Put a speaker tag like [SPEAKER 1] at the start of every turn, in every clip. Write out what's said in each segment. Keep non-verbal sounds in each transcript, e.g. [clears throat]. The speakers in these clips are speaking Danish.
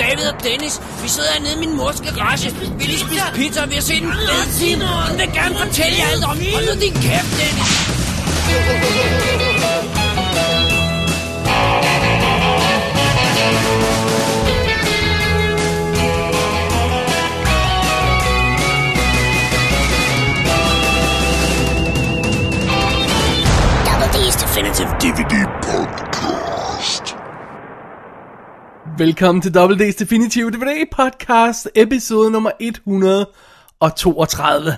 [SPEAKER 1] Dennis, vi sidder hernede i min mors garage. Vi lige spise pizza, og vi har set en fed film. Hun vil gerne fortælle jer alt om. Hold nu din kæft, Dennis.
[SPEAKER 2] Double D's Definitive DVD
[SPEAKER 3] Velkommen til WD's Definitive DVD podcast, episode nummer 132. Yeah.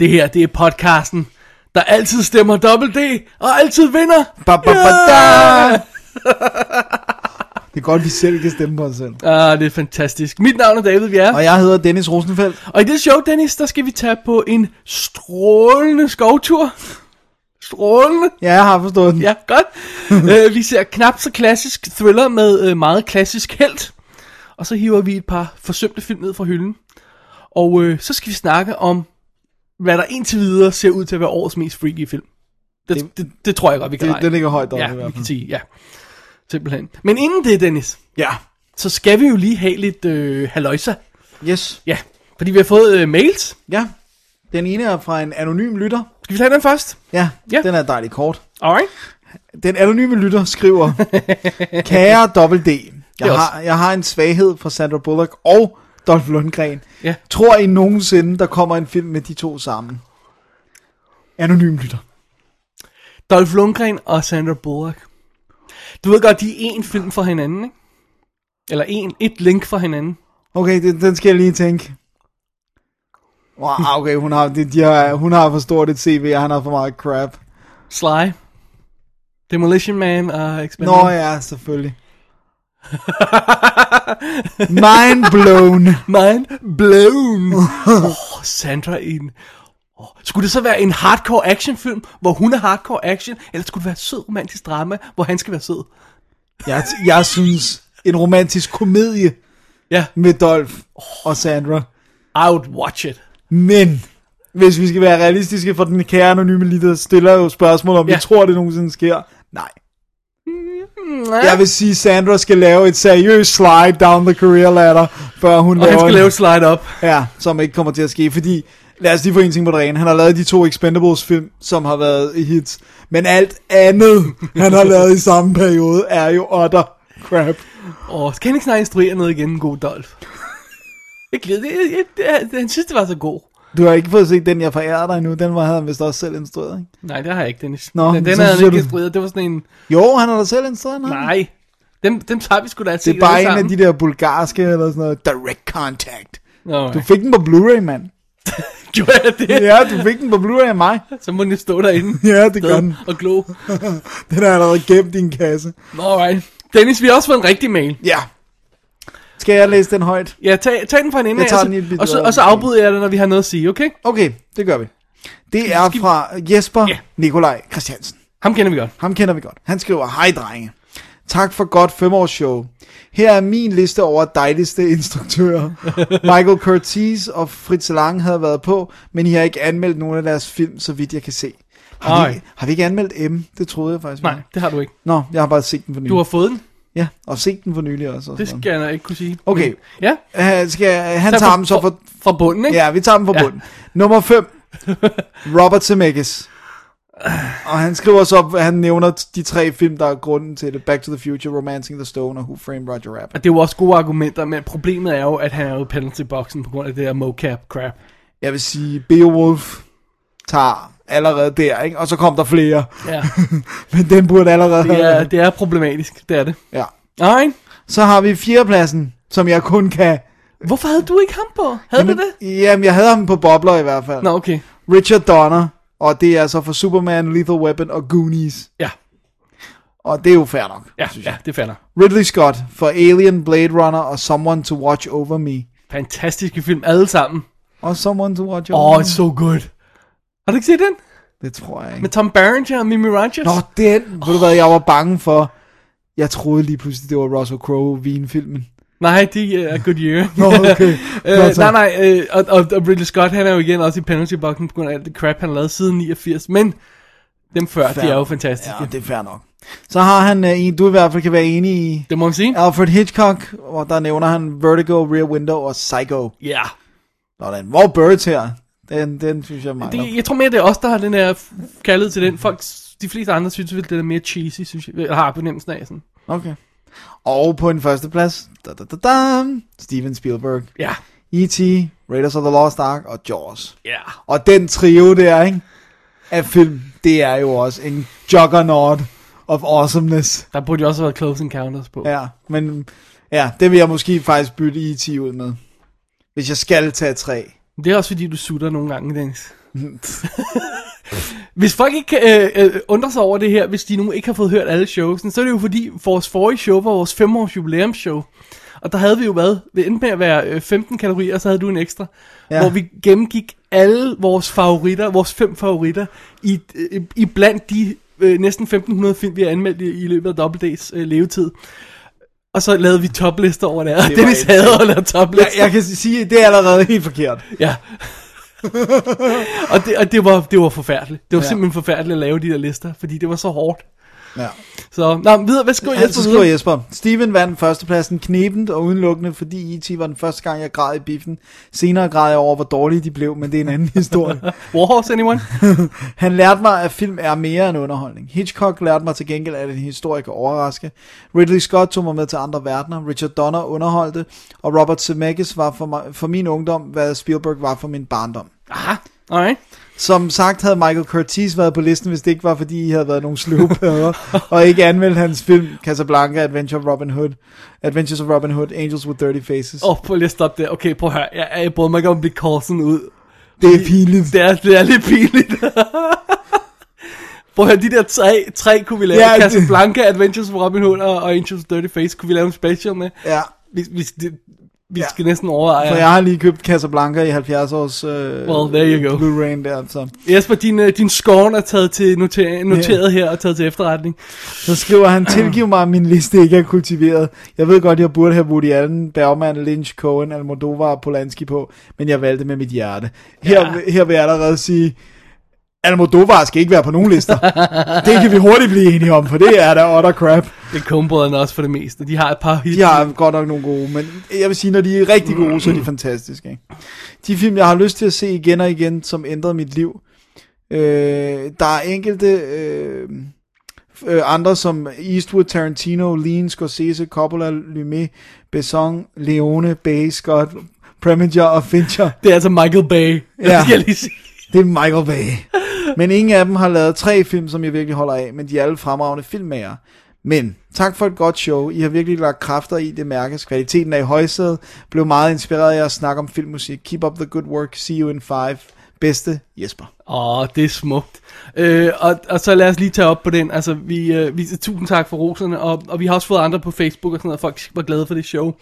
[SPEAKER 3] Det her, det er podcasten, der altid stemmer WD og altid vinder.
[SPEAKER 4] Ba, ba, ba, da. [laughs] Det er godt, vi selv kan stemme på os selv.
[SPEAKER 3] Ah, det er fantastisk. Mit navn er David Bjerre.
[SPEAKER 4] Og jeg hedder Dennis Rosenfeldt.
[SPEAKER 3] Og i det show, Dennis, der skal vi tage på en strålende skovtur. Strålende.
[SPEAKER 4] Ja, jeg har forstået den.
[SPEAKER 3] [laughs] Ja, godt. øh, vi ser knap så klassisk thriller med øh, meget klassisk held. Og så hiver vi et par forsømte film ned fra hylden. Og øh, så skal vi snakke om, hvad der indtil videre ser ud til at være årets mest freaky film. Det, det, det, det tror jeg godt, vi kan
[SPEAKER 4] det,
[SPEAKER 3] regne.
[SPEAKER 4] det ligger højt oppe
[SPEAKER 3] ja,
[SPEAKER 4] i
[SPEAKER 3] vi
[SPEAKER 4] hvert
[SPEAKER 3] kan
[SPEAKER 4] fald.
[SPEAKER 3] sige, ja. Simpelthen. Men inden det, Dennis,
[SPEAKER 4] Ja.
[SPEAKER 3] så skal vi jo lige have lidt øh, haløjser.
[SPEAKER 4] Yes.
[SPEAKER 3] Ja, fordi vi har fået øh, mails.
[SPEAKER 4] Ja. Den ene er fra en anonym lytter.
[SPEAKER 3] Skal vi tage den først?
[SPEAKER 4] Ja,
[SPEAKER 3] Ja.
[SPEAKER 4] ja. den er dejlig kort.
[SPEAKER 3] Alright.
[SPEAKER 4] Den anonyme lytter [laughs] skriver, Kære Double D, jeg
[SPEAKER 3] os.
[SPEAKER 4] har, jeg har en svaghed for Sandra Bullock og Dolph Lundgren.
[SPEAKER 3] Ja.
[SPEAKER 4] Tror I nogensinde, der kommer en film med de to sammen? Anonym lytter.
[SPEAKER 3] Dolph Lundgren og Sandra Bullock. Du ved godt, de er én film fra hinanden, ikke? Eller en, et link fra hinanden.
[SPEAKER 4] Okay, den, den skal jeg lige tænke. Wow, okay, hun har, de, de har, hun har for stort et CV, og han har for meget crap.
[SPEAKER 3] Sly, Demolition Man og Expendables.
[SPEAKER 4] Nå ja, selvfølgelig. Mind blown.
[SPEAKER 3] Mind blown. oh, Sandra i en... Oh. Skulle det så være en hardcore actionfilm, hvor hun er hardcore action? Eller skulle det være sød romantisk drama, hvor han skal være sød?
[SPEAKER 4] Jeg, jeg synes, en romantisk komedie
[SPEAKER 3] Ja,
[SPEAKER 4] med Dolph og Sandra.
[SPEAKER 3] yeah, I would watch it.
[SPEAKER 4] Men, hvis vi skal være realistiske for den kære anonyme lytter, stiller jo spørgsmål, om ja.
[SPEAKER 3] Ja.
[SPEAKER 4] vi tror, det nogensinde sker. Nej.
[SPEAKER 3] Nej.
[SPEAKER 4] Jeg vil sige, Sandra skal lave et seriøst slide down the career ladder, før hun
[SPEAKER 3] Og
[SPEAKER 4] laver
[SPEAKER 3] han skal
[SPEAKER 4] en-
[SPEAKER 3] lave slide up.
[SPEAKER 4] Ja, som ikke kommer til at ske, fordi lad os lige få en ting på det rene. Han har lavet de to Expendables film, som har været hits, men alt andet, han har lavet i samme periode, er jo utter crap.
[SPEAKER 3] Og kan han ikke snart instruere noget igen, god Dolph? [laughs] Jeg glæder det, jeg, jeg, jeg, han synes, det var så god.
[SPEAKER 4] Du har ikke fået set den, jeg forærer dig nu. Den var havde han vist også selv instrueret, ikke?
[SPEAKER 3] Nej, det har jeg ikke, Dennis.
[SPEAKER 4] Nå,
[SPEAKER 3] den,
[SPEAKER 4] så
[SPEAKER 3] den havde han
[SPEAKER 4] siger
[SPEAKER 3] ikke
[SPEAKER 4] du-
[SPEAKER 3] instrueret. Det var sådan en...
[SPEAKER 4] Jo, han har da selv instrueret den. har han?
[SPEAKER 3] Nej. Dem, dem tager vi sgu da altid
[SPEAKER 4] Det er bare en af de der bulgarske eller sådan noget. Direct Contact.
[SPEAKER 3] Nå,
[SPEAKER 4] Du fik den på Blu-ray, [laughs] mand.
[SPEAKER 3] [laughs] gjorde jeg det?
[SPEAKER 4] Ja, du fik den på Blu-ray af mig.
[SPEAKER 3] Så må den jo stå derinde.
[SPEAKER 4] Ja, det gør den.
[SPEAKER 3] Og glo.
[SPEAKER 4] Den er allerede gemt i en kasse.
[SPEAKER 3] Nå, Alright. Dennis, vi har også fået en rigtig mail.
[SPEAKER 4] Ja. Skal jeg læse den højt?
[SPEAKER 3] Ja, tag, tag den fra en ende
[SPEAKER 4] Jeg
[SPEAKER 3] af,
[SPEAKER 4] tager
[SPEAKER 3] og så-
[SPEAKER 4] den i et bid
[SPEAKER 3] og, så,
[SPEAKER 4] af-
[SPEAKER 3] og så afbryder jeg dig, når vi har noget at sige, okay?
[SPEAKER 4] Okay, det gør vi. Det er fra Jesper
[SPEAKER 3] Ja.
[SPEAKER 4] yeah. Nikolaj Christiansen.
[SPEAKER 3] Ham kender vi godt.
[SPEAKER 4] Ham kender vi godt. Han skriver, hej drenge. Tak for godt femårsshow. Her er min liste over
[SPEAKER 3] [laughs]
[SPEAKER 4] dejligste instruktører. Michael Curtiz og Fritz Lang havde været på, men I har ikke anmeldt nogen af deres film, så vidt jeg kan se. Har vi,
[SPEAKER 3] Nej.
[SPEAKER 4] har vi ikke anmeldt M? Det troede jeg faktisk. vi
[SPEAKER 3] Nej,
[SPEAKER 4] havde.
[SPEAKER 3] det har du ikke.
[SPEAKER 4] Nå, jeg har bare set den for nylig.
[SPEAKER 3] Du har fået den.
[SPEAKER 4] Ja, og set den for nylig også. og
[SPEAKER 3] Det
[SPEAKER 4] sådan
[SPEAKER 3] skal jeg nok ikke kunne sige.
[SPEAKER 4] Okay.
[SPEAKER 3] Men- Ja,
[SPEAKER 4] noget. Øh, skal, han
[SPEAKER 3] Tag
[SPEAKER 4] tager
[SPEAKER 3] fra-
[SPEAKER 4] dem så for...
[SPEAKER 3] fra bunden, ikke?
[SPEAKER 4] [laughs] Ja, vi tager dem fra
[SPEAKER 3] Ja.
[SPEAKER 4] bunden. Nummer 5. Robert Zemeckis. Og han skriver så, at han nævner de tre film, der er grunden til det. Back to the Future, Romancing the Stone og Who Framed Roger Rabbit.
[SPEAKER 3] Og det er jo også gode argumenter, men problemet er jo, at han er jo i penalty-boksen på grund af det der mocap crap.
[SPEAKER 4] Jeg vil sige, Beowulf tager allerede der, ikke? Og så kom der flere.
[SPEAKER 3] Ja,
[SPEAKER 4] Men den burde allerede
[SPEAKER 3] det
[SPEAKER 4] have [laughs]
[SPEAKER 3] er,
[SPEAKER 4] været.
[SPEAKER 3] det er problematisk, det er det.
[SPEAKER 4] Ja.
[SPEAKER 3] Nej,
[SPEAKER 4] Så har vi fjerdepladsen, som jeg kun kan...
[SPEAKER 3] hvorfor havde du ikke ham på? Havde du det?
[SPEAKER 4] Jamen, jeg havde ham på bobler i hvert fald.
[SPEAKER 3] Nå, okay.
[SPEAKER 4] Richard Donner, og det er så for Superman, Lethal Weapon og Goonies.
[SPEAKER 3] Ja,
[SPEAKER 4] Og det er jo fair nok.
[SPEAKER 3] ja, ja det falder.
[SPEAKER 4] Ridley Scott for Alien, Blade Runner og Someone to Watch Over Me.
[SPEAKER 3] Fantastiske film, alle sammen.
[SPEAKER 4] Og Someone to Watch Over
[SPEAKER 3] Åh, oh,
[SPEAKER 4] Me.
[SPEAKER 3] it's so good. Har du ikke set den?
[SPEAKER 4] Det tror jeg
[SPEAKER 3] Med
[SPEAKER 4] ikke.
[SPEAKER 3] Tom Berenger og Mimi Rogers?
[SPEAKER 4] Nå, den, ved du hvad, jeg var bange for. Jeg troede lige pludselig, det var Russell Crowe Wien-filmen.
[SPEAKER 3] Nej, det er Good Year.
[SPEAKER 4] Nå, okay. Nå,
[SPEAKER 3] [laughs] Øh,
[SPEAKER 4] så-
[SPEAKER 3] nej, nej, øh, og, og, og Ridley Scott, han er jo igen også i penalty-boksen på grund af alt det crap, han lavede siden 89, men dem før, de
[SPEAKER 4] Fair.
[SPEAKER 3] er jo fantastiske.
[SPEAKER 4] Ja, det er fair nok. Så har han øh, en, du i hvert fald kan være enig i.
[SPEAKER 3] Det må man sige.
[SPEAKER 4] Alfred Hitchcock, hvor der nævner han Vertigo, Rear Window og Psycho.
[SPEAKER 3] Ja.
[SPEAKER 4] Nå, der er en More Birds her. Den, den synes jeg mangler.
[SPEAKER 3] Det, jeg tror mere, det er os, der har den her f- kærlighed til den. Folk, de fleste andre synes vel, det er mere cheesy, synes jeg. Eller har på nemmelsen af sådan.
[SPEAKER 4] Okay. Og på en førsteplads, da, da, da, da, Steven Spielberg,
[SPEAKER 3] Ja.
[SPEAKER 4] E.T., Raiders of the Lost Ark og Jaws.
[SPEAKER 3] Ja.
[SPEAKER 4] Og den trio der, ikke? Af film, det er jo også en juggernaut of awesomeness.
[SPEAKER 3] Der burde jo også have været Close Encounters på.
[SPEAKER 4] Ja, men ja, det vil jeg måske faktisk bytte E.T. ud med. Hvis jeg skal tage tre.
[SPEAKER 3] Det er også fordi, du sutter nogle gange,
[SPEAKER 4] [laughs]
[SPEAKER 3] Dennis. hvis folk ikke kan øh, øh, undre sig over det her, hvis de nu ikke har fået hørt alle showsen, så er det jo fordi, vores forrige show var vores femårs jubilæumsshow. Og der havde vi jo været, det endte med at være øh, 15 kalorier, og så havde du en ekstra.
[SPEAKER 4] Ja.
[SPEAKER 3] Ja. Hvor vi gennemgik alle vores favoritter, vores fem favoritter, i, øh, i blandt de øh, næsten 1500 film, vi har anmeldt i, i løbet af WD's øh, levetid. Og så lavede vi toplister over det, og
[SPEAKER 4] var
[SPEAKER 3] Dennis
[SPEAKER 4] insane.
[SPEAKER 3] hader at lave toplister.
[SPEAKER 4] Jeg, jeg kan sige, at det er allerede helt forkert.
[SPEAKER 3] Ja. og det, og det, var, det var forfærdeligt. Det var
[SPEAKER 4] Ja.
[SPEAKER 3] ja. simpelthen forfærdeligt at lave de der lister, fordi det var så hårdt.
[SPEAKER 4] Ja.
[SPEAKER 3] Så, nå, men videre, hvad skal jeg
[SPEAKER 4] Altså skriver Jesper, Steven vandt førstepladsen knebent og udelukkende, fordi E.T. var den første gang, jeg græd i biffen. Senere græd jeg over, hvor dårlige de blev, men det er en anden [laughs] historie.
[SPEAKER 3] Warhorse, anyone?
[SPEAKER 4] Han lærte mig, at film er mere end underholdning. Hitchcock lærte mig til gengæld, at en historie kan overraske. Ridley Scott tog mig med til andre verdener. Richard Donner underholdte. Og Robert Zemeckis var for, mig, for min ungdom, hvad Spielberg var for min barndom.
[SPEAKER 3] Aha, alright.
[SPEAKER 4] Som sagt havde Michael Curtis været på listen, hvis det ikke var, fordi I havde været nogle sløveplader, og ikke anmeldt hans film Casablanca, Adventure of Robin Hood, Adventures of Robin Hood, Angels with Dirty Faces.
[SPEAKER 3] Åh, oh, prøv lige at stoppe der. Okay, prøv at høre. Jeg, jeg bryder mig ikke om at blive kaldt sådan ud.
[SPEAKER 4] det er pinligt.
[SPEAKER 3] Det er, det er lidt pinligt. [laughs] prøv at høre, de der tre, tre kunne vi lave.
[SPEAKER 4] Ja,
[SPEAKER 3] Ja,
[SPEAKER 4] det-
[SPEAKER 3] Casablanca, Adventures of Robin Hood og, og Angels of Dirty Face kunne vi lave en special med.
[SPEAKER 4] Ja,
[SPEAKER 3] Vi, vi, det, vi
[SPEAKER 4] Ja.
[SPEAKER 3] ja. skal næsten overveje.
[SPEAKER 4] for jeg har lige købt Casablanca i 70 års øh,
[SPEAKER 3] Well, there you go.
[SPEAKER 4] Blu-ray der, så.
[SPEAKER 3] Jesper, din, øh, din scorn er taget til noter, noteret her og taget til efterretning.
[SPEAKER 4] Så skriver han, tilgiv mig, at min liste ikke er kultiveret. Jeg ved godt, jeg burde have Woody Allen, Bergman, Lynch, Cohen, Almodovar og Polanski på, men jeg valgte med mit hjerte. Her, ja. her vil jeg allerede sige, Almodovar skal ikke være på nogen lister. det kan vi hurtigt blive enige om, for det er da utter crap.
[SPEAKER 3] Det er Coen-brødrene også for det meste. De har et par hits.
[SPEAKER 4] De har godt nok nogle gode, men jeg vil sige, når de er rigtig gode, så er de fantastiske. Ikke? De film, jeg har lyst til at se igen og igen, som ændrede mit liv. Øh, der er enkelte øh, øh, andre, som Eastwood, Tarantino, Lean, Scorsese, Coppola, Lumet, Besson, Leone, Bay, Scott, Preminger og Fincher.
[SPEAKER 3] Det er altså Michael Bay.
[SPEAKER 4] Ja.
[SPEAKER 3] Det skal jeg lige sige.
[SPEAKER 4] Det er Michael Bay. Men ingen af dem har lavet tre film, som jeg virkelig holder af, men de er alle fremragende filmmager. Men tak for et godt show. I har virkelig lagt kræfter i, det mærkes. Kvaliteten er i højsædet. Blev meget inspireret af at snakke om filmmusik. Keep up the good work. See you in five. Bedste Jesper.
[SPEAKER 3] Åh, det er smukt. Øh, og, og så lad os lige tage op på den. Altså, vi, øh, vi tusind tak for roserne, og, og vi har også fået andre på Facebook og sådan noget, og folk var glade for det show.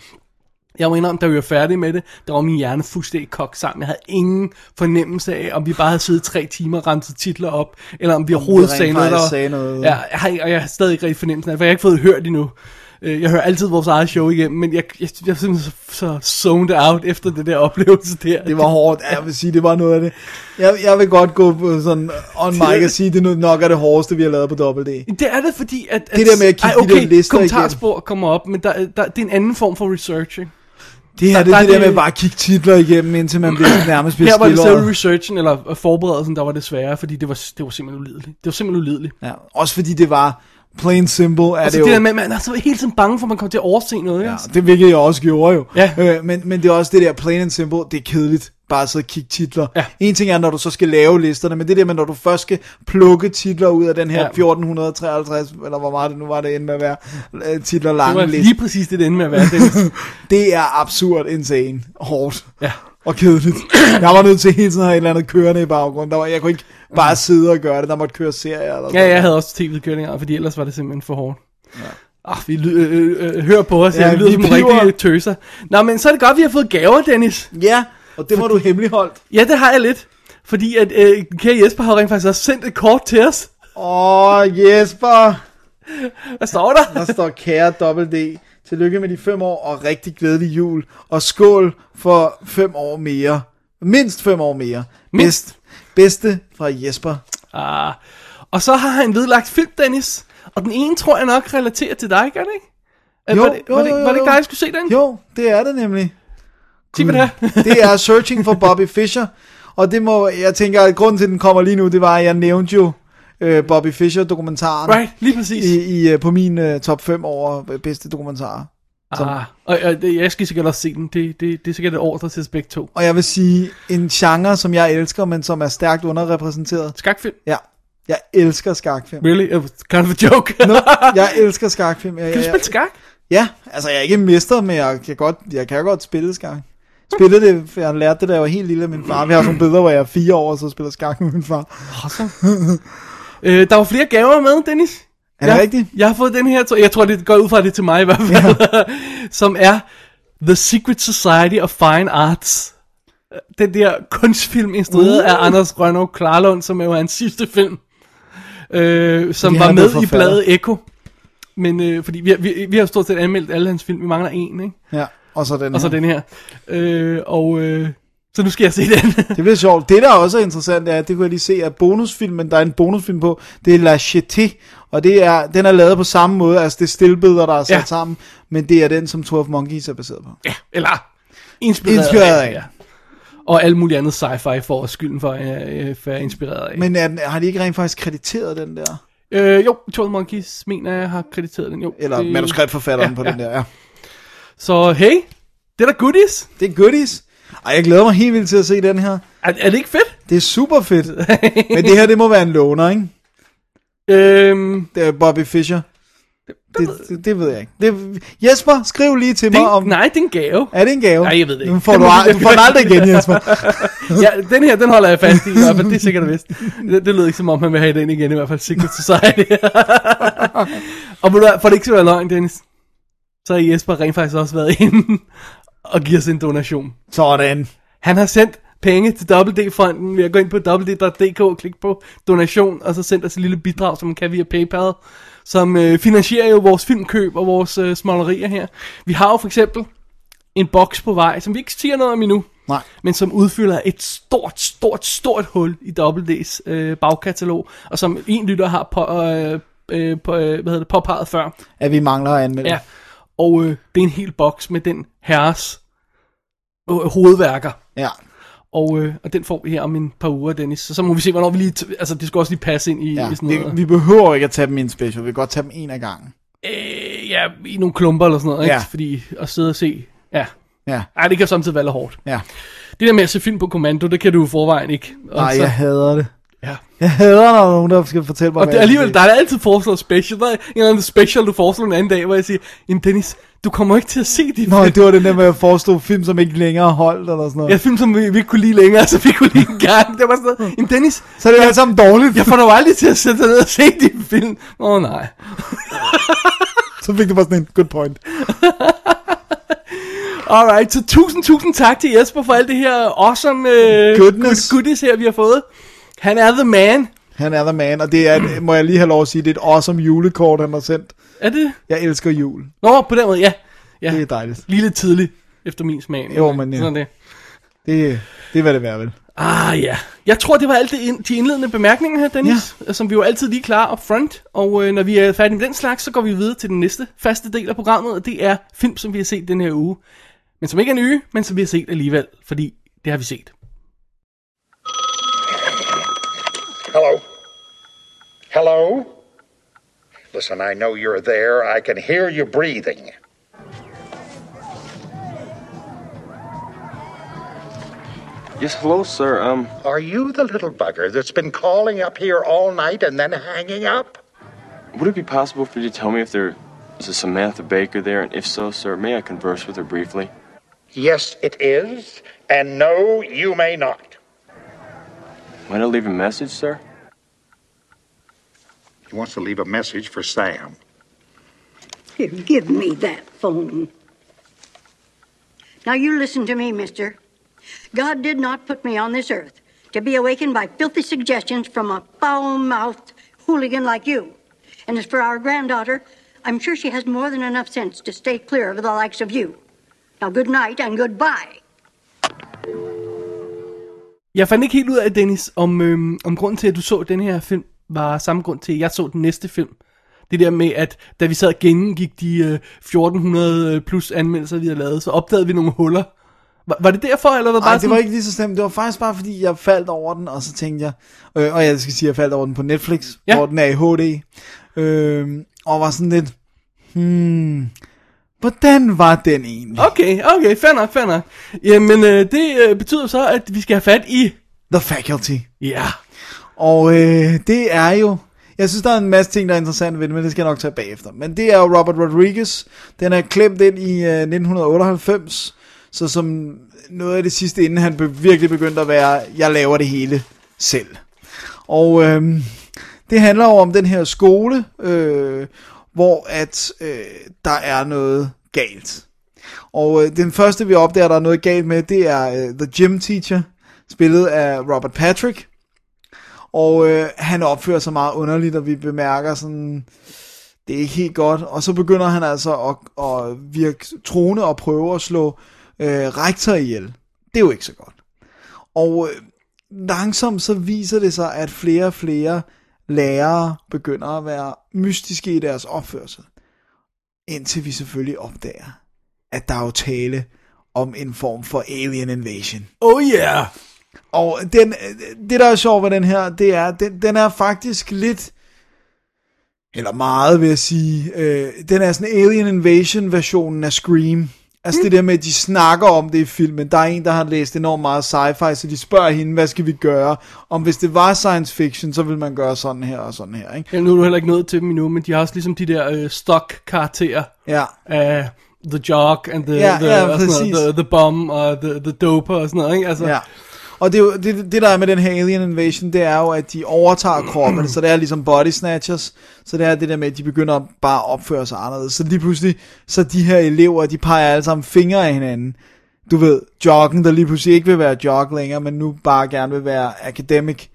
[SPEAKER 3] Jeg må indrømme, da vi var færdige med det, der var min hjerne fuldstændig kogt sammen. Jeg havde ingen fornemmelse af, om vi bare havde siddet tre timer og renset titler op, eller om vi overhovedet
[SPEAKER 4] rent
[SPEAKER 3] sagde noget.
[SPEAKER 4] faktisk
[SPEAKER 3] der var-
[SPEAKER 4] sagde noget.
[SPEAKER 3] Ja, jeg har, ikke- og jeg har stadig ikke rigtig fornemmelsen af det, for jeg har ikke fået det hørt endnu. Øh, Jeg hører altid vores eget show igennem, men jeg, jeg, jeg er simpelthen så, så zoned out efter det der oplevelse der.
[SPEAKER 4] Det var hårdt. Ja, jeg vil sige, det var noget af det. Jeg, jeg vil godt gå på sådan on mic og sige, det er nok er det hårdeste, vi har lavet på E. WD.
[SPEAKER 3] Det er det, fordi at... at
[SPEAKER 4] Det der med at kigge
[SPEAKER 3] ej,
[SPEAKER 4] de
[SPEAKER 3] okay,
[SPEAKER 4] der lister
[SPEAKER 3] kommentarspor kommer op, men der, der, det er en anden form for research, ikke?
[SPEAKER 4] Det her, det
[SPEAKER 3] Der-
[SPEAKER 4] er det
[SPEAKER 3] der
[SPEAKER 4] der
[SPEAKER 3] er
[SPEAKER 4] med
[SPEAKER 3] det-
[SPEAKER 4] bare at kigge titler igennem, indtil man bliver nærmest bliver
[SPEAKER 3] Her var det
[SPEAKER 4] skildret.
[SPEAKER 3] selve researchen, eller øh, forberedelsen, der var det svære, fordi det var, det var simpelthen ulideligt. Det var simpelthen ulideligt.
[SPEAKER 4] Ja, også fordi det var plain simple, er
[SPEAKER 3] Altså
[SPEAKER 4] det,
[SPEAKER 3] det, det
[SPEAKER 4] jo.
[SPEAKER 3] der med, at man er så hele tiden bange for, at man kommer til at overse noget, ikke? Altså,
[SPEAKER 4] Ja, det hvilket jeg også gjorde jo.
[SPEAKER 3] Ja.
[SPEAKER 4] Øh, men, men det er også det der plain and simple, det er kedeligt bare at sidde og kigge titler.
[SPEAKER 3] Ja.
[SPEAKER 4] En ting er, når du så skal lave listerne, men det der med, når du først skal plukke titler ud af den her
[SPEAKER 3] Ja.
[SPEAKER 4] 1453, eller hvor meget det nu var det endte med at være, øh, titler
[SPEAKER 3] Det var
[SPEAKER 4] lange liste.
[SPEAKER 3] lige præcis det, det endte med at være.
[SPEAKER 4] [laughs]
[SPEAKER 3] Dennis.
[SPEAKER 4] Det er absurd insane, hårdt
[SPEAKER 3] Ja.
[SPEAKER 4] og kedeligt. Jeg var nødt til hele tiden at have et eller andet kørende i baggrunden. Der var, jeg kunne ikke bare sidde og gøre det, der måtte køre serier eller sådan
[SPEAKER 3] Mm. ja, jeg havde også tv-kørninger, fordi ellers var det simpelthen for hårdt. Ja. Arh, vi ly- øh, øh, øh, hør på os,
[SPEAKER 4] Ja,
[SPEAKER 3] ja, vi lyder
[SPEAKER 4] vi
[SPEAKER 3] som
[SPEAKER 4] piver.
[SPEAKER 3] rigtige tøser. Nå, men så er det godt, vi har fået gaver, Dennis.
[SPEAKER 4] noget. Ja, og det var du hemmeligholdt.
[SPEAKER 3] Ja, det har jeg lidt. Fordi at øh, kære Jesper har rent faktisk også sendt et kort til os.
[SPEAKER 4] Åh, oh, Jesper.
[SPEAKER 3] Hvad står der?
[SPEAKER 4] Der står kære Double D. Tillykke med de fem år og rigtig glædelig jul. Og skål for fem år mere. Mindst fem år mere. Bedst. Bedste fra Jesper.
[SPEAKER 3] Ah. Og så har han vedlagt film, Dennis. Og den ene tror jeg nok relaterer til dig, gør det ikke? Øh,
[SPEAKER 4] Jo,
[SPEAKER 3] var, det,
[SPEAKER 4] jo,
[SPEAKER 3] var, det,
[SPEAKER 4] jo,
[SPEAKER 3] var
[SPEAKER 4] jo,
[SPEAKER 3] det ikke
[SPEAKER 4] jo.
[SPEAKER 3] dig, jeg skulle se den?
[SPEAKER 4] Jo, Mm. det er det nemlig.
[SPEAKER 3] Sig mig det her.
[SPEAKER 4] Det er Searching for Bobby Fischer, og det må, jeg tænker, at grunden til, at den kommer lige nu, det var, at jeg nævnte jo øh, Bobby Fischer-dokumentaren
[SPEAKER 3] [laughs] Right, lige præcis.
[SPEAKER 4] i, i, øh, på min øh, top 5 over øh, bedste dokumentarer.
[SPEAKER 3] Ah, og, og det- jeg skal sikkert også se den. Det, det, det er sikkert et ordre til os begge to.
[SPEAKER 4] Og jeg vil sige, en genre, som jeg elsker, men som er stærkt underrepræsenteret.
[SPEAKER 3] Skakfilm?
[SPEAKER 4] Ja, jeg elsker skakfilm.
[SPEAKER 3] Really? It was kind of a joke.
[SPEAKER 4] Nå, [laughs] jeg elsker skakfilm. Jeg,
[SPEAKER 3] [laughs] kan du
[SPEAKER 4] jeg,
[SPEAKER 3] spille skak?
[SPEAKER 4] ja, altså jeg er ikke en mester, men jeg kan godt, jeg kan godt spille skak. Spillede det, for jeg lærte det, da jeg var helt lille af min far. Vi har sådan nogle billeder, hvor jeg er fire år, og så spiller skak med min far.
[SPEAKER 3] Awesome. øh, der var flere gaver med, Dennis.
[SPEAKER 4] Er det
[SPEAKER 3] jeg,
[SPEAKER 4] rigtigt?
[SPEAKER 3] Jeg har fået den her, tror- jeg tror, det går ud fra at det er til mig i hvert fald, [laughs] som er The Secret Society of Fine Arts. Den der kunstfilm instrueret uh. af Anders Rønnow Klarlund, som jo er hans sidste film, øh, som
[SPEAKER 4] Fordi
[SPEAKER 3] var
[SPEAKER 4] han er blevet
[SPEAKER 3] med i
[SPEAKER 4] forfatter.
[SPEAKER 3] bladet Echo. Men øh, fordi vi, har- vi, vi har jo stort set anmeldt alle hans film, vi mangler en, ikke?
[SPEAKER 4] Ja, og så den
[SPEAKER 3] Og så
[SPEAKER 4] her.
[SPEAKER 3] den her. Øh, og øh, så nu skal jeg se
[SPEAKER 4] [laughs]
[SPEAKER 3] den.
[SPEAKER 4] Det bliver sjovt. Det, der også er interessant, er, at det kunne jeg lige se, at bonusfilmen, der er en bonusfilm på, det er La Chété, og det er, den er lavet på samme måde, altså det er stillbilleder, der er sat
[SPEAKER 3] Ja.
[SPEAKER 4] ja. sammen, men det er den, som Tour of Monkeys er baseret på.
[SPEAKER 3] Ja, eller inspireret,
[SPEAKER 4] Inspireret af.
[SPEAKER 3] Ja. Og alt muligt andet sci-fi får også skylden for, øh, øh, for at jeg er inspireret af.
[SPEAKER 4] Men er den, har de ikke rent faktisk krediteret den der?
[SPEAKER 3] øh, jo, Twelve Monkeys mener jeg har krediteret den. Jo,
[SPEAKER 4] Eller øh, manuskriptforfatteren ja, på ja. den der, ja.
[SPEAKER 3] Så hey, det er da goodies.
[SPEAKER 4] Det er goodies. Ej, jeg glæder mig helt vildt til at se den her.
[SPEAKER 3] Er, er det ikke fedt?
[SPEAKER 4] Det er super fedt. Men det her, det må være en loner, ikke?
[SPEAKER 3] Øhm,
[SPEAKER 4] Det er Bobby Fischer. Det, det, det ved jeg ikke. Det, Jesper, skriv lige til
[SPEAKER 3] det,
[SPEAKER 4] mig om...
[SPEAKER 3] nej, det er en gave.
[SPEAKER 4] Er det en gave?
[SPEAKER 3] Nej, [laughs] jeg ved det ikke.
[SPEAKER 4] Nu får
[SPEAKER 3] Det
[SPEAKER 4] du,
[SPEAKER 3] må vi-
[SPEAKER 4] ald- du får den aldrig igen, Jesper.
[SPEAKER 3] Ja, den her, den holder jeg fast i i hvert fald, det er sikkert vist. Det, det lød ikke som om, han vil have den igen, i hvert fald Secret Society. [laughs] og ved du hvad, for det ikke skal være løgn, Dennis, så har Jesper rent faktisk også været inde og giver os en donation.
[SPEAKER 4] Sådan.
[SPEAKER 3] Han har sendt penge til WD-fonden ved at gå ind på www.dk og klikke på donation, og så sendt os et lille bidrag, som man kan via PayPal, som øh, finansierer jo vores filmkøb og vores øh, smålerier her. Vi har jo for eksempel en boks på vej, som vi ikke siger noget om endnu,
[SPEAKER 4] Nej.
[SPEAKER 3] men som udfylder et stort, stort, stort hul i WD's øh, bagkatalog, og som en lytter har på, øh, øh, på, øh, hvad hedder det, påpeget før.
[SPEAKER 4] At vi mangler at anmelde.
[SPEAKER 3] Ja. Og øh, det er en hel boks med den herres øh, hovedværker.
[SPEAKER 4] ja.
[SPEAKER 3] Og, øh, og den får vi her om en par uger, Dennis. Så, så må vi se, hvornår vi lige... T- altså, det skal også lige passe ind i,
[SPEAKER 4] ja.
[SPEAKER 3] ja, i sådan noget.
[SPEAKER 4] Det,
[SPEAKER 3] Vi...
[SPEAKER 4] vi behøver ikke at tage dem i en special. Vi kan godt tage dem en af gangen.
[SPEAKER 3] Øh, ja, i nogle klumper eller sådan noget, ikke?
[SPEAKER 4] Ja.
[SPEAKER 3] Fordi at sidde og se... Ja.
[SPEAKER 4] Ja.
[SPEAKER 3] Ej, det kan samtidig være lidt hårdt.
[SPEAKER 4] Ja.
[SPEAKER 3] Det der med at se film på kommando, det kan du i forvejen ikke. Og
[SPEAKER 4] Nej,
[SPEAKER 3] så,
[SPEAKER 4] jeg hader det.
[SPEAKER 3] ja.
[SPEAKER 4] Jeg hader, når der er nogen, der skal fortælle mig,
[SPEAKER 3] Og
[SPEAKER 4] hvad
[SPEAKER 3] det,
[SPEAKER 4] jeg skal
[SPEAKER 3] alligevel,
[SPEAKER 4] se.
[SPEAKER 3] der er altid foreslået special. Der er en eller anden special, du foreslår en anden dag, hvor jeg siger, jamen Dennis, du kommer ikke til at se de
[SPEAKER 4] Nå,
[SPEAKER 3] film.
[SPEAKER 4] det var den der med, at jeg foreslog film, som ikke længere holdt, eller sådan noget.
[SPEAKER 3] Jeg film, som vi, vi ikke kunne lide længere, så vi kunne
[SPEAKER 4] [laughs]
[SPEAKER 3] lide en gang. Det var sådan noget, jamen Dennis,
[SPEAKER 4] Så er det jo alt sammen dårligt.
[SPEAKER 3] jeg får dig jo aldrig til at sætte dig ned og se de film. Åh oh, nej.
[SPEAKER 4] [laughs] Så fik du bare sådan en good point.
[SPEAKER 3] Alright, så tusind, tusind tak til Jesper for alt det her awesome øh,
[SPEAKER 4] Goodness.
[SPEAKER 3] good- goodies her, vi har fået. Han er the man.
[SPEAKER 4] Han er the man, og det er, [clears throat] et- må jeg lige have lov at sige, det er et awesome julekort, han har sendt.
[SPEAKER 3] Er det?
[SPEAKER 4] Jeg elsker jul.
[SPEAKER 3] Nå, på den måde, ja. ja.
[SPEAKER 4] Det er dejligt.
[SPEAKER 3] Lige lidt tidligt, efter min smag.
[SPEAKER 4] Jo, men ja.
[SPEAKER 3] Sådan det.
[SPEAKER 4] Det, det er, hvad det værd, vel?
[SPEAKER 3] Ah ja. Jeg tror, det var alt det ind, de indledende bemærkninger her, Dennis. Ja. Som vi jo altid lige klarer up front. Og øh, når vi er færdige med den slags, så går vi videre til den næste faste del af programmet. Og det er film, som vi har set den her uge. Men som ikke er nye, men som vi har set alligevel. Fordi det har vi set.
[SPEAKER 5] Hello? Hello? Listen, I know you're there. I can hear you breathing.
[SPEAKER 6] Yes, hello, sir. Um,
[SPEAKER 5] Are you the little bugger that's been calling up here all night and then hanging up?
[SPEAKER 6] would it be possible for you to tell me if there is a Samantha Baker there? And if so, sir, may I converse with her briefly?
[SPEAKER 5] Yes, it is. And no, you may not.
[SPEAKER 6] Might I leave a message, sir?
[SPEAKER 5] He wants to leave a message for Sam.
[SPEAKER 7] Here, give me that phone. Now, you listen to me, mister. God did not put me on this earth to be awakened by filthy suggestions from a foul mouthed hooligan like you. And as for our granddaughter, I'm sure she has more than enough sense to stay clear of the likes of you. Now, good night and goodbye.
[SPEAKER 3] Jeg fandt ikke helt ud af, Dennis, om, øhm, om grunden til, at du så den her film, var samme grund til, at jeg så den næste film. Det der med, at da vi sad og gennemgik de øh, 1400 plus anmeldelser, vi havde lavet, så opdagede vi nogle huller. Var, var det derfor, eller var det bare
[SPEAKER 4] Nej, det
[SPEAKER 3] sådan,
[SPEAKER 4] var ikke lige så slemt. Det var faktisk bare, fordi jeg faldt over den, og så tænkte jeg... Øh, og jeg skal sige, at jeg faldt over den på Netflix,
[SPEAKER 3] Ja.
[SPEAKER 4] ja. hvor den er i HD. Øh, og var sådan lidt... Hmm... Hvordan var den egentlig?
[SPEAKER 3] Okay, okay, fair nok, fair nok. Jamen, øh, det øh, betyder så, at vi skal have fat i...
[SPEAKER 4] The Faculty.
[SPEAKER 3] Ja,
[SPEAKER 4] Og øh, det er jo... Jeg synes, der er en masse ting, der er interessant ved det, men det skal jeg nok tage bagefter. Men det er jo Robert Rodriguez. Den er klemt ind i øh, 1998, så som noget af det sidste, inden han be- virkelig begyndte at være, jeg laver det hele selv. Og øh, det handler jo om den her skole, øh, hvor at øh, der er noget galt. Og øh, den første, vi opdager, der er noget galt med, det er øh, The Gym Teacher, spillet af Robert Patrick. Og øh, han opfører sig meget underligt, og vi bemærker sådan, det er ikke helt godt. Og så begynder han altså at, at virke troende og prøve at slå øh, rektor ihjel. Det er jo ikke så godt. Og øh, langsomt så viser det sig, at flere og flere lærere begynder at være mystiske i deres opførsel. Indtil vi selvfølgelig opdager, at der er jo tale om en form for alien invasion.
[SPEAKER 3] oh yeah.
[SPEAKER 4] Og den, øh, det, der er sjovt ved den her, det er, den, den er faktisk lidt, eller meget vil jeg sige, øh, den er sådan Alien Invasion-versionen af Scream. Altså det der med, at de snakker om det i filmen. Der er en, der har læst enormt meget sci-fi, så de spørger hende, hvad skal vi gøre? Om hvis det var science fiction, så ville man gøre sådan her og sådan her, ikke?
[SPEAKER 3] Jamen, nu er du heller ikke nået til dem endnu, men de har også ligesom de der øh, stock-karakterer
[SPEAKER 4] Ja.
[SPEAKER 3] af The Jock and the,
[SPEAKER 4] Ja,
[SPEAKER 3] the,
[SPEAKER 4] ja,
[SPEAKER 3] og sådan
[SPEAKER 4] præcis.
[SPEAKER 3] noget, the, the Bomb og the, the Doper og sådan noget, ikke? Altså,
[SPEAKER 4] Ja. Og det, er jo- det, det der er med den her Alien Invasion, det er jo, at de overtager kroppen, så det er ligesom body snatchers, så det er det der med, at de begynder bare at opføre sig anderledes. Så lige pludselig, så de her elever, de peger alle sammen fingre af hinanden. Du ved, joggen, der lige pludselig ikke vil være jog længere, men nu bare gerne vil være academic.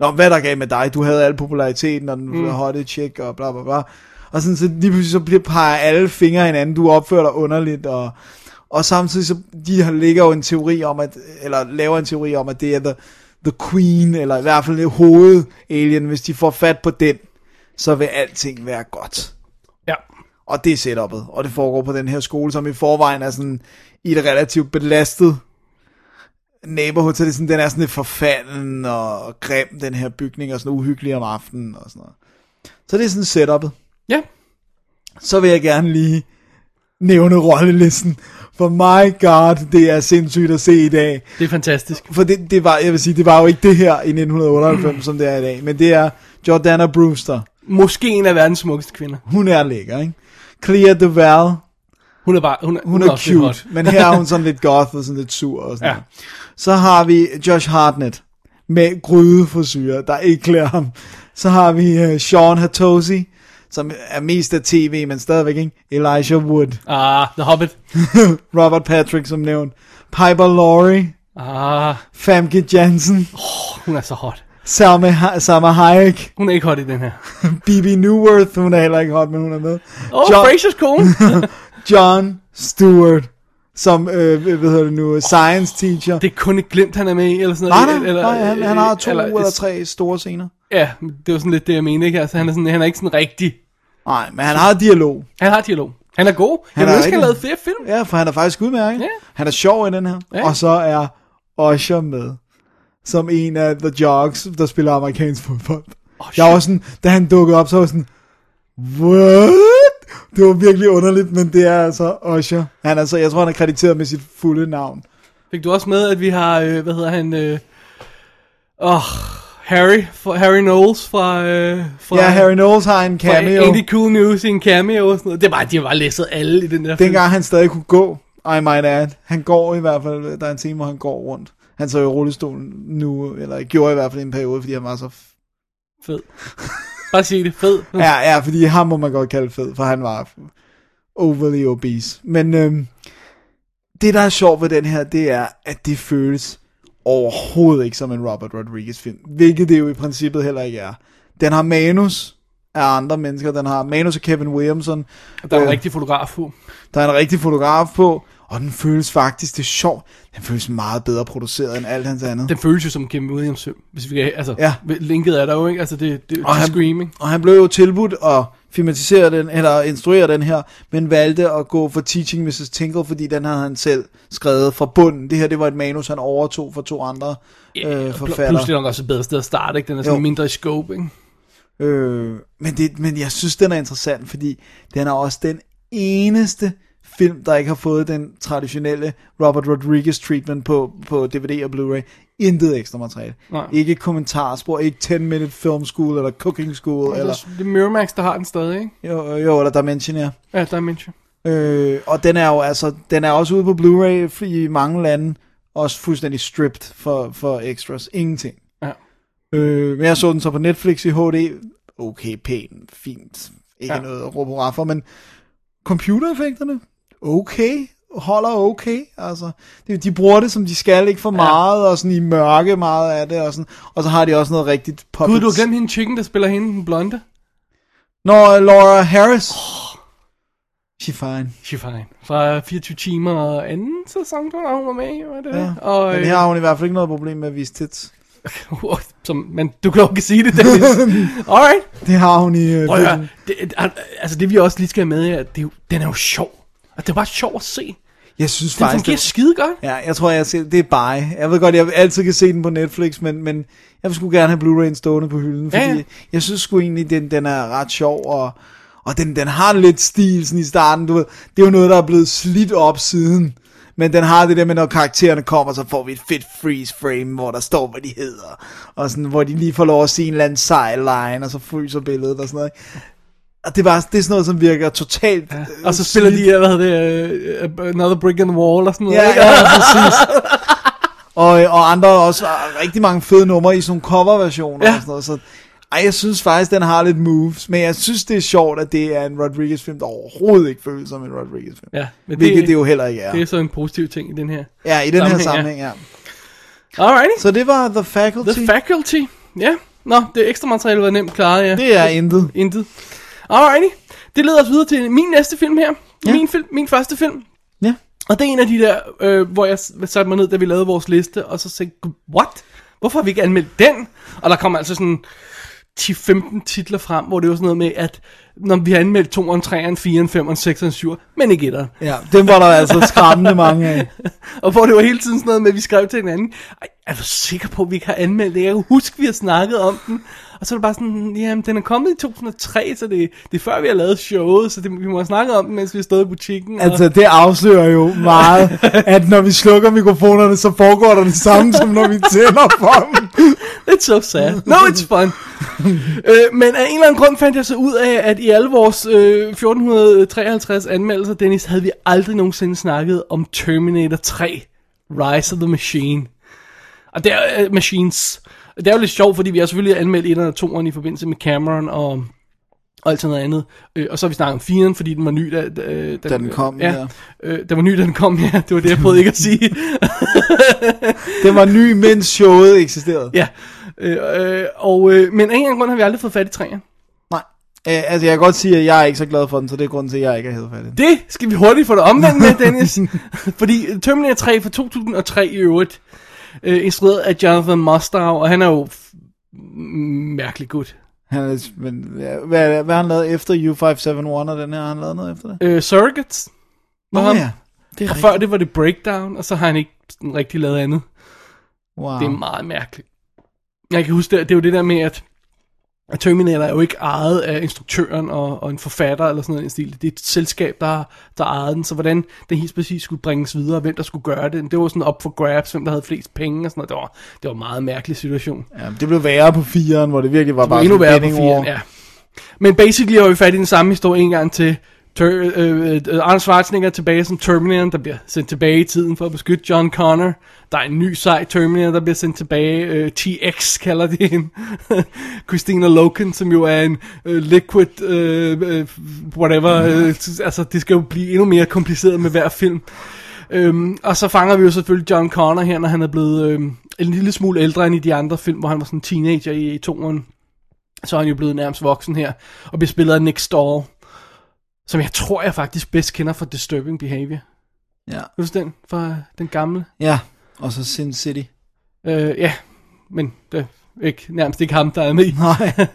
[SPEAKER 4] Nå, hvad er der gav med dig? Du havde al populariteten, og den mm. hotte chick, og bla bla bla. Og sådan, så lige pludselig så bliver peger alle fingre af hinanden, du opfører dig underligt, og... Og samtidig så de har ligger jo en teori om at eller laver en teori om at det er the, the queen eller i hvert fald hoved alien hvis de får fat på den, så vil alting være godt.
[SPEAKER 3] ja.
[SPEAKER 4] Og det er setupet, og det foregår på den her skole, som i forvejen er sådan i et relativt belastet neighborhood, så det er sådan, den er sådan lidt forfalden og grim, den her bygning, og sådan uhyggelig om aftenen og sådan noget. Så det er sådan setupet
[SPEAKER 3] Ja,
[SPEAKER 4] så vil jeg gerne lige nævne rollelisten. For my god, det er sindssygt at se i dag.
[SPEAKER 3] det er fantastisk.
[SPEAKER 4] For det, det var, jeg vil sige, det var jo ikke det her i 1998, som det er i dag. Men det er Jordana Brewster.
[SPEAKER 3] Måske en af verdens smukkeste kvinder.
[SPEAKER 4] Hun er lækker, ikke? Clea DeVal,
[SPEAKER 3] Hun er bare, hun er,
[SPEAKER 4] hun er
[SPEAKER 3] også lidt
[SPEAKER 4] cute,
[SPEAKER 3] hot.
[SPEAKER 4] men her
[SPEAKER 3] [laughs]
[SPEAKER 4] er hun sådan lidt goth og sådan lidt sur og sådan
[SPEAKER 3] Ja.
[SPEAKER 4] ja. Så har vi Josh Hartnett med grydefrisyrer, der ikke klæder ham. Så har vi uh, Sean Hatosi, som er mest af tv, men stadigvæk ikke. Elijah Wood.
[SPEAKER 3] Ah, The Hobbit.
[SPEAKER 4] [laughs] Robert Patrick, som nævnt. Piper Laurie,
[SPEAKER 3] Ah,
[SPEAKER 4] Famke Jansen,
[SPEAKER 3] hun er så hot.
[SPEAKER 4] Salma, ha- Salma Hayek,
[SPEAKER 3] Hun er ikke hot i den her.
[SPEAKER 4] Bibi Newworth, hun er heller ikke hot, men hun er med.
[SPEAKER 3] Åh, oh,
[SPEAKER 4] John-
[SPEAKER 3] Frasers kone.
[SPEAKER 4] John Stewart, som, øh, hvad hedder det nu, science
[SPEAKER 3] [laughs]
[SPEAKER 4] teacher.
[SPEAKER 3] det er kun et glimt, han er med i, eller sådan
[SPEAKER 4] Nej,
[SPEAKER 3] noget.
[SPEAKER 4] nej,
[SPEAKER 3] eller,
[SPEAKER 4] nej han, han har to
[SPEAKER 3] eller-
[SPEAKER 4] eller, eller tre store scener.
[SPEAKER 3] Ja, men det var sådan lidt det, jeg mente, ikke? Altså, han er, sådan, han er ikke sådan rigtig...
[SPEAKER 4] Nej, men han har dialog.
[SPEAKER 3] Han har dialog. Han er god. Han
[SPEAKER 4] Han
[SPEAKER 3] jeg
[SPEAKER 4] er
[SPEAKER 3] ønsker, han
[SPEAKER 4] rigtig-
[SPEAKER 3] lavede flere film.
[SPEAKER 4] Ja, for han er faktisk udmærket.
[SPEAKER 3] Ja.
[SPEAKER 4] Han er sjov i den her.
[SPEAKER 3] Ja.
[SPEAKER 4] Og så er Usher med, som en af the jocks, der spiller amerikansk fodbold. Oh, jeg var sådan, da han dukkede op, så var jeg sådan, what? Det var virkelig underligt, men det er altså Usher. Han er så, jeg tror, han er krediteret med sit fulde navn.
[SPEAKER 3] Fik du også med, at vi har, øh, hvad hedder han, øh, oh, Harry, for, Harry Knowles fra, øh, fra,
[SPEAKER 4] Ja, Harry Knowles har en
[SPEAKER 3] fra
[SPEAKER 4] cameo.
[SPEAKER 3] Andy Cool News i en cameo og sådan noget. Det er bare, de har bare læsset alle i den der film.
[SPEAKER 4] Dengang han stadig kunne gå, I might add. Han går i hvert fald, der er en time, hvor han går rundt. Han så i rullestolen nu, eller gjorde i hvert fald i en periode, fordi han var så... F-
[SPEAKER 3] Fed. Bare sig det, fed.
[SPEAKER 4] ja, ja, fordi ham må man godt kalde fed, for han var overly obese. Men øhm, det, der er sjovt ved den her, det er, at det føles overhovedet ikke som en Robert Rodriguez-film, hvilket det jo i princippet heller ikke er. Den har manus af andre mennesker, den har manus af Kevin Williamson,
[SPEAKER 3] Der er en
[SPEAKER 4] Øh.
[SPEAKER 3] rigtig fotograf på.
[SPEAKER 4] der er en rigtig fotograf på, Og den føles faktisk, det er sjovt, den føles meget bedre produceret end alt hans andet.
[SPEAKER 3] Den føles jo som Kim Williams film, hvis vi kan, altså,
[SPEAKER 4] Ja.
[SPEAKER 3] ja. linket er der jo, ikke? Altså, det, det, det er screaming.
[SPEAKER 4] og han blev jo tilbudt at filmatisere den, eller instruere den her, men valgte at gå for Teaching Mrs. Tinkle, fordi den havde han selv skrevet fra bunden. Det her, det var et manus, han overtog fra to andre øh, forfattere.
[SPEAKER 3] Pludselig er den også et bedre sted at starte, ikke? Den er
[SPEAKER 4] Jo.
[SPEAKER 3] sådan mindre i scope, ikke?
[SPEAKER 4] Øh, men, det, men jeg synes, den er interessant, fordi den er også den eneste film, der ikke har fået den traditionelle Robert Rodriguez treatment på, på DVD og Blu-ray. Intet ekstra materiale.
[SPEAKER 3] Nej.
[SPEAKER 4] Ikke kommentarspor, ikke 10 Minute Film School, eller Cooking School,
[SPEAKER 3] Eller...
[SPEAKER 4] eller,
[SPEAKER 3] Det er Miramax, der har den stadig, ikke?
[SPEAKER 4] jo, jo, eller Dimension, ja.
[SPEAKER 3] Ja, der er Minshew.
[SPEAKER 4] Øh, og den er jo altså, den er også ude på Blu-ray i mange lande, også fuldstændig stripped for, for extras. Ingenting.
[SPEAKER 3] Ja.
[SPEAKER 4] Øh, men jeg så den så på Netflix i HD. Okay, pæn, fint. Ikke ja.
[SPEAKER 3] Ja.
[SPEAKER 4] noget råb hurra for, men computereffekterne, okay, holder okay. Altså, de, de bruger det, som de skal, ikke for meget, og sådan i mørke meget af det, og, sådan. og så har de også noget rigtigt puppets.
[SPEAKER 3] Gud, du har glemt hende chicken, der spiller hende, den blonde.
[SPEAKER 4] Nå, Laura Harris. Oh. She fine.
[SPEAKER 3] She fine. Fra 24 timer og anden sæson, tror jeg, hun var med i, var det
[SPEAKER 4] Ja.
[SPEAKER 3] det? Og,
[SPEAKER 4] men
[SPEAKER 3] øh,
[SPEAKER 4] det har hun i hvert fald ikke noget problem med at vise tits.
[SPEAKER 3] [laughs] som, men du kan jo ikke sige det,
[SPEAKER 4] [laughs]
[SPEAKER 3] Dennis. Alright.
[SPEAKER 4] Det har hun i øh,
[SPEAKER 3] Prøv at høre,
[SPEAKER 4] filmen.
[SPEAKER 3] det, altså det vi også lige skal have med her, det er jo, den er jo sjov. Og det er bare sjov at se.
[SPEAKER 4] Jeg synes
[SPEAKER 3] Den
[SPEAKER 4] faktisk,
[SPEAKER 3] fungerer
[SPEAKER 4] det,
[SPEAKER 3] skide godt.
[SPEAKER 4] ja, jeg tror, jeg ser, det er bare. Jeg ved godt, jeg altid kan se den på Netflix, men, men jeg skulle gerne have Blu-ray'en stående på hylden, fordi
[SPEAKER 3] Ja,
[SPEAKER 4] ja,
[SPEAKER 3] ja.
[SPEAKER 4] jeg synes sgu egentlig, den, den er ret sjov, og, og den, den har lidt stil sådan i starten, du ved. Det er jo noget, der er blevet slidt op siden. Men den har det der med, når karaktererne kommer, så får vi et fedt freeze frame, hvor der står, hvad de hedder. Og sådan, hvor de lige får lov at se en eller anden sideline, og så fryser billedet og sådan noget. ikke? Og det er, bare, det er sådan noget, som virker totalt øh, ja.
[SPEAKER 3] Og så spiller de, øh, hvad hedder det, uh, Another Brick in the Wall og sådan noget.
[SPEAKER 4] Ja,
[SPEAKER 3] ikke?
[SPEAKER 4] ja, præcis. Og, og andre også har rigtig mange fede numre i sådan nogle coverversioner ja.
[SPEAKER 3] Ja.
[SPEAKER 4] og sådan noget. Så, ej, jeg synes faktisk, den har lidt moves, men jeg synes, det er sjovt, at det er en Rodriguez-film, der overhovedet ikke føles som en Rodriguez-film.
[SPEAKER 3] ja men
[SPEAKER 4] Hvilket det jo heller ikke er.
[SPEAKER 3] det er så en positiv ting i den her.
[SPEAKER 4] ja, i den her
[SPEAKER 3] sammenhæng, ja.
[SPEAKER 4] sammenhæng, ja.
[SPEAKER 3] Alrighty.
[SPEAKER 4] Så det var The Faculty.
[SPEAKER 3] The Faculty. Ja. Nå, det ekstra materiale var nemt klaret, ja.
[SPEAKER 4] det er intet.
[SPEAKER 3] Intet. Alrighty. Det leder os videre til min næste film her.
[SPEAKER 4] Ja.
[SPEAKER 3] Ja. Min, film, min første film.
[SPEAKER 4] Ja.
[SPEAKER 3] Og det er en af de der, øh, hvor jeg s- satte mig ned, da vi lavede vores liste, og så tænkte, "Gud, what? Hvorfor har vi ikke anmeldt den? Og der kom altså sådan 10-15 titler frem, hvor det var sådan noget med, at når vi har anmeldt 2'eren, 3'eren, 4'eren, 5'eren, 6'eren, 7'eren, men ikke 1'eren.
[SPEAKER 4] Ja, den var der altså skræmmende mange af.
[SPEAKER 3] [laughs] Og hvor det var hele tiden sådan noget med, at vi skrev til hinanden, Ej, er du sikker på, at vi ikke har anmeldt det? Jeg kan huske, vi har snakket om den. Og så er det bare sådan, jamen den er kommet i 2003, så det, det er før vi har lavet showet, så det, vi må have snakket om den, mens vi har stået i butikken.
[SPEAKER 4] Altså, det afslører jo meget, at når vi slukker mikrofonerne, så foregår der det samme, som når vi tænder for dem.
[SPEAKER 3] Og, it's so sad. No, it's
[SPEAKER 4] [laughs]
[SPEAKER 3] fun. øh, men af en eller anden grund fandt jeg så ud af, at i alle vores øh, 1453 anmeldelser, Dennis, havde vi aldrig nogensinde snakket om Terminator 3, Rise of the Machine. Og det er uh, Machines. Det er jo lidt sjovt, fordi vi har selvfølgelig anmeldt 1'eren og 2'eren i forbindelse med Cameron og, og alt sådan noget andet. Øh, og så har vi snakket om 4'eren, fordi den var ny, da, da, da,
[SPEAKER 4] Da den kom, ja.
[SPEAKER 3] ja. Øh, den var ny, da den kom, ja. Det var det, jeg prøvede ikke at
[SPEAKER 4] [laughs]
[SPEAKER 3] sige.
[SPEAKER 4] Den var ny, mens showet eksisterede.
[SPEAKER 3] ja. Øh, øh, og, øh, men af en eller anden grund har vi aldrig fået fat i 3'eren.
[SPEAKER 4] Nej. Øh, altså, jeg kan godt sige, at jeg er ikke så glad for den, så det er grunden til, at jeg ikke er hævet fat i den.
[SPEAKER 3] Det skal vi hurtigt få det omvendt med, Dennis. Fordi Terminator 3 fra 2003 i øvrigt, øh, instrueret af Jonathan Mostow, og han er jo f- mærkelig gut.
[SPEAKER 4] Han er, men, ja, hvad, hvad har han lavet efter U571 og den her? Har han lavet noget efter det?
[SPEAKER 3] Øh, Surrogates. Var ham.
[SPEAKER 4] Det er
[SPEAKER 3] Og før det var det Breakdown, og så har han ikke sådan rigtig lavet andet.
[SPEAKER 4] Wow.
[SPEAKER 3] Det er meget mærkeligt. Jeg kan huske, det, det er jo det der med, at at Terminator er jo ikke ejet af instruktøren og, og en forfatter eller sådan noget i den stil. Det er et selskab, der, der ejede den, så hvordan den helt præcis skulle bringes videre, og hvem der skulle gøre det, det var sådan op for grabs, hvem der havde flest penge og sådan noget. Det var, det var en meget mærkelig situation.
[SPEAKER 4] ja, det blev værre på firen, hvor det virkelig var
[SPEAKER 3] Det var
[SPEAKER 4] bare
[SPEAKER 3] endnu
[SPEAKER 4] sådan
[SPEAKER 3] værre på
[SPEAKER 4] betting
[SPEAKER 3] firen,
[SPEAKER 4] over.
[SPEAKER 3] ja. Men basically har vi fat i den samme historie en gang til. Ter- øh, øh, Arnold Schwarzenegger er tilbage som Terminator, der bliver sendt tilbage i tiden for at beskytte John Connor. Der er en ny sej Terminator, der bliver sendt tilbage. Øh, TX kalder de hende. [laughs] Christina Loken, som jo er en øh, liquid øh, øh, whatever. Øh, altså, det skal jo blive endnu mere kompliceret med hver film. Øhm, og så fanger vi jo selvfølgelig John Connor her, når han er blevet øhm, en lille smule ældre end i de andre film, hvor han var sådan en teenager i, i toren så er han jo blevet nærmest voksen her, og bliver spillet af Nick Stahl, som jeg tror, jeg faktisk bedst kender fra Disturbing Behavior.
[SPEAKER 4] Ja.
[SPEAKER 3] Kan du huske den fra den gamle?
[SPEAKER 4] Ja, og så Sin City.
[SPEAKER 3] Øh, ja, men det er ikke, nærmest ikke ham, der er med i.
[SPEAKER 4] Nej.
[SPEAKER 3] [laughs]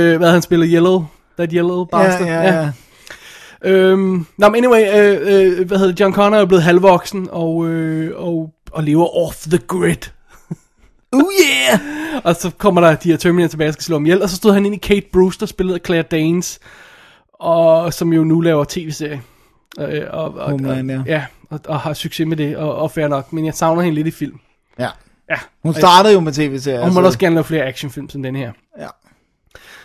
[SPEAKER 3] øh, hvad han spiller Yellow, That Yellow Bastard.
[SPEAKER 4] ja, ja, ja.
[SPEAKER 3] Øhm, nå, men anyway, øh, øh, hvad hedder det, John Connor er blevet halvvoksen og, øh, og, og lever off the grid.
[SPEAKER 4] Oh yeah!
[SPEAKER 3] Og så kommer der de her Terminator tilbage, der skal slå ham ihjel, og så stod han ind i Kate Brewster, spillet af Claire Danes, og, som jo nu laver tv-serie. Øh, og, og,
[SPEAKER 4] Homeland, ja.
[SPEAKER 3] og, ja. Og, og, har succes med det, og, og fair nok, men jeg savner hende lidt i film.
[SPEAKER 4] Ja.
[SPEAKER 3] Ja,
[SPEAKER 4] Hun startede jo med tv-serier.
[SPEAKER 3] og hun må
[SPEAKER 4] så-
[SPEAKER 3] også gerne lave flere actionfilm som den her.
[SPEAKER 4] Ja.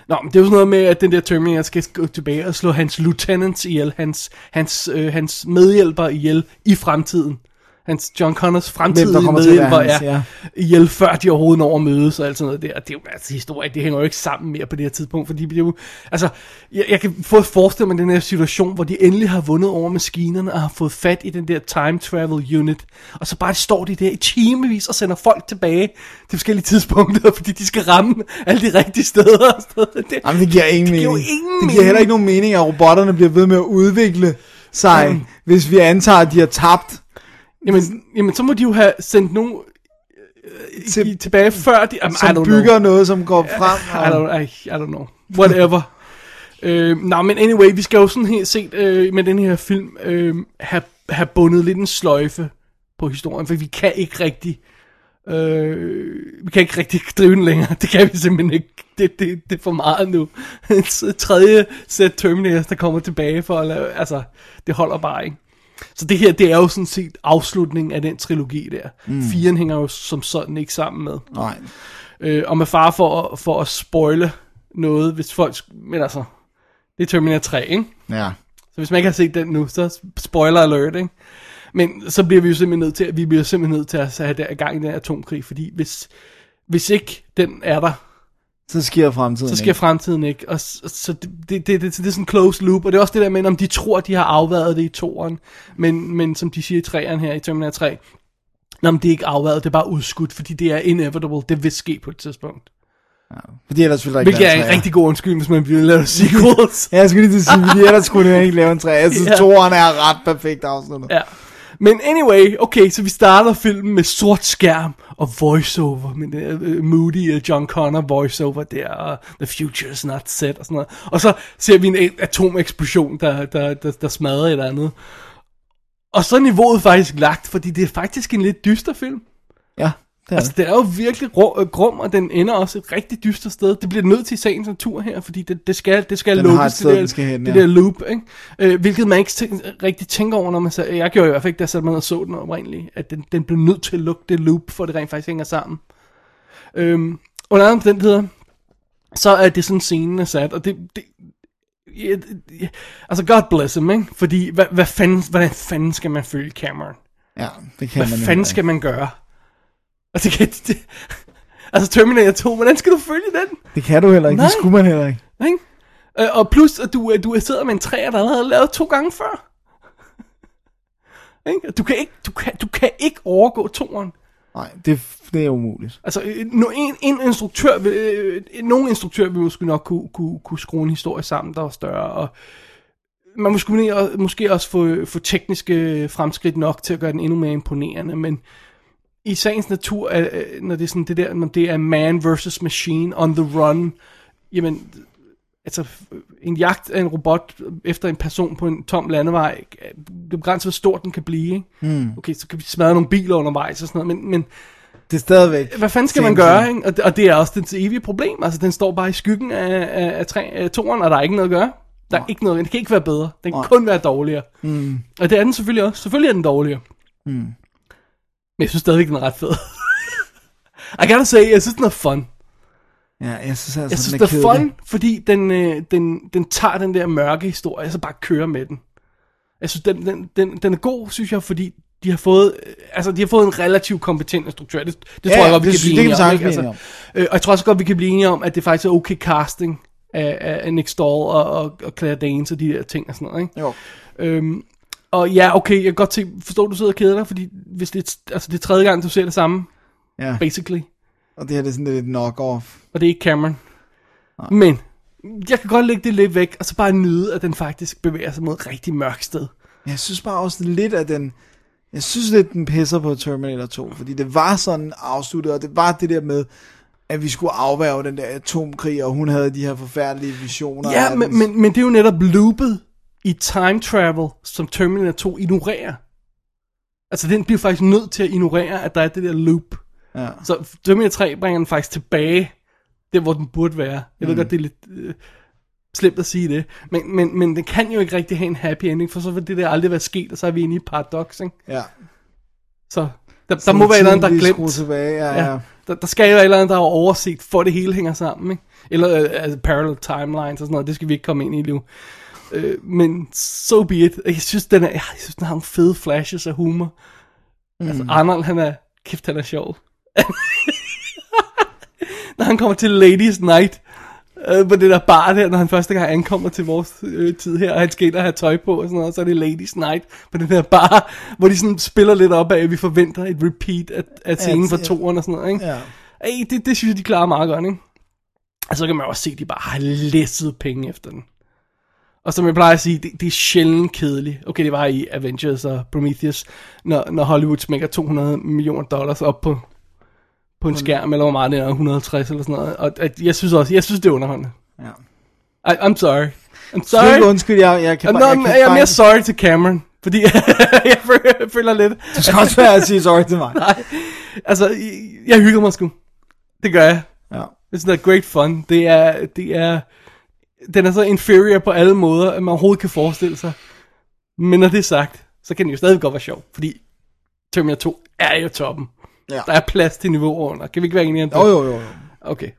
[SPEAKER 3] Nå, men det er jo sådan noget med, at den der Terminator skal gå tilbage og slå hans lieutenants ihjel, hans, hans, øh, hans medhjælper ihjel i fremtiden. Hans John Connors
[SPEAKER 4] der
[SPEAKER 3] fremtidige
[SPEAKER 4] kommer til at være
[SPEAKER 3] medhjælper
[SPEAKER 4] hans,
[SPEAKER 3] er
[SPEAKER 4] ja.
[SPEAKER 3] ja. ihjel, før de overhovedet når at mødes og alt sådan noget der. Og det er jo altså historie, det hænger jo ikke sammen mere på det her tidspunkt, fordi det er jo, altså, jeg, jeg kan få forestille mig den her situation, hvor de endelig har vundet over maskinerne og har fået fat i den der time travel unit, og så bare står de der i timevis og sender folk tilbage til forskellige tidspunkter, [laughs] fordi de skal ramme alle de rigtige steder. Og sådan noget. Det,
[SPEAKER 4] Jamen, det giver ingen
[SPEAKER 3] giver jo
[SPEAKER 4] mening.
[SPEAKER 3] ingen
[SPEAKER 4] det giver heller
[SPEAKER 3] mening.
[SPEAKER 4] ikke nogen mening, at robotterne bliver ved med at udvikle sig, mm. hvis vi antager, at de har tabt.
[SPEAKER 3] Jamen, jamen, så må de jo have sendt nogen øh,
[SPEAKER 4] Til-
[SPEAKER 3] til, i, tilbage før de... Jamen, I
[SPEAKER 4] Som
[SPEAKER 3] don't
[SPEAKER 4] bygger
[SPEAKER 3] know.
[SPEAKER 4] noget, som går frem.
[SPEAKER 3] I
[SPEAKER 4] Og,
[SPEAKER 3] don't, I, I don't know. Whatever. [laughs] øh, Nå, men anyway, vi skal jo sådan helt set øh, med den her film øh, have, have bundet lidt en sløjfe på historien, for vi kan ikke rigtig... Øh, vi kan ikke rigtig [laughs] drive den længere. Det kan vi simpelthen ikke. Det, det, det er for meget nu. [laughs] Så tredje sæt Terminators, der kommer tilbage for at lave... Altså, det holder bare ikke. Så det her, det er jo sådan set afslutningen af den trilogi der. Mm. Firen hænger jo som sådan ikke sammen med.
[SPEAKER 4] nej.
[SPEAKER 3] Øh, og med far for, at- for at spoile noget, hvis folk... sk- Men altså, det er Terminator 3, ikke?
[SPEAKER 4] Ja.
[SPEAKER 3] Så hvis man ikke har set den nu, så spoiler alert, ikke? Men så bliver vi jo simpelthen nødt til, at vi bliver simpelthen nødt til at have der gang i den atomkrig, fordi hvis, hvis ikke den er der,
[SPEAKER 4] Så sker fremtiden
[SPEAKER 3] så sker
[SPEAKER 4] ikke.
[SPEAKER 3] fremtiden ikke. Og så, så det, det, det, det, det er sådan en close loop, og det er også det der med, om de tror, de har afværet det i toeren, men, men som de siger i træerne her, i Terminator 3, Nå, men det er ikke afværet, det er bare udskudt, fordi det er inevitable, det vil ske på et tidspunkt.
[SPEAKER 4] Fordi ellers ville der ikke
[SPEAKER 3] Hvilket er
[SPEAKER 4] være
[SPEAKER 3] en
[SPEAKER 4] træer.
[SPEAKER 3] rigtig god undskyldning, hvis man vil [laughs] lave sequels.
[SPEAKER 4] Ja, jeg skulle lige til at sige, fordi ellers skulle det ikke lave en træ. Jeg synes,
[SPEAKER 3] [laughs] Ja.
[SPEAKER 4] toeren er ret perfekt afsluttet.
[SPEAKER 3] ja. Men anyway, okay, så vi starter filmen med sort skærm og voiceover, med den uh, moody uh, John Connor voiceover der, og the future is not set og sådan noget. Og så ser vi en a- atomeksplosion, der, der, der, der smadrer et eller andet. Og så er niveauet faktisk lagt, fordi det er faktisk en lidt dyster film.
[SPEAKER 4] Ja, det er
[SPEAKER 3] Altså, det er jo virkelig rå, øh, grum, og den ender også et rigtig dyster sted. Det bliver nødt til i sagens natur her, fordi det, det skal, det skal
[SPEAKER 4] Den
[SPEAKER 3] lukkes,
[SPEAKER 4] har et sted,
[SPEAKER 3] det, der,
[SPEAKER 4] den skal hen,
[SPEAKER 3] det
[SPEAKER 4] ja.
[SPEAKER 3] der loop, ikke? Øh, hvilket man ikke tænk, rigtig tænker over, når man så, jeg gjorde i hvert fald ikke, da jeg satte mig ned og så den oprindeligt, at den, den blev nødt til at lukke det loop, for det rent faktisk hænger sammen. Øhm, under andre omstændigheder, så er det sådan scenen er sat, og det, det ja, det- ja, altså God bless him, ikke? Fordi, hvad, hvad fanden, hvordan fanden skal man følge Cameron?
[SPEAKER 4] det. Ja, det kan man
[SPEAKER 3] Hvad
[SPEAKER 4] ikke.
[SPEAKER 3] fanden skal man gøre? Altså, kan, det, det, altså Terminator 2, hvordan skal du følge den?
[SPEAKER 4] Det kan du heller ikke. Det
[SPEAKER 3] Nej.
[SPEAKER 4] skulle man heller ikke.
[SPEAKER 3] Ikke? Øh, Og plus, at du, øh, du sidder med en træer, der allerede er lavet to gange før. Ikke? Du, kan ikke, du, kan, du kan ikke overgå toren.
[SPEAKER 4] Nej, det, det er umuligt.
[SPEAKER 3] Altså, øh, no- en, en instruktør, vil- øh, nogen instruktør vil måske nok kunne, kunne, kunne skrue en historie sammen, der var større, og man måske, kunne- måske også få, få tekniske fremskridt nok til at gøre den endnu mere imponerende, men i sagens natur, er, øh, når det er sådan det der, når det er man versus machine on the run, jamen, altså, en jagt af en robot efter en person på en tom landevej, øh, det er begrænset, hvor stor den kan blive, ikke? Mm. Okay, så kan vi smadre nogle biler undervejs og sådan noget, men, men
[SPEAKER 4] Det er stadigvæk...
[SPEAKER 3] hvad fanden skal
[SPEAKER 4] same
[SPEAKER 3] man
[SPEAKER 4] thing.
[SPEAKER 3] gøre, ikke? Og, det- og det er også dens evige problem. Altså, den står bare i skyggen af, af, af, træ, af toren, og der er ikke noget at gøre. Der er ikke noget, det kan ikke være bedre. Den kan
[SPEAKER 4] Nej.
[SPEAKER 3] kun være dårligere. Mm. Og det er den selvfølgelig også. Selvfølgelig er den dårligere. Mm. Men jeg synes stadigvæk, den er ret fed. [laughs] I gotta say, jeg synes, den er fun.
[SPEAKER 4] Ja, jeg synes altså,
[SPEAKER 3] Jeg
[SPEAKER 4] den
[SPEAKER 3] synes, det er
[SPEAKER 4] kedelig.
[SPEAKER 3] fun, fordi den, øh, den, den tager den der mørke historie, og så bare kører med den. Jeg synes, den, den, den, den er god, synes jeg, fordi de har fået, øh, altså, de har fået en relativt kompetent instruktør. Det, det
[SPEAKER 4] Ja,
[SPEAKER 3] tror jeg godt, vi
[SPEAKER 4] det
[SPEAKER 3] kan
[SPEAKER 4] synes-
[SPEAKER 3] blive
[SPEAKER 4] det kan vi
[SPEAKER 3] enige om.
[SPEAKER 4] sagtens
[SPEAKER 3] ikke? Altså,
[SPEAKER 4] blive
[SPEAKER 3] øh, og jeg tror også godt, vi kan blive enige om, at det faktisk er okay casting af, af af Nick Stahl og, og, og Claire Danes og de der ting og sådan noget. Ikke?
[SPEAKER 4] Jo.
[SPEAKER 3] Øhm, og ja, okay, jeg kan godt se, forstår du sidder og keder dig, fordi hvis det, er- altså, det er tredje gang, du ser det samme,
[SPEAKER 4] Ja,
[SPEAKER 3] basically.
[SPEAKER 4] og det her det er sådan lidt et knock-off.
[SPEAKER 3] Og det er ikke Cameron. Nej. Men, jeg kan godt lægge det lidt væk, og så bare nyde, at den faktisk bevæger sig mod et rigtig mørkt sted.
[SPEAKER 4] Jeg synes bare også lidt, at den, Jeg synes lidt, den pisser på Terminator 2, fordi det var sådan afsluttet, og det var det der med, at vi skulle afværge den der atomkrig, og hun havde de her forfærdelige visioner.
[SPEAKER 3] Ja,
[SPEAKER 4] af
[SPEAKER 3] men,
[SPEAKER 4] den-
[SPEAKER 3] men, men det er jo netop loopet i time travel, som Terminator 2 ignorerer. Altså, den bliver faktisk nødt til at ignorere, at der er det der loop.
[SPEAKER 4] Ja.
[SPEAKER 3] Så Terminator 3 bringer den faktisk tilbage, der hvor den burde være. Jeg mm. ved godt, det er lidt øh, slemt at sige det, men, men, men den kan jo ikke rigtig have en happy ending, for så vil det der aldrig være sket, og så er vi inde i et paradoks, ikke?
[SPEAKER 4] Ja.
[SPEAKER 3] Så der, der må være et eller andet, der er
[SPEAKER 4] Tiden lige skruet
[SPEAKER 3] glemt.
[SPEAKER 4] Tilbage, ja, ja.
[SPEAKER 3] Ja. Der, der skal jo et eller andet, der er overset, for det hele hænger sammen. Ikke? Eller øh, altså, parallel timelines og sådan noget, det skal vi ikke komme ind i nu. Øh, men so be it. Jeg synes, den, er, jeg synes, den har nogle fede flashes af humor. Mm. Altså, Arnold, han er, kæft, han er sjov. [laughs] når han kommer til Ladies Night, øh, på det der bar der, når han første gang ankommer til vores øh, tid her, og han skal ind og have tøj på og sådan noget, og så er det Ladies Night på den her bar, hvor de sådan spiller lidt op af, at vi forventer et repeat af, af scenen fra
[SPEAKER 4] ja.
[SPEAKER 3] toeren og sådan noget, ikke?
[SPEAKER 4] Ja.
[SPEAKER 3] Ej, det, det synes jeg, de klarer meget godt, ikke? Og så kan man også se, at de bare har læsset penge efter den. Og som jeg plejer at sige, det, det er sjældent kedeligt. Okay, det var i Avengers og Prometheus, når, når Hollywood smækker 200 millioner dollars op på, på en skærm, eller hvor meget det er, 150 eller sådan noget. Og at, jeg synes også, jeg synes, det er underholdende.
[SPEAKER 4] ja.
[SPEAKER 3] I, I'm sorry. I'm
[SPEAKER 4] Sorry.
[SPEAKER 3] sorry.
[SPEAKER 4] undskyld, jeg, jeg kan
[SPEAKER 3] Nå,
[SPEAKER 4] bare... jeg,
[SPEAKER 3] jeg,
[SPEAKER 4] kan
[SPEAKER 3] jeg er
[SPEAKER 4] bare-
[SPEAKER 3] mere
[SPEAKER 4] [laughs]
[SPEAKER 3] sorry til Cameron, fordi [laughs] jeg føler- jeg føler lidt,
[SPEAKER 4] Du skal også være at sige sorry til mig.
[SPEAKER 3] altså, jeg, jeg hygger mig sgu. Det gør jeg.
[SPEAKER 4] Ja.
[SPEAKER 3] Det er sådan noget great fun. Det er, det er, den er så inferior på alle måder, at man overhovedet kan forestille sig. Men når det er sagt, så kan den jo stadig godt være sjov, fordi Terminator 2 er jo toppen.
[SPEAKER 4] Ja.
[SPEAKER 3] Der er plads til niveauer under. Kan vi ikke være enige om det?
[SPEAKER 4] Jo, jo, jo. jo.
[SPEAKER 3] Okay.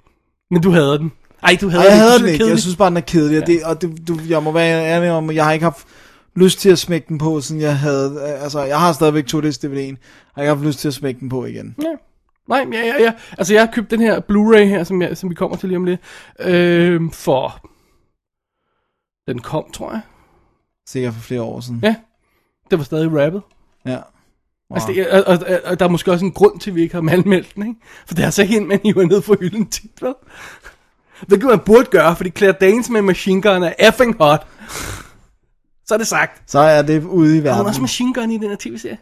[SPEAKER 3] Men du hader den. Ej, du hader
[SPEAKER 4] Ej, jeg
[SPEAKER 3] den. du
[SPEAKER 4] havde den
[SPEAKER 3] synes, er
[SPEAKER 4] ikke. Jeg
[SPEAKER 3] kedelig.
[SPEAKER 4] synes bare, den er kedelig. Og, det, og det, du, jeg må være ærlig om, at jeg har ikke haft lyst til at smække den på, siden jeg havde... Altså, jeg har stadigvæk to dvd'en, og jeg har ikke haft lyst til at smække den på igen.
[SPEAKER 3] Ja. Nej, ja, ja, ja. Altså, jeg har købt den her Blu-ray her, som, jeg, som vi kommer til lige om lidt, øh, for... Den kom, tror jeg.
[SPEAKER 4] Sikkert for flere år siden.
[SPEAKER 3] Ja. Det var stadig rappet.
[SPEAKER 4] Ja. Wow.
[SPEAKER 3] Altså, det, og, og, og, og der er måske også en grund til, at vi ikke har anmeldt den, ikke? For det er altså ikke en, man hiver ned fra hylden tit, vel? Hvilket man burde gøre, fordi Claire Danes med Machine Gun er effing hot. Så er det sagt.
[SPEAKER 4] Så er det ude i
[SPEAKER 3] Har hun
[SPEAKER 4] verden.
[SPEAKER 3] også Machine Gun i den her tv-serie?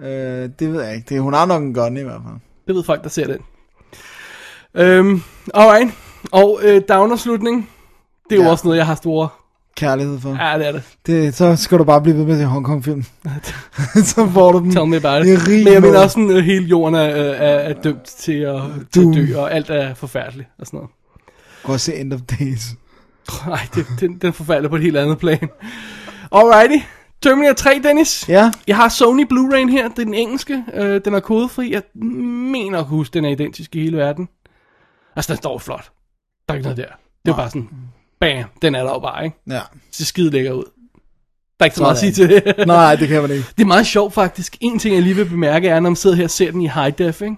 [SPEAKER 4] Øh, det ved jeg ikke. Det, hun har nok en gun i hvert fald.
[SPEAKER 3] Det ved folk, der ser den. Øhm, alright. Og øh, downer-slutning, det er jo
[SPEAKER 4] Ja.
[SPEAKER 3] også noget, jeg har store...
[SPEAKER 4] Kærlighed for.
[SPEAKER 3] Ja, det er det.
[SPEAKER 4] Det, så skal du bare blive ved med til Hongkong-film.
[SPEAKER 3] [laughs]
[SPEAKER 4] [laughs] så får du den.
[SPEAKER 3] Tell me about
[SPEAKER 4] Det
[SPEAKER 3] it.
[SPEAKER 4] er rig
[SPEAKER 3] Men jeg mener
[SPEAKER 4] måde.
[SPEAKER 3] også, at hele jorden er, øh, er, er dømt til at, til at dø, og alt er forfærdeligt og sådan noget.
[SPEAKER 4] Gå og se End of Days.
[SPEAKER 3] Nej, det, den, den forfalder på et helt andet plan. Alrighty. Terminator 3, Dennis.
[SPEAKER 4] Ja,
[SPEAKER 3] Jeg har Sony Blu-ray'en her. Det er den engelske. Øh, den er kodefri. Jeg mener at kunne huske, den er identisk i hele verden. Altså, den står flot. Der er ikke noget der. Det er bare sådan, bam, den er der jo bare, ikke?
[SPEAKER 4] ja.
[SPEAKER 3] Det ser skide lækker ud. Der er ikke så meget at sige
[SPEAKER 4] Sådan.
[SPEAKER 3] til det.
[SPEAKER 4] Nej, det kan man ikke.
[SPEAKER 3] Det er meget sjovt faktisk. En ting, jeg lige vil bemærke, er, når man sidder her og ser den i high def, ikke?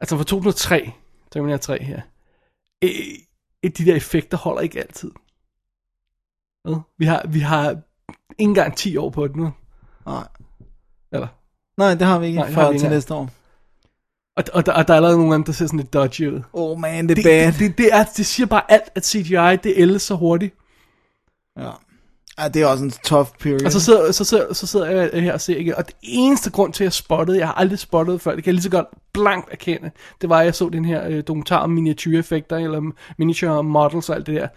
[SPEAKER 3] Altså fra 2003, Terminator 3 her. Øh, de der effekter holder ikke altid. Hvad? Vi har, vi har ikke engang 10 år på det nu.
[SPEAKER 4] Nej.
[SPEAKER 3] Eller?
[SPEAKER 4] Nej, det har vi ikke
[SPEAKER 3] Nej, det har
[SPEAKER 4] før
[SPEAKER 3] vi ikke
[SPEAKER 4] til
[SPEAKER 3] engang.
[SPEAKER 4] næste år.
[SPEAKER 3] Og, og, der, og der er allerede nogle af dem, der ser sådan lidt dodgy ud.
[SPEAKER 4] Oh man, det er
[SPEAKER 3] Det,
[SPEAKER 4] bad.
[SPEAKER 3] det, det, det, er, det siger bare alt, at CGI, det ældes så hurtigt.
[SPEAKER 4] Ja. ja, det er også en tough period.
[SPEAKER 3] Og så sidder, så, sidder, så sidder jeg her og ser igen, og det eneste grund til, at jeg spottede, jeg har aldrig spottet det før, det kan jeg lige så godt blankt erkende, det var, at jeg så den her øh, dokumentar om miniatyreffekter, eller miniature models og alt det der,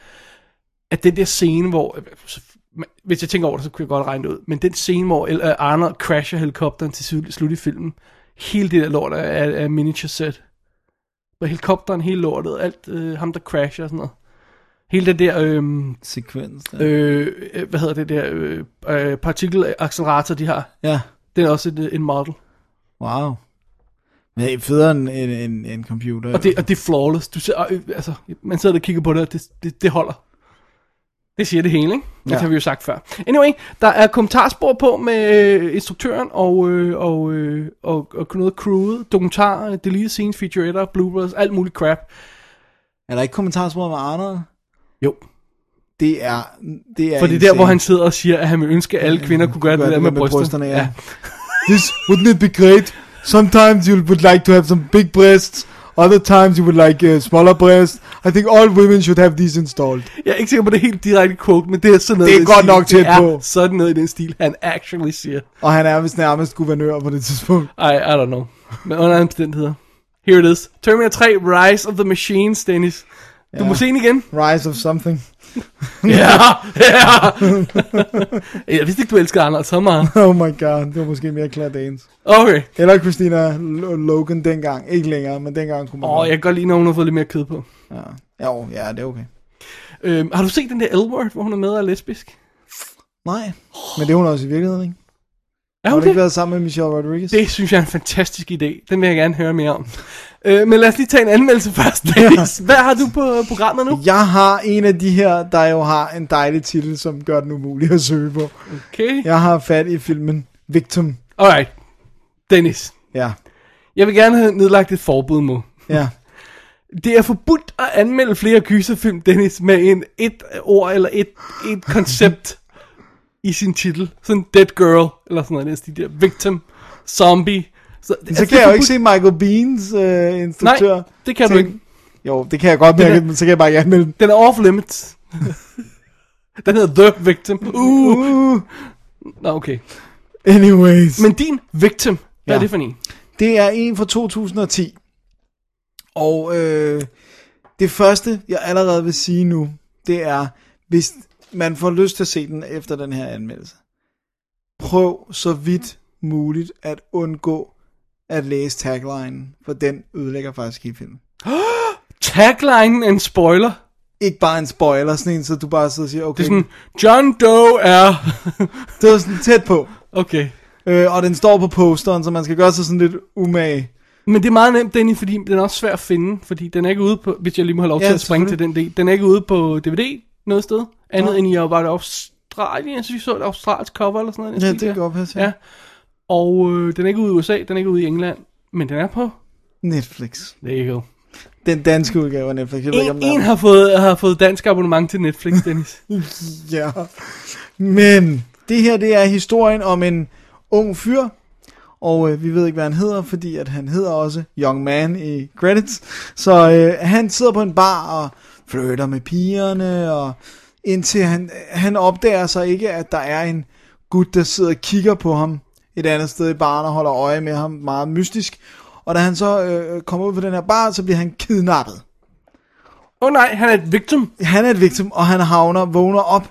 [SPEAKER 3] at den der scene, hvor, øh, så- man- hvis jeg tænker over det, så kunne jeg godt regne det ud, men den scene, hvor El- øh, Arnold crasher helikopteren til slut, slut i filmen, hele det der lort af, af, af miniature set, hvor helikopteren, hele lortet, alt øh, ham, der crasher og sådan noget, hele det der... Øh,
[SPEAKER 4] Sekvens. Der.
[SPEAKER 3] øh, øh, hvad hedder det der, øh, øh, partikelaccelerator, de har.
[SPEAKER 4] Ja,
[SPEAKER 3] Det er også et, øh, en model.
[SPEAKER 4] wow. Men det er federe end en, en, en computer.
[SPEAKER 3] Og det, og det er flawless. Du ser, øh, altså, man sidder og kigger på det, og det, det, det holder. Det siger det hele, ikke? Det
[SPEAKER 4] Ja.
[SPEAKER 3] har vi jo sagt før. Anyway, der er kommentarspor på med øh, instruktøren og, øh, og, øh, og, og noget crewet, dokumentar, øh, deleted scenes, featuretter, bloopers, alt muligt crap.
[SPEAKER 4] Er der ikke kommentarspor med Arnold?
[SPEAKER 3] Jo.
[SPEAKER 4] Det er... Det er
[SPEAKER 3] For det er der, hvor han sidder og siger, at han vil ønske, at alle kvinder kunne gøre det der med, med brysterne.
[SPEAKER 4] [laughs] ja. This wouldn't it be great? Sometimes you would like to have some big breasts. Other times you would like uh, smaller breasts. I think all women should have these installed.
[SPEAKER 3] Jeg er ikke sikker på det helt direkte quote, men det er sådan noget.
[SPEAKER 4] Det er
[SPEAKER 3] i den
[SPEAKER 4] godt
[SPEAKER 3] stil.
[SPEAKER 4] nok tæt
[SPEAKER 3] det er
[SPEAKER 4] på.
[SPEAKER 3] sådan noget i den stil, han actually siger.
[SPEAKER 4] Og han er vist nærmest guvernør på det tidspunkt.
[SPEAKER 3] I, I don't know. Men under alle omstændigheder. Here it is. Terminator 3, Rise of the Machines, Dennis. Du må se den igen.
[SPEAKER 4] Rise of something. [laughs]
[SPEAKER 3] [laughs] Ja, ja. Jeg vidste ikke, du elskede Arnold så meget.
[SPEAKER 4] Oh my god, det var måske mere Claire Danes.
[SPEAKER 3] Okay.
[SPEAKER 4] Eller Christina L- Logan dengang. Ikke længere, men dengang kunne man...
[SPEAKER 3] Åh, oh, jeg kan godt lide, når hun har fået lidt mere kød på.
[SPEAKER 4] Ja, jo, ja, det er okay.
[SPEAKER 3] Øhm, har du set den der L-word, hvor hun er med og er lesbisk?
[SPEAKER 4] Nej. Men det er hun også i virkeligheden, ikke?
[SPEAKER 3] Er
[SPEAKER 4] Har
[SPEAKER 3] hun
[SPEAKER 4] hun ikke
[SPEAKER 3] det?
[SPEAKER 4] været sammen med Michelle Rodriguez?
[SPEAKER 3] Det synes jeg er en fantastisk idé. Den vil jeg gerne høre mere om. Øh, men lad os lige tage en anmeldelse først, Dennis. Hvad har du på øh, programmet nu?
[SPEAKER 4] Jeg har en af de her, der jo har en dejlig titel, som gør den umulig at søge på.
[SPEAKER 3] Okay.
[SPEAKER 4] Jeg har fat i filmen Victim.
[SPEAKER 3] Alright. Dennis.
[SPEAKER 4] Ja,
[SPEAKER 3] Jeg vil gerne have nedlagt et forbud mod.
[SPEAKER 4] ja.
[SPEAKER 3] Det er forbudt at anmelde flere gyserfilm, Dennis, med en et ord eller et, et koncept i sin titel. Sådan Dead Girl, eller sådan noget. i den stil der. Victim, Zombie. Så, altså,
[SPEAKER 4] Så kan jeg jo ikke se Michael Beans øh,
[SPEAKER 3] Nej,
[SPEAKER 4] instruktør.
[SPEAKER 3] det kan du
[SPEAKER 4] ting.
[SPEAKER 3] ikke.
[SPEAKER 4] Jo, det kan jeg godt mærke,
[SPEAKER 3] Den er-
[SPEAKER 4] men så kan jeg bare ikke anmelde den.
[SPEAKER 3] Den er off limits. [laughs] den hedder The Victim. Uh.
[SPEAKER 4] Uh,
[SPEAKER 3] Nå, okay.
[SPEAKER 4] anyways. Men
[SPEAKER 3] Men din Victim, hvad ja.
[SPEAKER 4] Ja.
[SPEAKER 3] er det for en?
[SPEAKER 4] det er en fra 2010. Og øh, det første, jeg allerede vil sige nu, det er, hvis man får lyst til at se den efter den her anmeldelse, prøv så vidt muligt at undgå at læse taglinen, for den ødelægger faktisk hele filmen.
[SPEAKER 3] Taglinen er en spoiler.
[SPEAKER 4] Ikke bare en spoiler, sådan en, så du bare sidder og siger, okay,
[SPEAKER 3] Det er sådan, John Doe er... [laughs]
[SPEAKER 4] det var sådan tæt på.
[SPEAKER 3] okay.
[SPEAKER 4] Øh, og den står på posteren, så man skal gøre sig sådan lidt umage.
[SPEAKER 3] Men det er meget nemt, Danny, fordi den er også svær at finde, fordi den er ikke ude på, hvis jeg lige må have lov
[SPEAKER 4] Ja,
[SPEAKER 3] ja, til at springe til den del, den er ikke ude på DVD noget sted, andet
[SPEAKER 4] Nej.
[SPEAKER 3] end i var det Australien, jeg synes, vi så et australsk cover eller sådan noget. i den
[SPEAKER 4] Ja,
[SPEAKER 3] stil
[SPEAKER 4] det
[SPEAKER 3] der.
[SPEAKER 4] kan godt passe, ja.
[SPEAKER 3] Ja. Og øh, den er ikke ude i USA, den er ikke ude i England, men den er på.
[SPEAKER 4] Netflix.
[SPEAKER 3] There you go.
[SPEAKER 4] Den danske udgave af Netflix. Jeg ved ikke, om
[SPEAKER 3] En,
[SPEAKER 4] den er-
[SPEAKER 3] en har, fået, har fået dansk abonnement til
[SPEAKER 4] [laughs]
[SPEAKER 3] Netflix, Dennis.
[SPEAKER 4] Ja. Men det her, det er historien om en ung fyr, og øh, vi ved ikke, hvad han hedder, fordi at han hedder også Young Man i credits. Så øh, han sidder på en bar og flytter med pigerne, og indtil han, han opdager så ikke, at der er en gut, der sidder og kigger på ham et andet sted i baren og holder øje med ham meget mystisk. Og da han så øh, kommer ud på den her bar, så bliver han kidnappet
[SPEAKER 3] Åh oh, nej, han er et victim.
[SPEAKER 4] han er et victim, og han havner, vågner op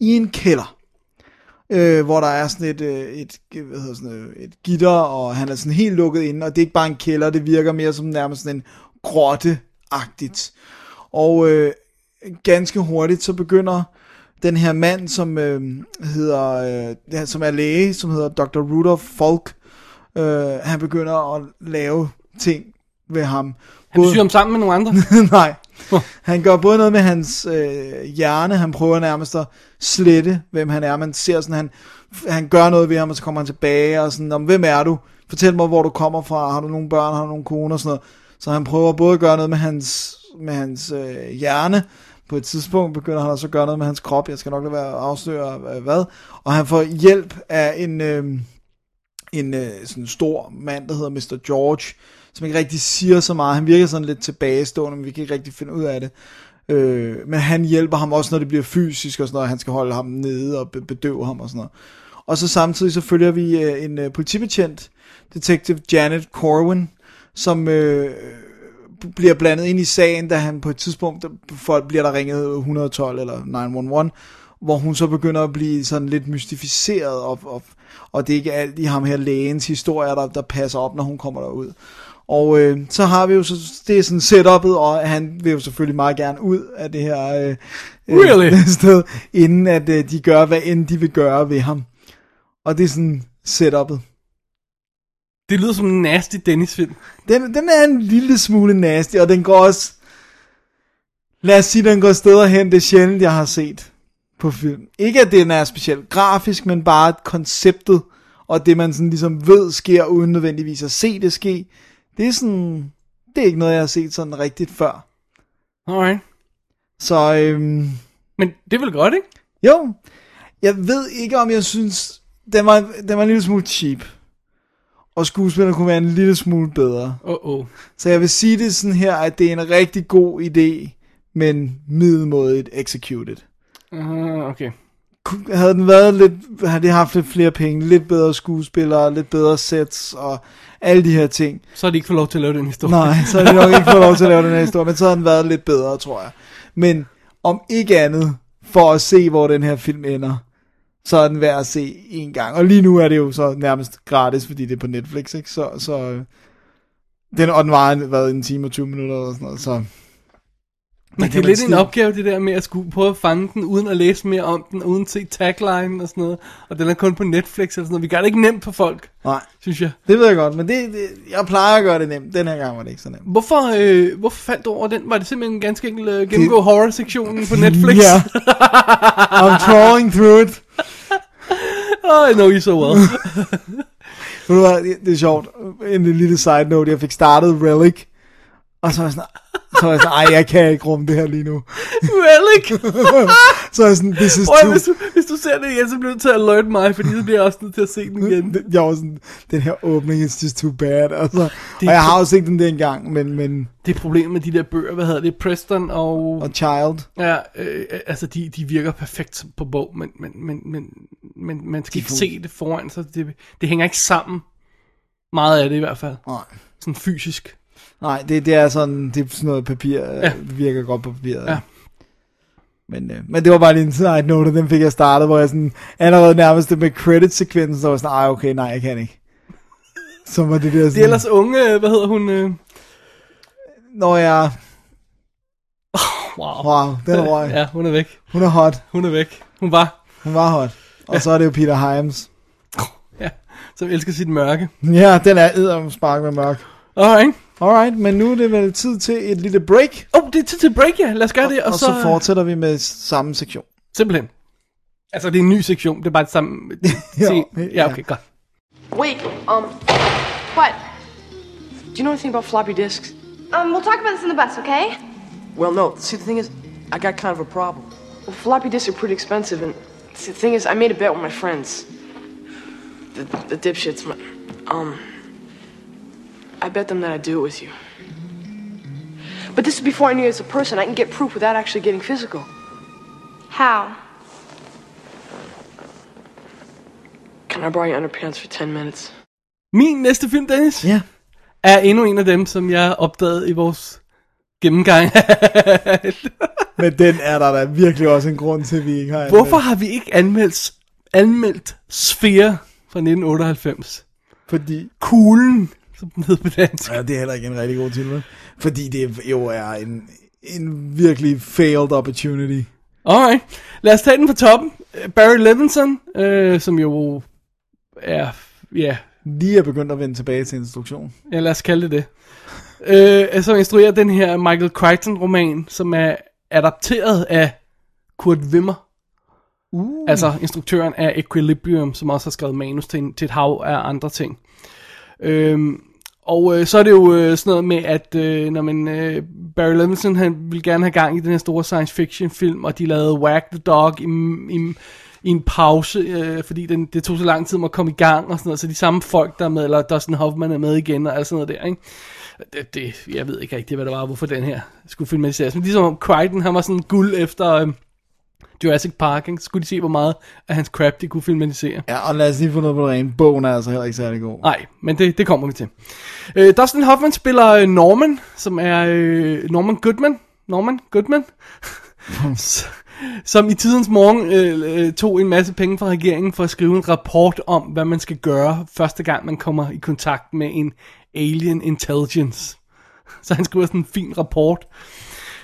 [SPEAKER 4] i en kælder, øh, hvor der er sådan et, øh, et, øh, hvad hedder sådan noget, et gitter, og han er sådan helt lukket inde, og det er ikke bare en kælder, det virker mere som nærmest sådan en grotte-agtigt. Og øh, ganske hurtigt, så begynder den her mand, som øh, hedder, øh, ja, som er læge, som hedder Dr. Rudolf Folk, øh, han begynder at lave ting ved ham.
[SPEAKER 3] Han
[SPEAKER 4] Både-
[SPEAKER 3] syr ham sammen med nogle andre.
[SPEAKER 4] [laughs] Nej. Han gør både noget med hans øh, hjerne, han prøver nærmest at slette, hvem han er. Man ser sådan, han, han gør noget ved ham, og så kommer han tilbage, og sådan, om hvem er du? Fortæl mig, hvor du kommer fra, har du nogle børn, har du nogle kone, og sådan noget. Så han prøver både at gøre noget med hans, med hans øh, hjerne, på et tidspunkt begynder han også at gøre noget med hans krop, jeg skal nok lade være at afsløre øh, hvad, og han får hjælp af en... Øh, en øh, sådan stor mand, der hedder Mr. George, som ikke rigtig siger så meget. Han virker sådan lidt tilbagestående, men vi kan ikke rigtig finde ud af det. Øh, men han hjælper ham også, når det bliver fysisk og sådan noget. Han skal holde ham nede og be- bedøve ham og sådan noget. Og så samtidig så følger vi øh, en øh, politibetjent, detektiv Janet Corwin, som øh, bliver blandet ind i sagen, da han på et tidspunkt, der, folk bliver der ringet 112 eller 911, hvor hun så begynder at blive sådan lidt mystificeret, og, og, og det er ikke alt i ham her lægens historier, der, der passer op, når hun kommer derud. Og øh, så har vi jo, så, det er sådan setup'et, og han vil jo selvfølgelig meget gerne ud af det her øh, øh,
[SPEAKER 3] Really?
[SPEAKER 4] [laughs] sted, inden at øh, de gør, hvad end de vil gøre ved ham. Og det er sådan setup'et.
[SPEAKER 3] Det lyder som en nasty Dennis-film.
[SPEAKER 4] Den, den er en lille smule nasty, og den går også... Lad os sige, den går steder hen, det er sjældent, jeg har set på film. Ikke at den er specielt grafisk, men bare at konceptet, og det man sådan ligesom ved sker, uden nødvendigvis at se det ske. Det er sådan... Det er ikke noget, jeg har set sådan rigtigt før.
[SPEAKER 3] Alright.
[SPEAKER 4] Så øhm,
[SPEAKER 3] Men det er vel godt, ikke?
[SPEAKER 4] jo, jeg ved ikke, om jeg synes, den var, den var en lille smule cheap. og skuespillerne kunne være en lille smule bedre.
[SPEAKER 3] Åh, oh, oh.
[SPEAKER 4] Så jeg vil sige det sådan her, at det er en rigtig god idé, men middelmådigt executed.
[SPEAKER 3] Uh, okay.
[SPEAKER 4] Kun- Havde den været lidt, havde de haft lidt flere penge, lidt bedre skuespillere, lidt bedre sets og alle de her ting.
[SPEAKER 3] Så har de ikke fået lov til at lave den historie.
[SPEAKER 4] Nej, så havde de nok ikke fået lov til at lave den her historie, men så havde den været lidt bedre, tror jeg. Men om ikke andet, for at se, hvor den her film ender, så er den værd at se en gang. Og lige nu er det jo så nærmest gratis, fordi det er på Netflix, ikke? Så, så øh, den, og den var en, hvad, en time og 20 minutter eller sådan noget, så...
[SPEAKER 3] Men det
[SPEAKER 4] kan
[SPEAKER 3] er
[SPEAKER 4] man
[SPEAKER 3] lidt en
[SPEAKER 4] skide.
[SPEAKER 3] opgave, det der med at skulle prøve at fange den, uden at læse mere om den, uden at se tagline og sådan noget. Og den er kun på Netflix eller sådan noget. Vi gør det ikke nemt for folk,
[SPEAKER 4] Nej,
[SPEAKER 3] synes jeg.
[SPEAKER 4] det ved jeg godt, men det, det, jeg plejer at gøre det nemt. Den her gang var det ikke så nemt.
[SPEAKER 3] Hvorfor, øh, hvorfor faldt du over den? Var det simpelthen ganske enkelt øh, gennemgå horror-sektionen på Netflix? [laughs]
[SPEAKER 4] Ja. I'm crawling through it.
[SPEAKER 3] oh, I know you so well.
[SPEAKER 4] Ved du hvad, det- det er sjovt. En lille side note, jeg fik startet Relic, og så var jeg sådan, så var jeg sådan, ej, jeg kan ikke rumme det her lige nu.
[SPEAKER 3] Relic!
[SPEAKER 4] Så var jeg sådan, this is
[SPEAKER 3] Prøv, hvis,
[SPEAKER 4] too...
[SPEAKER 3] du, hvis du ser det igen, så bliver du til at alert mig, fordi så bliver jeg også nødt til at se den
[SPEAKER 4] [laughs]
[SPEAKER 3] igen.
[SPEAKER 4] Jeg var sådan, den her åbning is just too bad. Altså, og
[SPEAKER 3] Det-
[SPEAKER 4] jeg har også set den der engang, men, men
[SPEAKER 3] Det er problemet med de der bøger, hvad hedder det, Preston og...
[SPEAKER 4] og Child,
[SPEAKER 3] Ja, øh, altså de, de virker perfekt som- på bog, men, men, men, men, men man skal ikke se det foran sig. Det, det hænger ikke sammen. Meget af det i hvert fald.
[SPEAKER 4] nej.
[SPEAKER 3] Sådan fysisk.
[SPEAKER 4] Nej, det, det er sådan, det er sådan noget papir, ja.
[SPEAKER 3] Ja.
[SPEAKER 4] virker godt på papiret.
[SPEAKER 3] Ja.
[SPEAKER 4] Men, øh, men det var bare lige en side note, og den fik jeg startet, hvor jeg sådan, allerede nærmest det med credit-sekvensen, så var jeg sådan, ej, okay, nej, jeg kan ikke. Så var det der sådan,
[SPEAKER 3] Det er ellers unge, øh, hvad hedder hun? Øh,
[SPEAKER 4] når jeg...
[SPEAKER 3] wow.
[SPEAKER 4] Wow, den røg.
[SPEAKER 3] Ja, hun er væk.
[SPEAKER 4] Hun er hot.
[SPEAKER 3] Hun er væk. Hun var,
[SPEAKER 4] Hun var hot. Og så er det jo Peter Himes.
[SPEAKER 3] ja, som elsker sit mørke.
[SPEAKER 4] Ja, den er edderom spark med mørk.
[SPEAKER 3] Alright.
[SPEAKER 4] Alright, men nu er det vel tid til et lille break.
[SPEAKER 3] Åh, oh, det er tid til break, ja. Lad os gøre det.
[SPEAKER 4] Og, og så,
[SPEAKER 3] øh,
[SPEAKER 4] fortsætter vi med samme sektion.
[SPEAKER 3] Simpelthen. Altså, det er en ny sektion. Det er bare det
[SPEAKER 4] [laughs]
[SPEAKER 3] samme. Se- ja, okay, godt.
[SPEAKER 8] Wait, um, what?
[SPEAKER 9] Do you know anything about floppy disks?
[SPEAKER 8] Um, we'll talk about this in the bus, okay?
[SPEAKER 9] Well, no. See, the thing is, I got kind of a problem. Well, floppy disks are pretty expensive, and see, the thing is, I made a bet with my friends. The, the dipshits, my, um, I bet them that I'd do it with you. But this is before I knew you as a person. I can get proof without actually getting physical.
[SPEAKER 8] How?
[SPEAKER 9] Can I borrow your underpants for 10 minutes?
[SPEAKER 3] Min næste film, Dennis,
[SPEAKER 4] Ja.
[SPEAKER 3] er endnu en af dem, som jeg opdagede i vores gennemgang.
[SPEAKER 4] Men den er der da virkelig også en grund til, at vi ikke har... anmeldt.
[SPEAKER 3] Hvorfor har vi ikke anmeldt, anmeldt Sphere fra 1998?
[SPEAKER 4] Fordi...
[SPEAKER 3] Kuglen, som den hed på dansk.
[SPEAKER 4] Ja, det er heller ikke en rigtig god titel. Fordi det jo er en, en virkelig failed opportunity.
[SPEAKER 3] Alright, lad os tage den fra toppen. Øh, Barry Levinson, øh, som jo er, ja,
[SPEAKER 4] Lige er begyndt at vende tilbage til instruktion.
[SPEAKER 3] ja lad os kalde det det. Øh, som instruerer den her Michael Crichton-roman, som er adapteret af Kurt Wimmer. Uh. Altså instruktøren af Equilibrium, som også har skrevet manus til, en, til et hav af andre ting. Øhm, og øh, så er det jo øh, sådan noget med, at øh, når man, øh, Barry Levinson han ville gerne have gang i den her store science fiction film, og de lavede Whack the Dog i, i, i en pause, øh, fordi den, det tog så lang tid om at komme i gang og sådan noget, så de samme folk der er med, eller Dustin Hoffman er med igen og alt sådan noget der, ikke? Det, det, jeg ved ikke rigtig, hvad det var, hvorfor den her skulle filmatiseres, men ligesom om Crichton, han var sådan guld efter øh, Jurassic Park, ikke? Så skulle de se, hvor meget af hans crap, de kunne filmatisere.
[SPEAKER 4] Ja, og lad os lige få noget på det rene. Bogen er altså heller ikke særlig god.
[SPEAKER 3] Nej, men det, det kommer vi til. Øh, Dustin Hoffman spiller øh, Norman, som er øh, Norman Goodman. Norman Goodman. S- som i tidens morgen øh, øh, tog en masse penge fra regeringen for at skrive en rapport om, hvad man skal gøre første gang, man kommer i kontakt med en alien intelligence. [laughs] Så han skriver sådan en fin rapport.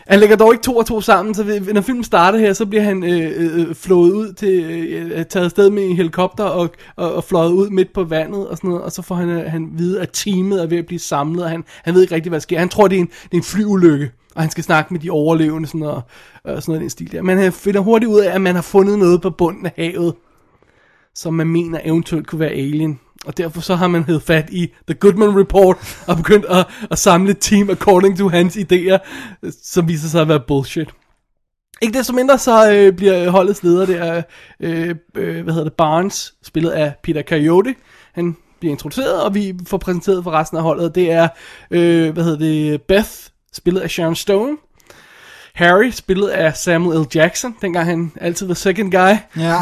[SPEAKER 3] Han lægger dog ikke to og to sammen, så ved- når filmen starter her, så bliver han øh, øh, flået ud til, øh, taget afsted med en helikopter og, og, og fløjet ud midt på vandet og sådan noget, og så får han, øh, han vide, at teamet er ved at blive samlet, og han, han ved ikke rigtig, hvad der sker. Han tror, det er en, det er en flyulykke, og han skal snakke med de overlevende sådan noget, og sådan noget i den stil der. Men han finder hurtigt ud af, at man har fundet noget på bunden af havet, som man mener eventuelt kunne være alien. Og derfor så har man hed fat i The Goodman Report og begyndt at, at samle et team according to hans idéer, øh, som viser sig at være bullshit. Ikke desto mindre så øh, bliver holdets leder der, øh, øh, hvad hedder det, Barnes, spillet af Peter Coyote. Han bliver introduceret, og vi får præsenteret for resten af holdet. Det er, øh, hvad hedder det, Beth, spillet af Sharon Stone. Harry, spillet af Samuel L. Jackson, dengang han altid var second guy.
[SPEAKER 4] Ja.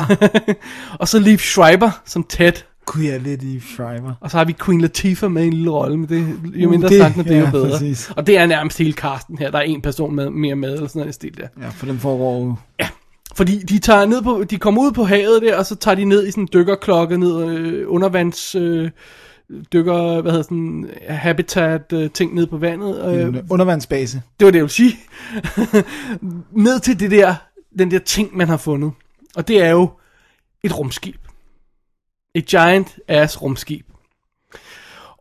[SPEAKER 3] [laughs] og så Liv Schreiber som Ted.
[SPEAKER 4] Gud, jeg er lidt i Shriver.
[SPEAKER 3] Og så har vi Queen Latifah med i en lille rolle, men det, jo
[SPEAKER 4] Uh,
[SPEAKER 3] mindre uh,
[SPEAKER 4] det-
[SPEAKER 3] det, det er jo
[SPEAKER 4] ja,
[SPEAKER 3] bedre.
[SPEAKER 4] præcis.
[SPEAKER 3] Og det er nærmest hele casten her. Der er en person med, mere med, eller sådan noget i stil der.
[SPEAKER 4] Ja, for den foregår jo.
[SPEAKER 3] Fordi de tager ned på, de kommer ud på havet der, og så tager de ned i sådan en dykkerklokke, ned øh, undervands, øh, dykker, hvad hedder sådan, habitat øh, ting ned på vandet.
[SPEAKER 4] i
[SPEAKER 3] Øh,
[SPEAKER 4] en undervandsbase.
[SPEAKER 3] det var det, jeg ville sige. [laughs] ned til det der, den der ting, man har fundet. Og det er jo et rumskib. Et giant ass rumskib.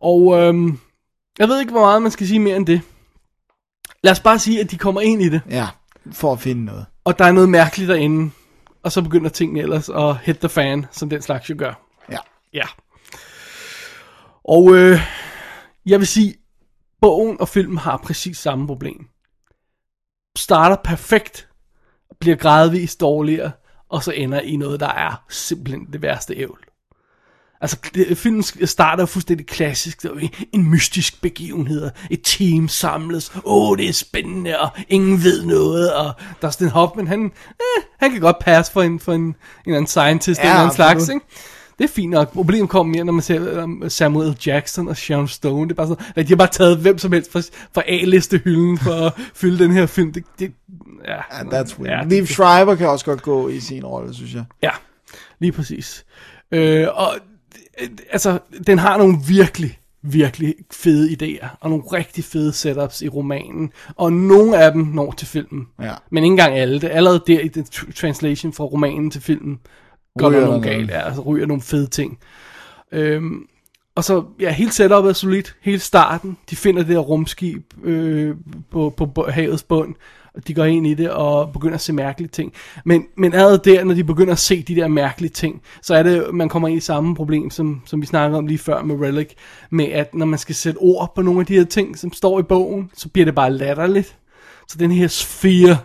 [SPEAKER 3] Og øhm, jeg ved ikke, hvor meget man skal sige mere end det. Lad os bare sige, at de kommer ind i det,
[SPEAKER 4] Ja, for at finde noget.
[SPEAKER 3] og der er noget mærkeligt derinde. Og så begynder tingene ellers at hit the fan, som den slags jo gør.
[SPEAKER 4] Ja.
[SPEAKER 3] Ja. Og øh, jeg vil sige, bogen og filmen har præcis samme problem. Starter perfekt, bliver gradvist dårligere, og så ender i noget, der er simpelthen det værste ævl. Altså, det- filmen sk- starter jo fuldstændig klassisk. Der er jo en mystisk begivenhed, og et team samles. Åh, oh, det er spændende, og ingen ved noget. Og Dustin Hoffman, han, eh, han kan godt passe for en, for en, en eller anden scientist ja,
[SPEAKER 4] Ja,
[SPEAKER 3] eller en
[SPEAKER 4] absolut.
[SPEAKER 3] slags, ikke? Det er fint nok. Problemet kommer mere, når man ser um, Samuel L. Jackson og Sharon Stone. Det er bare sådan, at de har bare taget hvem som helst fra, fra A-listehylden for at fylde den her film. Det, det, ja,
[SPEAKER 4] Ja, that's weird. Ja,
[SPEAKER 3] det-
[SPEAKER 4] Liv Shriver kan også godt gå i sin rolle, synes jeg.
[SPEAKER 3] Ja, lige præcis. Øh, og øh, altså, den har nogle virkelig, virkelig fede idéer, og nogle rigtig fede setups i romanen, og nogle af dem når til filmen.
[SPEAKER 4] Ja.
[SPEAKER 3] Men ikke engang alle. Det er allerede der i den tr- translation fra romanen til filmen, går der
[SPEAKER 4] Ryger
[SPEAKER 3] nogle
[SPEAKER 4] der
[SPEAKER 3] galt,
[SPEAKER 4] noget.
[SPEAKER 3] ja, altså ryger nogle fede ting. Øhm, og så, ja, hele setupet er solidt, hele starten, de finder det her rumskib øh, på, på, på havets bund, og de går ind i det og begynder at se mærkelige ting. Men, men allerede der, når de begynder at se de der mærkelige ting, så er det, man kommer ind i samme problem, som, som vi snakkede om lige før med Relic, med at når man skal sætte ord på nogle af de her ting, som står i bogen, så bliver det bare latterligt. Så den her sfære,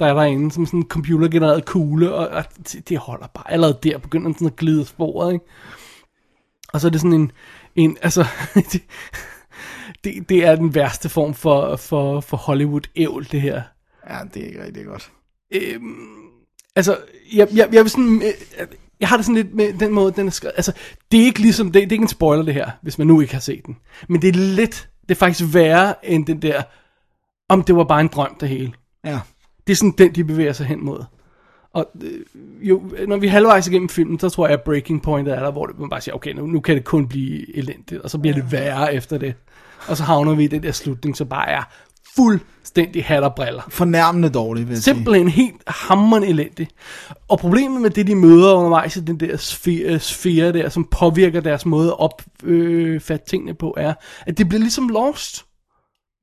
[SPEAKER 3] der er derinde, som sådan en computergenereret kugle, og, og det, det holder bare. Allerede der begynder den sådan at glide af sporet, ikke? Og så er det sådan en, en altså, [laughs] det, det, det er den værste form for, for, for Hollywood-ævl, det her. Øhm,
[SPEAKER 4] Ja, det er ikke rigtig godt.
[SPEAKER 3] Altså, jeg, jeg, jeg vil sådan... øh, Jeg har det sådan lidt med den måde, den er skrevet. Altså, det er ikke ligesom... Det, det er ikke en spoiler, det her, hvis man nu ikke har set den. Men det er lidt... Det er faktisk værre end den der... Om det var bare en drøm, det hele.
[SPEAKER 4] Ja.
[SPEAKER 3] Det er sådan den, de bevæger sig hen mod. Og øh, jo, når vi er halvvejs igennem filmen, så tror jeg, at breaking pointet er der, hvor man bare siger, okay, nu, nu kan det kun blive elendigt, og så bliver det værre efter det. Og så havner vi i den der slutning, som bare er fuldstændig hat og briller.
[SPEAKER 4] Fornærmende dårligt, vil jeg sige.
[SPEAKER 3] Simpelthen helt hammerende elendig. Og problemet med det, de møder undervejs i den der sfære, sfære der, som påvirker deres måde at opfatte tingene på, er, at det bliver ligesom lost.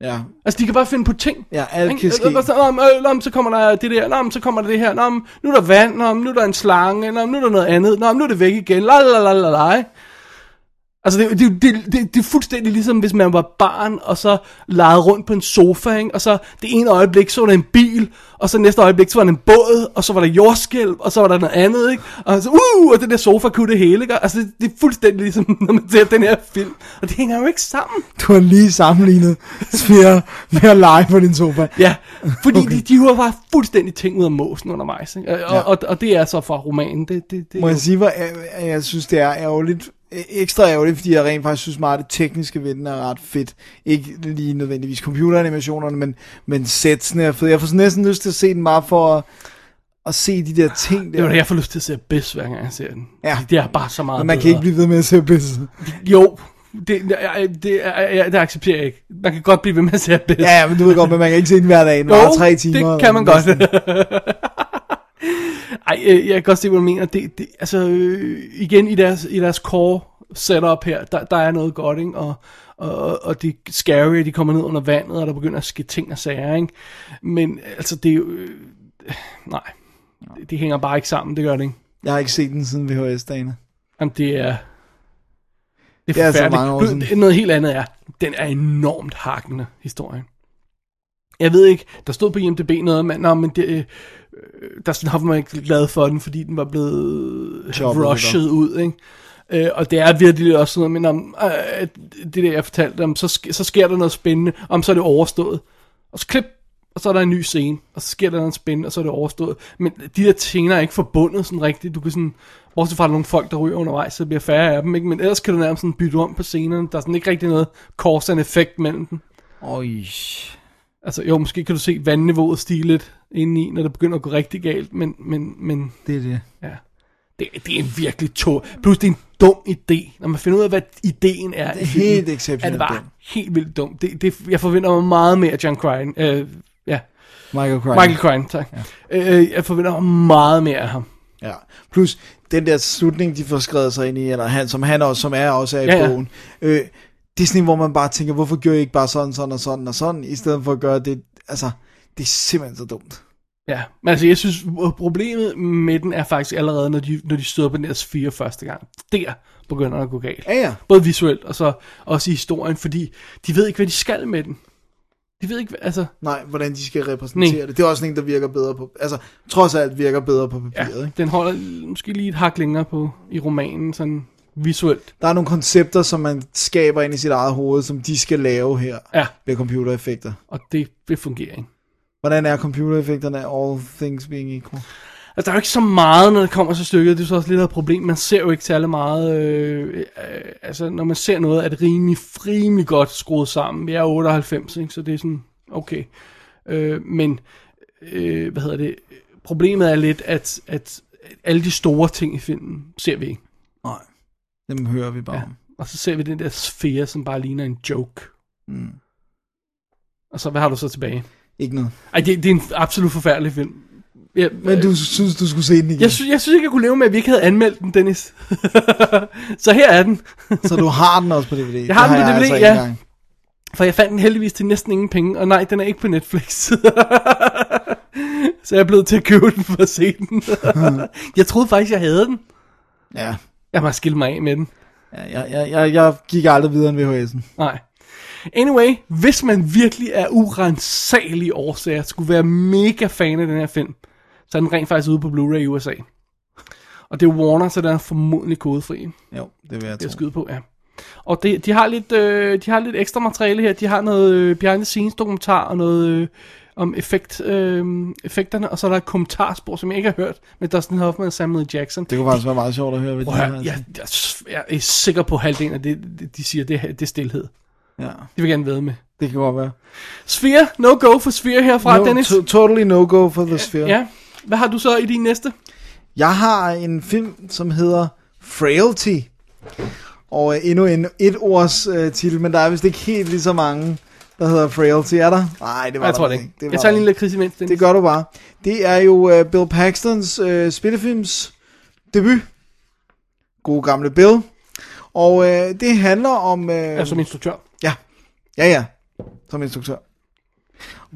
[SPEAKER 4] Ja,
[SPEAKER 3] Altså, de kan bare finde på ting.
[SPEAKER 4] Ja, alt
[SPEAKER 3] Ikke?
[SPEAKER 4] kan ske.
[SPEAKER 3] Og så, nå, men, øh, nå, men så kommer der det der, nå, men så kommer der det her, nå, men nu er der vand, nå, men nu er der en slange, nå, men nu er der noget andet, nå, men nu er det væk igen, la la la la la. ikke? Altså, det, det, det, det, det er fuldstændig ligesom, hvis man var barn, og så legede rundt på en sofa, ikke? og så det ene øjeblik så var der en bil, og så næste øjeblik så var der en båd, og så var der jordskælv, og så var der noget andet, ikke? og så, uh, og den der sofa kunne det hele, ikke? altså det, det er fuldstændig ligesom, [laughs] når man ser den her film, og det hænger jo ikke sammen.
[SPEAKER 4] du har lige sammenlignet sfære med at lege på din sofa.
[SPEAKER 3] Ja, fordi okay. de, de hiver bare fuldstændig ting ud af måsen undervejs. Ikke? Og, ja. og, og det er så fra romanen. Det, det, det,
[SPEAKER 4] Må jeg sige, hvor jeg, jeg synes, det er ærgerligt. øh, Ekstra ærgerligt, fordi jeg rent faktisk synes meget, at det tekniske ved den er ret fedt. Ikke lige nødvendigvis computeranimationerne, men, men sætsene er fede. Jeg får sådan næsten lyst til at se den bare for at, at se de der ting der.
[SPEAKER 3] det var det, jeg får lyst til at se Abyss, hver gang jeg ser den.
[SPEAKER 4] Ja.
[SPEAKER 3] Det er bare så meget
[SPEAKER 4] Men man kan
[SPEAKER 3] bedre.
[SPEAKER 4] ikke blive ved med at se Abyss.
[SPEAKER 3] Jo, det, det, det, det, det accepterer jeg ikke. Man kan godt blive ved med at se Abyss.
[SPEAKER 4] Ja, ja, men du ved godt, men man kan ikke se den hver dag. Den varer tre timer.
[SPEAKER 3] det kan man
[SPEAKER 4] eller
[SPEAKER 3] godt.
[SPEAKER 4] sådan.
[SPEAKER 3] Ej, øh, jeg kan godt se, hvad du mener. Det, det, altså, øh, igen, i deres, i deres core setup her, der, der er noget godt, ikke? Og, og, og- og det er scary, at de kommer ned under vandet, og der begynder at ske ting og sager, ikke? Men altså, det er jo... Øh, nej, det, det hænger bare ikke sammen, det gør det ikke.
[SPEAKER 4] Jeg har ikke set den siden VHS-dagene.
[SPEAKER 3] Jamen, det er...
[SPEAKER 4] Det er så
[SPEAKER 3] forfærdeligt.
[SPEAKER 4] mange år
[SPEAKER 3] Du,
[SPEAKER 4] siden.
[SPEAKER 3] det- Noget helt andet er, den er enormt hakkende, historien. Jeg ved ikke, der stod på IMDb noget, men, nå, men det, øh, der sådan har man ikke glad for den, fordi den var blevet
[SPEAKER 4] Choppet
[SPEAKER 3] rushed ud, ikke? Øh, og det er virkelig også sådan noget, men om, øh, at det der, jeg fortalte om, så, sk- så sker der noget spændende, om så er det overstået. Og så klip, og så er der en ny scene, og så sker der noget spændende, og så er det overstået. Men de der scener er ikke forbundet sådan rigtigt. Du kan sådan, bortset fra at der er nogle folk, der ryger undervejs, så bliver færre af dem, ikke? men ellers kan du nærmest sådan bytte om på scenerne. Der er sådan ikke rigtig noget cause and effect mellem dem.
[SPEAKER 4] Oj.
[SPEAKER 3] Altså jo, måske kan du se vandniveauet stige lidt indeni, når det begynder at gå rigtig galt, men, men, men
[SPEAKER 4] Det er det.
[SPEAKER 3] Ja. Det, det er en virkelig tog. Plus det er en dum idé. Når man finder ud af, hvad ideen er. Det
[SPEAKER 4] er helt exceptionelt
[SPEAKER 3] Er det
[SPEAKER 4] dum.
[SPEAKER 3] bare helt vildt dum. Det, det, jeg forventer mig meget mere af John Cryan. Øh, ja,
[SPEAKER 4] Michael Crichton.
[SPEAKER 3] Michael Cryan, tak. Ja. Øh, jeg forventer mig meget mere af ham.
[SPEAKER 4] Ja. Plus den der slutning, de får skrevet sig ind i, eller han, som han også, som er også er i
[SPEAKER 3] Ja, ja.
[SPEAKER 4] bogen. Øh, det er sådan en, hvor man bare tænker, hvorfor gør I ikke bare sådan, sådan og sådan og sådan, i stedet for at gøre det, altså, det er simpelthen så dumt.
[SPEAKER 3] Ja, men altså jeg synes, problemet med den er faktisk allerede, når de, når de støder på den der sfære første gang. Der begynder det at gå galt.
[SPEAKER 4] Ja, ja.
[SPEAKER 3] Både visuelt og så også i historien, fordi de ved ikke, hvad de skal med den. De ved ikke, hvad- altså...
[SPEAKER 4] Nej, hvordan de skal repræsentere
[SPEAKER 3] Nej.
[SPEAKER 4] det. Det er også en, der virker bedre på, altså, trods alt virker bedre på papiret, ja. ikke?
[SPEAKER 3] den holder måske lige et hak længere på i romanen, sådan visuelt.
[SPEAKER 4] Der er nogle koncepter, som man skaber ind i sit eget hoved, som de skal lave her
[SPEAKER 3] Ja,
[SPEAKER 4] ved computereffekter.
[SPEAKER 3] og det, det fungerer ikke.
[SPEAKER 4] Hvordan er computereffekterne, all things being equal?
[SPEAKER 3] Altså, der er jo ikke så meget, når det kommer til stykket. Det er så også lidt af et problem. Man ser jo ikke særlig meget... Øh, øh, altså, når man ser noget, er det rimelig, rimelig godt skruet sammen. Jeg er 98, ikke? så det er sådan, okay. Øh, men, øh, hvad hedder det? Problemet er lidt, at, at alle de store ting i filmen ser vi ikke.
[SPEAKER 4] Nej, dem hører vi bare ja.
[SPEAKER 3] Ja.
[SPEAKER 4] om.
[SPEAKER 3] Og så ser vi den der sfære, som bare ligner en joke. Mm. Og så, hvad har du så tilbage?
[SPEAKER 4] Ikke noget.
[SPEAKER 3] Ej, det, det er en absolut forfærdelig film. Jeg,
[SPEAKER 4] Men du synes, du skulle se den igen,
[SPEAKER 3] jeg, sy- jeg synes ikke, jeg kunne leve med, at vi ikke havde anmeldt den, Dennis. [laughs] så her er den.
[SPEAKER 4] så du har den også på DVD. Det
[SPEAKER 3] har den
[SPEAKER 4] har
[SPEAKER 3] på DVD,
[SPEAKER 4] jeg altså ikke
[SPEAKER 3] ja.
[SPEAKER 4] engang.
[SPEAKER 3] For jeg fandt den heldigvis til næsten ingen penge, og nej, den er ikke på Netflix. [laughs] så jeg er blevet til at købe den for at se den. [laughs] jeg troede faktisk, jeg havde den.
[SPEAKER 4] Ja,
[SPEAKER 3] Jeg må skille mig af med den.
[SPEAKER 4] ja jeg, jeg, jeg, jeg gik aldrig videre end VHS'en.
[SPEAKER 3] Nej. Anyway, hvis man virkelig af urensagelige årsager skulle være mega fan af den her film, så er den rent faktisk ude på Blu-ray i USA. Og det er Warner, så den er formodentlig kodefri.
[SPEAKER 4] Jo, det vil jeg
[SPEAKER 3] Det er
[SPEAKER 4] tro.
[SPEAKER 3] skyde på, ja. Og det, de, har lidt, øh, de har lidt ekstra materiale her. De har noget øh, behind the scenes dokumentar og noget øh, om effekt, øh, effekterne. Og så er der et kommentarspor, som jeg ikke har hørt, med Dustin Hoffman og Samuel L. Jackson.
[SPEAKER 4] Det kunne faktisk være meget sjovt at høre, hvad de
[SPEAKER 3] Prøv at
[SPEAKER 4] har.
[SPEAKER 3] høre,
[SPEAKER 4] altså.
[SPEAKER 3] jeg, jeg, jeg er sikker på at halvdelen af det, det- de siger, det, er- det er stillhed. Det
[SPEAKER 4] ja.
[SPEAKER 3] vil jeg gerne være med.
[SPEAKER 4] Det kan godt være.
[SPEAKER 3] Sfære, no go for Sfære herfra,
[SPEAKER 4] No,
[SPEAKER 3] Dennis.
[SPEAKER 4] to- totally no-go for The Sphere.
[SPEAKER 3] Ja. Hvad har du så i din næste?
[SPEAKER 4] Jeg har en film, som hedder Frailty. Og øh, endnu en et års øh, titel, men der er vist ikke helt lige så mange, der hedder Frailty. Er der? Nej, det var
[SPEAKER 3] Nej, jeg
[SPEAKER 4] der
[SPEAKER 3] tror det
[SPEAKER 4] vist
[SPEAKER 3] ikke.
[SPEAKER 4] Det var
[SPEAKER 3] jeg tager
[SPEAKER 4] der
[SPEAKER 3] lige en lille kris imens, Dennis.
[SPEAKER 4] Det gør du bare. Det er jo øh, Bill Paxtons øh, spillefilms debut. God gamle Bill. Og øh, det handler om... Øh,
[SPEAKER 3] Ja, som instruktør.
[SPEAKER 4] Ja, ja, ja. Som instruktør.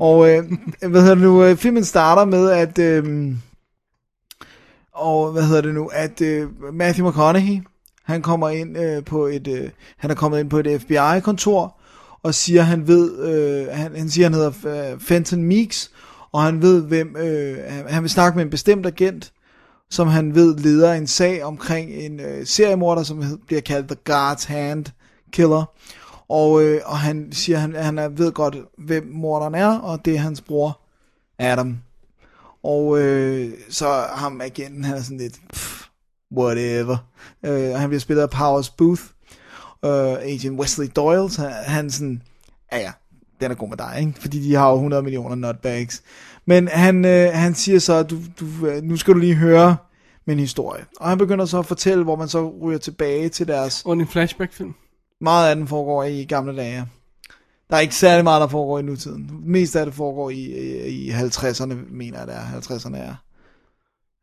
[SPEAKER 4] Og øh, hvad hedder det nu? øh, Filmen starter med, at... Øh, og hvad hedder det nu? At øh, Matthew McConaughey, han kommer ind øh, på et... Øh, han er kommet ind på et FBI-kontor, og siger, han ved... Øh, han, han siger, han hedder øh, Fenton Meeks, og han ved, hvem... Øh, han, han vil snakke med en bestemt agent, som han ved leder en sag omkring en øh, seriemorder, som hed- bliver kaldt The Guard's Hand Killer. Og, øh, og han siger, at han, han er- ved godt, hvem morderen er, og det er hans bror, Adam. Og øh, så ham agenten, han er sådan lidt, pff, whatever. Øh, og han bliver spillet af Powers Booth, øh, agent Wesley Doyle, så han sådan, ja ja, den er god med dig, ikke? fordi de har jo 100 millioner nutbags. Men han, øh, han siger så, du, du, øh, nu skal du lige høre min historie. Og han begynder så at fortælle, hvor man så ryger tilbage til deres
[SPEAKER 3] Og en flashback-film.
[SPEAKER 4] meget af den foregår i gamle dage. Der er ikke særlig meget, der foregår i nutiden. Mest af det foregår i, i, i 50'erne, mener jeg, det er. 50'erne er.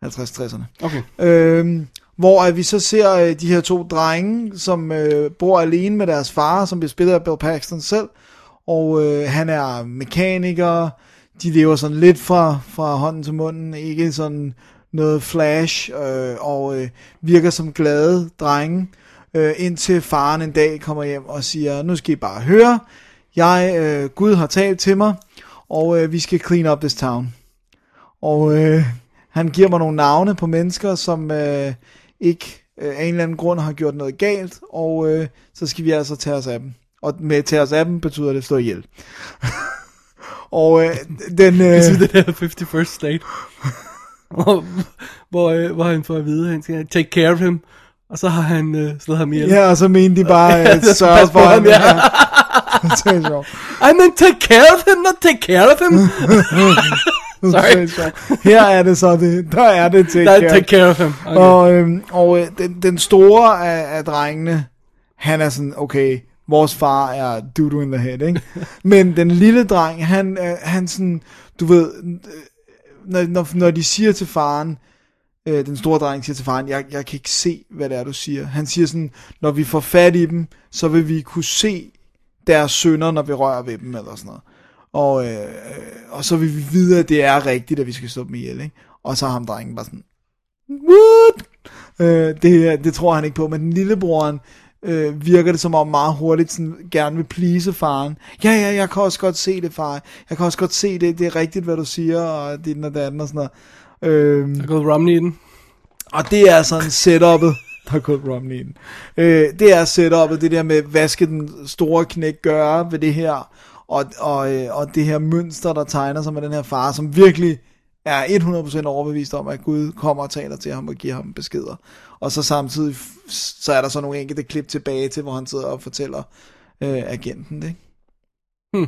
[SPEAKER 4] 50-60'erne.
[SPEAKER 3] Okay.
[SPEAKER 4] Øhm, hvor at vi så ser øh, de her to drenge, som øh, bor alene med deres far, som bliver spillet af Bill Paxton selv. Og øh, han er mekaniker. De lever sådan lidt fra, fra hånden til munden. Ikke sådan noget flash. Øh, og øh, virker som glade drenge. Øh, indtil faren en dag kommer hjem og siger, nu skal I bare høre. Jeg, øh, Gud har talt til mig, og øh, vi skal clean up this town. Og øh, han giver mig nogle navne på mennesker, som øh, ikke øh, af en eller anden grund har gjort noget galt, og øh, så skal vi altså tage os af dem. Og med tage os af dem betyder det slå ihjel. [laughs] og øh, den...
[SPEAKER 3] [laughs]
[SPEAKER 4] Øh,
[SPEAKER 3] Det er det der 51st State. hvor, hvor, øh, hvor han får at vide, at han skal take care of him. Og så har han øh, slået ham ihjel.
[SPEAKER 4] [laughs] Ja, og så mente de bare, at
[SPEAKER 3] så
[SPEAKER 4] sørge
[SPEAKER 3] pas på
[SPEAKER 4] for ham.
[SPEAKER 3] ham, ja.
[SPEAKER 4] Ja. [laughs] Det er sjovt.
[SPEAKER 3] I meant take care of him, not take care
[SPEAKER 4] [laughs]
[SPEAKER 3] of him. Sorry.
[SPEAKER 4] Det er sjovt. Her er det så det. Der er det til.
[SPEAKER 3] Nej, take care of him. Okay.
[SPEAKER 4] Og, øhm, og øh, den, den store af, af drengene, han er sådan, okay, vores far er dudu in the head, ikke? Men den lille dreng, han, øh, han sådan, du ved, øh, når, når, når de siger til faren, øh, den store dreng siger til faren, jeg, jeg kan ikke se, hvad det er, du siger. Han siger sådan, når vi får fat i dem, så vil vi kunne se deres sønder, når vi rører ved dem, eller sådan noget. Og, øh, øh, og så vil vi vide, at det er rigtigt, at vi skal slå dem ihjel, ikke? Og så har ham drengen bare sådan, what? Øh, det, det tror han ikke på, men den lillebroren øh, virker det som om meget hurtigt sådan, gerne vil please faren. Ja, ja, jeg kan også godt se det, far. Jeg kan også godt se det, det er rigtigt, hvad du siger, og det er den og det andet og sådan noget. Øhm,
[SPEAKER 3] Så går Romney i den.
[SPEAKER 4] og det er sådan setup'et, der er gået Romney ind. Øh, det er setup'et, det der med, hvad skal den store knæk gøre ved det her, og, og, øh, og det her mønster, der tegner sig med den her far, som virkelig er 100% overbevist om, at Gud kommer og taler til ham og giver ham beskeder. Og så samtidig, f- så er der så nogle enkelte klip tilbage til, hvor han sidder og fortæller øh, agenten det. Ikke?
[SPEAKER 3] Hmm.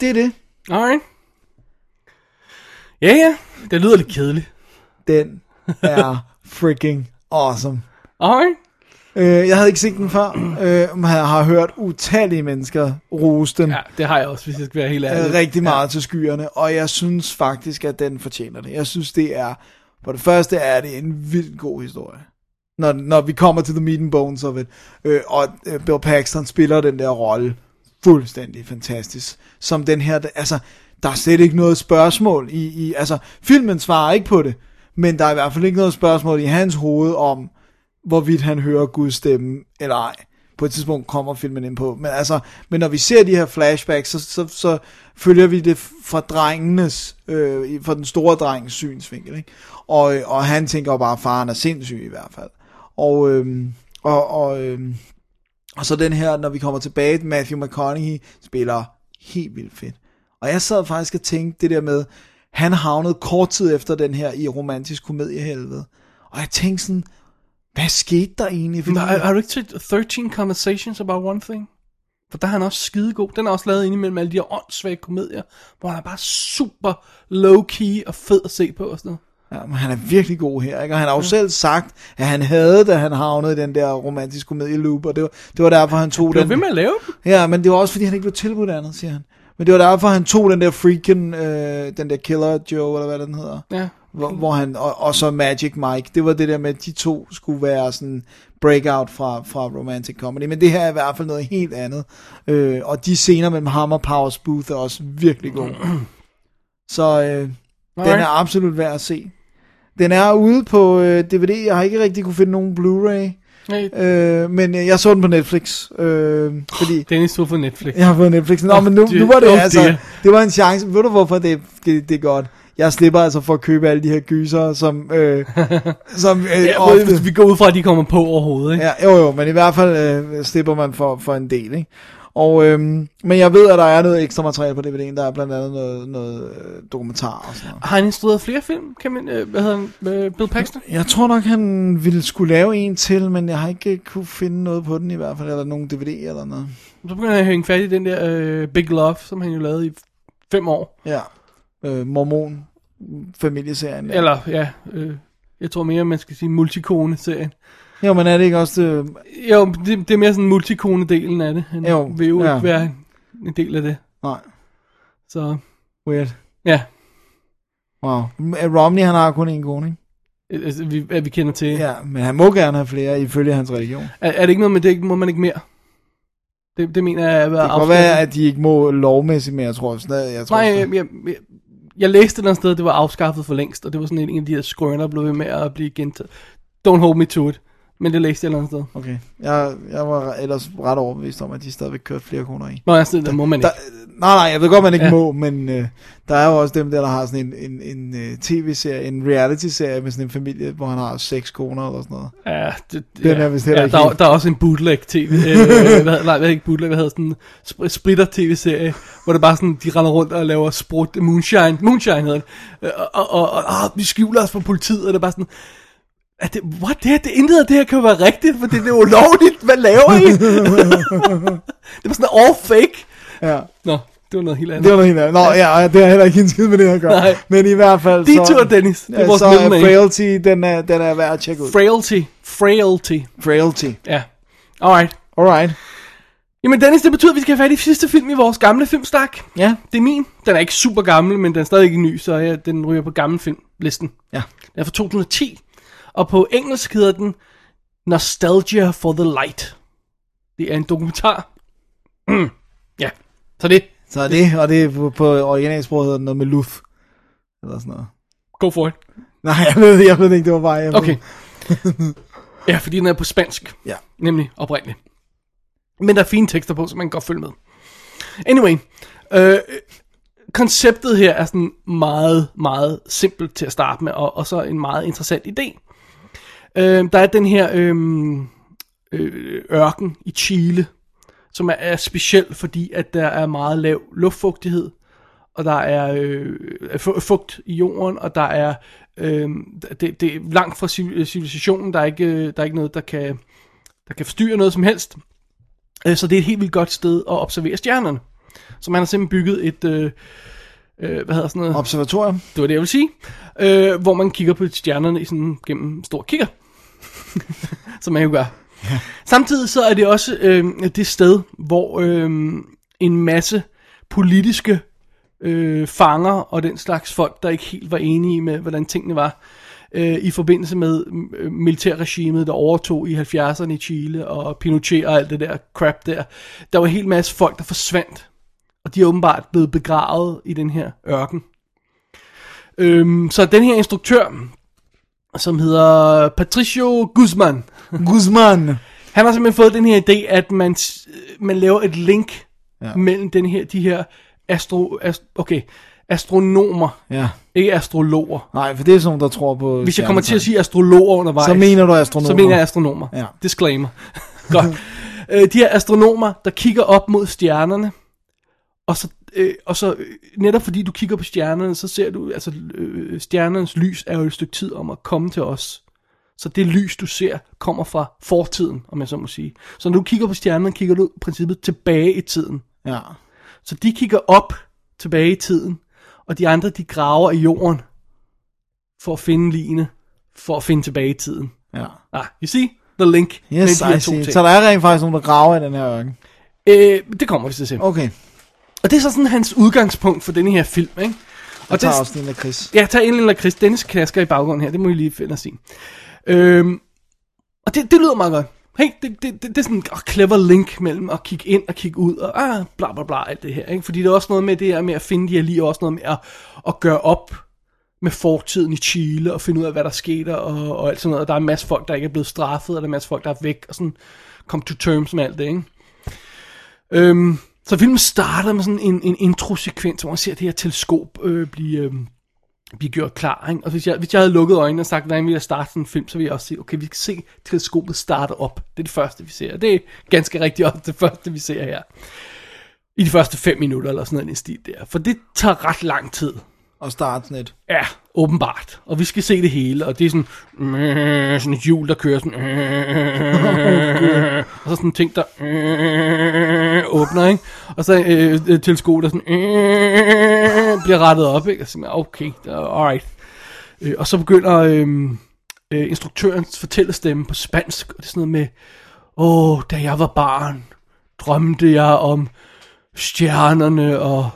[SPEAKER 4] Det er det.
[SPEAKER 3] Alright. Ja, ja. Det lyder lidt kedeligt.
[SPEAKER 4] Den er freaking awesome.
[SPEAKER 3] Alright.
[SPEAKER 4] Øh, jeg havde ikke set den før, øh, men jeg har hørt utallige mennesker rose den
[SPEAKER 3] Ja, det har jeg også, hvis jeg skal være helt ærlig.
[SPEAKER 4] øh, rigtig meget ja. til skyerne, og jeg synes faktisk, at den fortjener det. Jeg synes, det er, for det første er det en vildt god historie, når, når vi kommer til the meat and bones of it, øh, og øh, Bill Paxton spiller den der rolle fuldstændig fantastisk, som den her, altså, der er slet ikke noget spørgsmål i, i altså, filmen svarer ikke på det, men der er i hvert fald ikke noget spørgsmål i hans hoved om, hvorvidt han hører Guds stemme eller ej. På et tidspunkt kommer filmen ind på. Men, altså, men når vi ser de her flashbacks, så, så, så følger vi det fra drengenes, øh, i- fra den store drengens synsvinkel. Ikke? Og, øh, og han tænker jo bare, at faren er sindssyg i hvert fald. Og, øhm, og, og, øhm, og så den her, når vi kommer tilbage, Matthew McConaughey spiller helt vildt fedt. Og jeg sad faktisk og tænkte det der med, han havnede kort tid efter den her i romantisk komediehelvede. Og jeg tænkte sådan, hvad skete der egentlig? Fordi,
[SPEAKER 3] Men har, har du ikke set 13 Conversations About One Thing? For der er han også skidegod. Den er også lavet ind imellem alle de her åndssvage komedier, hvor han er bare super low-key og fed at se på og sådan noget.
[SPEAKER 4] ja, men han er virkelig god her, ikke? Og han har jo selv sagt, at han havde, da han havnede i den der romantiske komedie loop, og det var, det var derfor, han tog
[SPEAKER 3] Du er
[SPEAKER 4] den.
[SPEAKER 3] ved med at lave den.
[SPEAKER 4] Ja, men det var også, fordi han ikke blev tilbudt andet, siger han. Men det var derfor, han tog den der freaking, øh, den der Killer Joe, eller hvad den hedder.
[SPEAKER 3] Ja.
[SPEAKER 4] Hvor, hvor han, og, og så Magic Mike. Det var det der med, at de to skulle være sådan breakout fra, fra romantic comedy. Men det her er i hvert fald noget helt andet. Øh, og de scener mellem ham og Powers Booth er også virkelig gode. Så øh, den
[SPEAKER 3] Alright.
[SPEAKER 4] er absolut værd at se. Den er ude på øh, DVD. Jeg har ikke rigtig kunne finde nogen Blu-ray.
[SPEAKER 3] Hey,
[SPEAKER 4] Øh, men øh, jeg så den på Netflix. Øh, fordi
[SPEAKER 3] Dennis, du har fået Netflix.
[SPEAKER 4] jeg har fået Netflix. Nå, men nu,
[SPEAKER 3] dear.
[SPEAKER 4] nu var det
[SPEAKER 3] Oh,
[SPEAKER 4] altså...
[SPEAKER 3] dear.
[SPEAKER 4] Det var en chance. Ved du, hvorfor det, det, det er godt? Jeg slipper altså for at købe alle de her gyser, som, [laughs] øh, som øh,
[SPEAKER 3] Ja,
[SPEAKER 4] ofte...
[SPEAKER 3] hvis vi går ud fra, at de kommer på overhovedet, ikke?
[SPEAKER 4] Ja, jo jo, men i hvert fald øh, slipper man for, for en del, ikke? Og, øhm, men jeg ved, at der er noget ekstra materiale på DVD'en. Der er blandt andet noget, noget øh, dokumentar og sådan noget.
[SPEAKER 3] Har han instrueret flere film? Kan man, øh, hvad hedder han? Øh, Bill Paxton?
[SPEAKER 4] Jeg tror nok, han ville skulle lave en til, men jeg har ikke øh, kunne finde noget på den i hvert fald, eller nogen DVD eller noget.
[SPEAKER 3] Så begynder han at hænge fat i den der øh, Big Love, som han jo lavede i f- fem år.
[SPEAKER 4] Ja. Øh, mormon familieserien. der.
[SPEAKER 3] Eller, ja, øh, jeg tror mere, man skal sige multikone-serien.
[SPEAKER 4] Jo, men er det ikke også øh, det?
[SPEAKER 3] Jo, det, det er mere sådan multikone-delen af det. Han
[SPEAKER 4] Jo,
[SPEAKER 3] vil jo
[SPEAKER 4] ja.
[SPEAKER 3] ikke være en del af det.
[SPEAKER 4] Nej,
[SPEAKER 3] Så,
[SPEAKER 4] weird.
[SPEAKER 3] ja,
[SPEAKER 4] Wow. M- Romney, han har kun én kone, ikke?
[SPEAKER 3] altså, vi, at vi kender til. Ja.
[SPEAKER 4] Ja, men han må gerne have flere, ifølge hans religion.
[SPEAKER 3] Er, er det ikke noget med det, ikke- må man ikke mere? Det, det mener jeg er
[SPEAKER 4] Det kan godt være, at de ikke må lovmæssigt, men jeg tror stadig, jeg tror
[SPEAKER 3] Nej,
[SPEAKER 4] stadig.
[SPEAKER 3] jeg, jeg, jeg, jeg læste et eller andet sted, at det var afskaffet for længst, og det var sådan en af de her skrøner, der blev ved med at blive gentaget. Don't hold me to it. Men det læste jeg et eller andet sted.
[SPEAKER 4] Okay, jeg, jeg var ellers ret overbevist om, at de stadigvæk kørte flere koner i.
[SPEAKER 3] Nå, jeg sådan, det må man
[SPEAKER 4] Der,
[SPEAKER 3] ikke.
[SPEAKER 4] Nej, nej, jeg ved godt, man ikke ja. må, men øh, der er jo også dem der, der har sådan en, en, en øh, tv-serie, en reality-serie med sådan en familie, hvor han har seks koner eller sådan noget.
[SPEAKER 3] Ja, det,
[SPEAKER 4] Den er vist heller ikke
[SPEAKER 3] der, er-
[SPEAKER 4] helt-
[SPEAKER 3] der er også en bootleg-tv.
[SPEAKER 4] [laughs]
[SPEAKER 3] Øh, hvad, nej, hvad er ikke bootleg, hvad hedder sådan en spritter-tv-serie, hvor det bare sådan, de render rundt og laver sprut, moonshine, moonshine hedder det, Øh, og, og, og, og vi skjuler os fra politiet, og det er bare sådan, er det, what, det her, det, intet af det her kan jo være rigtigt, for det, det er ulovligt, hvad laver
[SPEAKER 4] [laughs]
[SPEAKER 3] I? det var sådan all fake.
[SPEAKER 4] Ja,
[SPEAKER 3] Nå, det var noget helt
[SPEAKER 4] det
[SPEAKER 3] andet.
[SPEAKER 4] var noget helt andet. Nå, ja, ja, det er heller ikke en skid med det, her gør.
[SPEAKER 3] Nej.
[SPEAKER 4] Men i hvert fald,
[SPEAKER 3] De
[SPEAKER 4] så,
[SPEAKER 3] tur, Dennis. Det er
[SPEAKER 4] ja,
[SPEAKER 3] vores
[SPEAKER 4] så er
[SPEAKER 3] mellemnavn.
[SPEAKER 4] Frailty, den er, den er værd at tjekke ud.
[SPEAKER 3] Frailty, frailty,
[SPEAKER 4] Frailty.
[SPEAKER 3] ja. Alright.
[SPEAKER 4] Alright.
[SPEAKER 3] Jamen Dennis, det betyder, at vi skal have fat i sidste film i vores gamle filmstak.
[SPEAKER 4] Ja.
[SPEAKER 3] Det er min. Den er ikke super gammel, men den er stadig ikke ny, så ja, den ryger på gammel filmlisten.
[SPEAKER 4] Ja.
[SPEAKER 3] Den er fra 2010, og på engelsk hedder den Nostalgia for the Light. Det er en dokumentar. [clears throat] Mm. Ja, så det.
[SPEAKER 4] Så er det, og det er på, på originalsproget hedder den noget med luf. Eller sådan noget.
[SPEAKER 3] Go for it.
[SPEAKER 4] Nej, jeg ved, jeg ved det ikke, det var bare... Jeg ved- [laughs]
[SPEAKER 3] Okay. ja, fordi den er på spansk.
[SPEAKER 4] Ja.
[SPEAKER 3] Nemlig oprindeligt. Men der er fine tekster på, så man kan godt følge med. Anyway. Øh, konceptet her er sådan meget, meget simpelt til at starte med, og, og så en meget interessant idé. Øh, der er den her øh, øh, ørken i Chile, som er, er speciel, fordi at der er meget lav luftfugtighed, og der er øh, fu- fugt i jorden, og der er øh, det, det er langt fra civil- civilisationen, der er ikke, øh, der er ikke noget, der kan, der kan forstyrre noget som helst. Øh, Så det er et helt vildt godt sted at observere stjernerne. Så man har simpelthen bygget et, øh, øh, hvad hedder sådan noget?
[SPEAKER 4] Observatorium.
[SPEAKER 3] Det var det, jeg ville sige. Øh, hvor man kigger på stjernerne i sådan, gennem en stor kigger. [laughs] Som man jo gør. Samtidig så er det også øh, det sted, hvor øh, en masse politiske øh, fanger og den slags folk, der ikke helt var enige med, hvordan tingene var, øh, i forbindelse med øh, militærregimet, der overtog i 70'erne i Chile, og Pinochet og alt det der crap der. Der var en hel masse folk, der forsvandt, og de er åbenbart blevet begravet i den her ørken. Øhm, så den her instruktør, som hedder Patricio [laughs] Guzman,
[SPEAKER 4] Guzman.
[SPEAKER 3] han har simpelthen fået den her idé, at man, s- øh, man laver et link ja. mellem den her, de her astro, ast, okay, astronomer,
[SPEAKER 4] Ja.
[SPEAKER 3] ikke astrologer.
[SPEAKER 4] Nej, for det er sådan, nogen, der tror på...
[SPEAKER 3] Hvis jeg kommer til at sige astrologer undervejs,
[SPEAKER 4] Så mener du astronomer.
[SPEAKER 3] så mener jeg astronomer.
[SPEAKER 4] Ja.
[SPEAKER 3] Disclaimer. [laughs] Godt. Øh, de her astronomer, der kigger op mod stjernerne, og så, øh, og så øh, netop fordi du kigger på stjernerne, så ser du, altså øh, stjernernes lys er jo et stykke tid om at komme til os. Så det lys, du ser, kommer fra fortiden, om jeg så må sige. Så når du kigger på stjernerne, kigger du i princippet tilbage i tiden.
[SPEAKER 4] Ja.
[SPEAKER 3] Så de kigger op tilbage i tiden, og de andre, de graver i jorden for at finde ligene, for at finde tilbage i tiden.
[SPEAKER 4] Ja.
[SPEAKER 3] Ah, you see? The link.
[SPEAKER 4] Yes,
[SPEAKER 3] mellem de her to
[SPEAKER 4] I see.
[SPEAKER 3] ting.
[SPEAKER 4] Så der er rent faktisk nogen, der graver i den her ørken.
[SPEAKER 3] Øh, det kommer vi til at se.
[SPEAKER 4] Okay.
[SPEAKER 3] Og det er så sådan hans udgangspunkt for denne her film, ikke?
[SPEAKER 4] Og
[SPEAKER 3] Og
[SPEAKER 4] tager
[SPEAKER 3] det-
[SPEAKER 4] også den der Chris.
[SPEAKER 3] Ja, tag endelig eller Chris. Dennis knasker i baggrunden her. Det må I lige finde os i. Øhm, og det, det lyder meget godt. Hey, det, det, det, det er sådan en åh, clever link mellem at kigge ind og kigge ud, og ah, bla bla bla, alt det her. Ikke? Fordi det er også noget med det her med at finde de her lige, og også noget med at, at gøre op med fortiden i Chile, og finde ud af, hvad der skete, og, og alt sådan noget. Og der er en masse folk, der ikke er blevet straffet, og der er en masse folk, der er væk, og sådan come to terms med alt det, ikke? Øhm, så filmen starter med sådan en, en introsekvens, hvor man ser det her teleskop øh, blive... Øh, blive gjort klar. Ikke? Og hvis jeg, hvis jeg havde lukket øjnene og sagt, hvordan vi jeg starte sådan en film, så ville jeg også sige, okay, vi kan se teleskopet starte op. Det er det første, vi ser. Og Det er ganske rigtigt også det første, vi ser her. I de første fem minutter eller sådan noget i den stil der. For det tager ret lang tid.
[SPEAKER 4] Og starte
[SPEAKER 3] [laughs]
[SPEAKER 4] sådan et.
[SPEAKER 3] Ja, åbenbart. Og vi skal se det hele, og det er sådan, øh, sådan et hjul, der kører sådan, øh, og så sådan en ting, der øh, åbner, ikke? Og så øh, øh, teleskoper, der sådan, øh, bliver rettet op, ikke? Og så okay, der- alright. Øh, og så begynder øh, øh, instruktørens fortællestemme på spansk, og det er sådan noget med, åh, da jeg var barn, drømte jeg om stjernerne og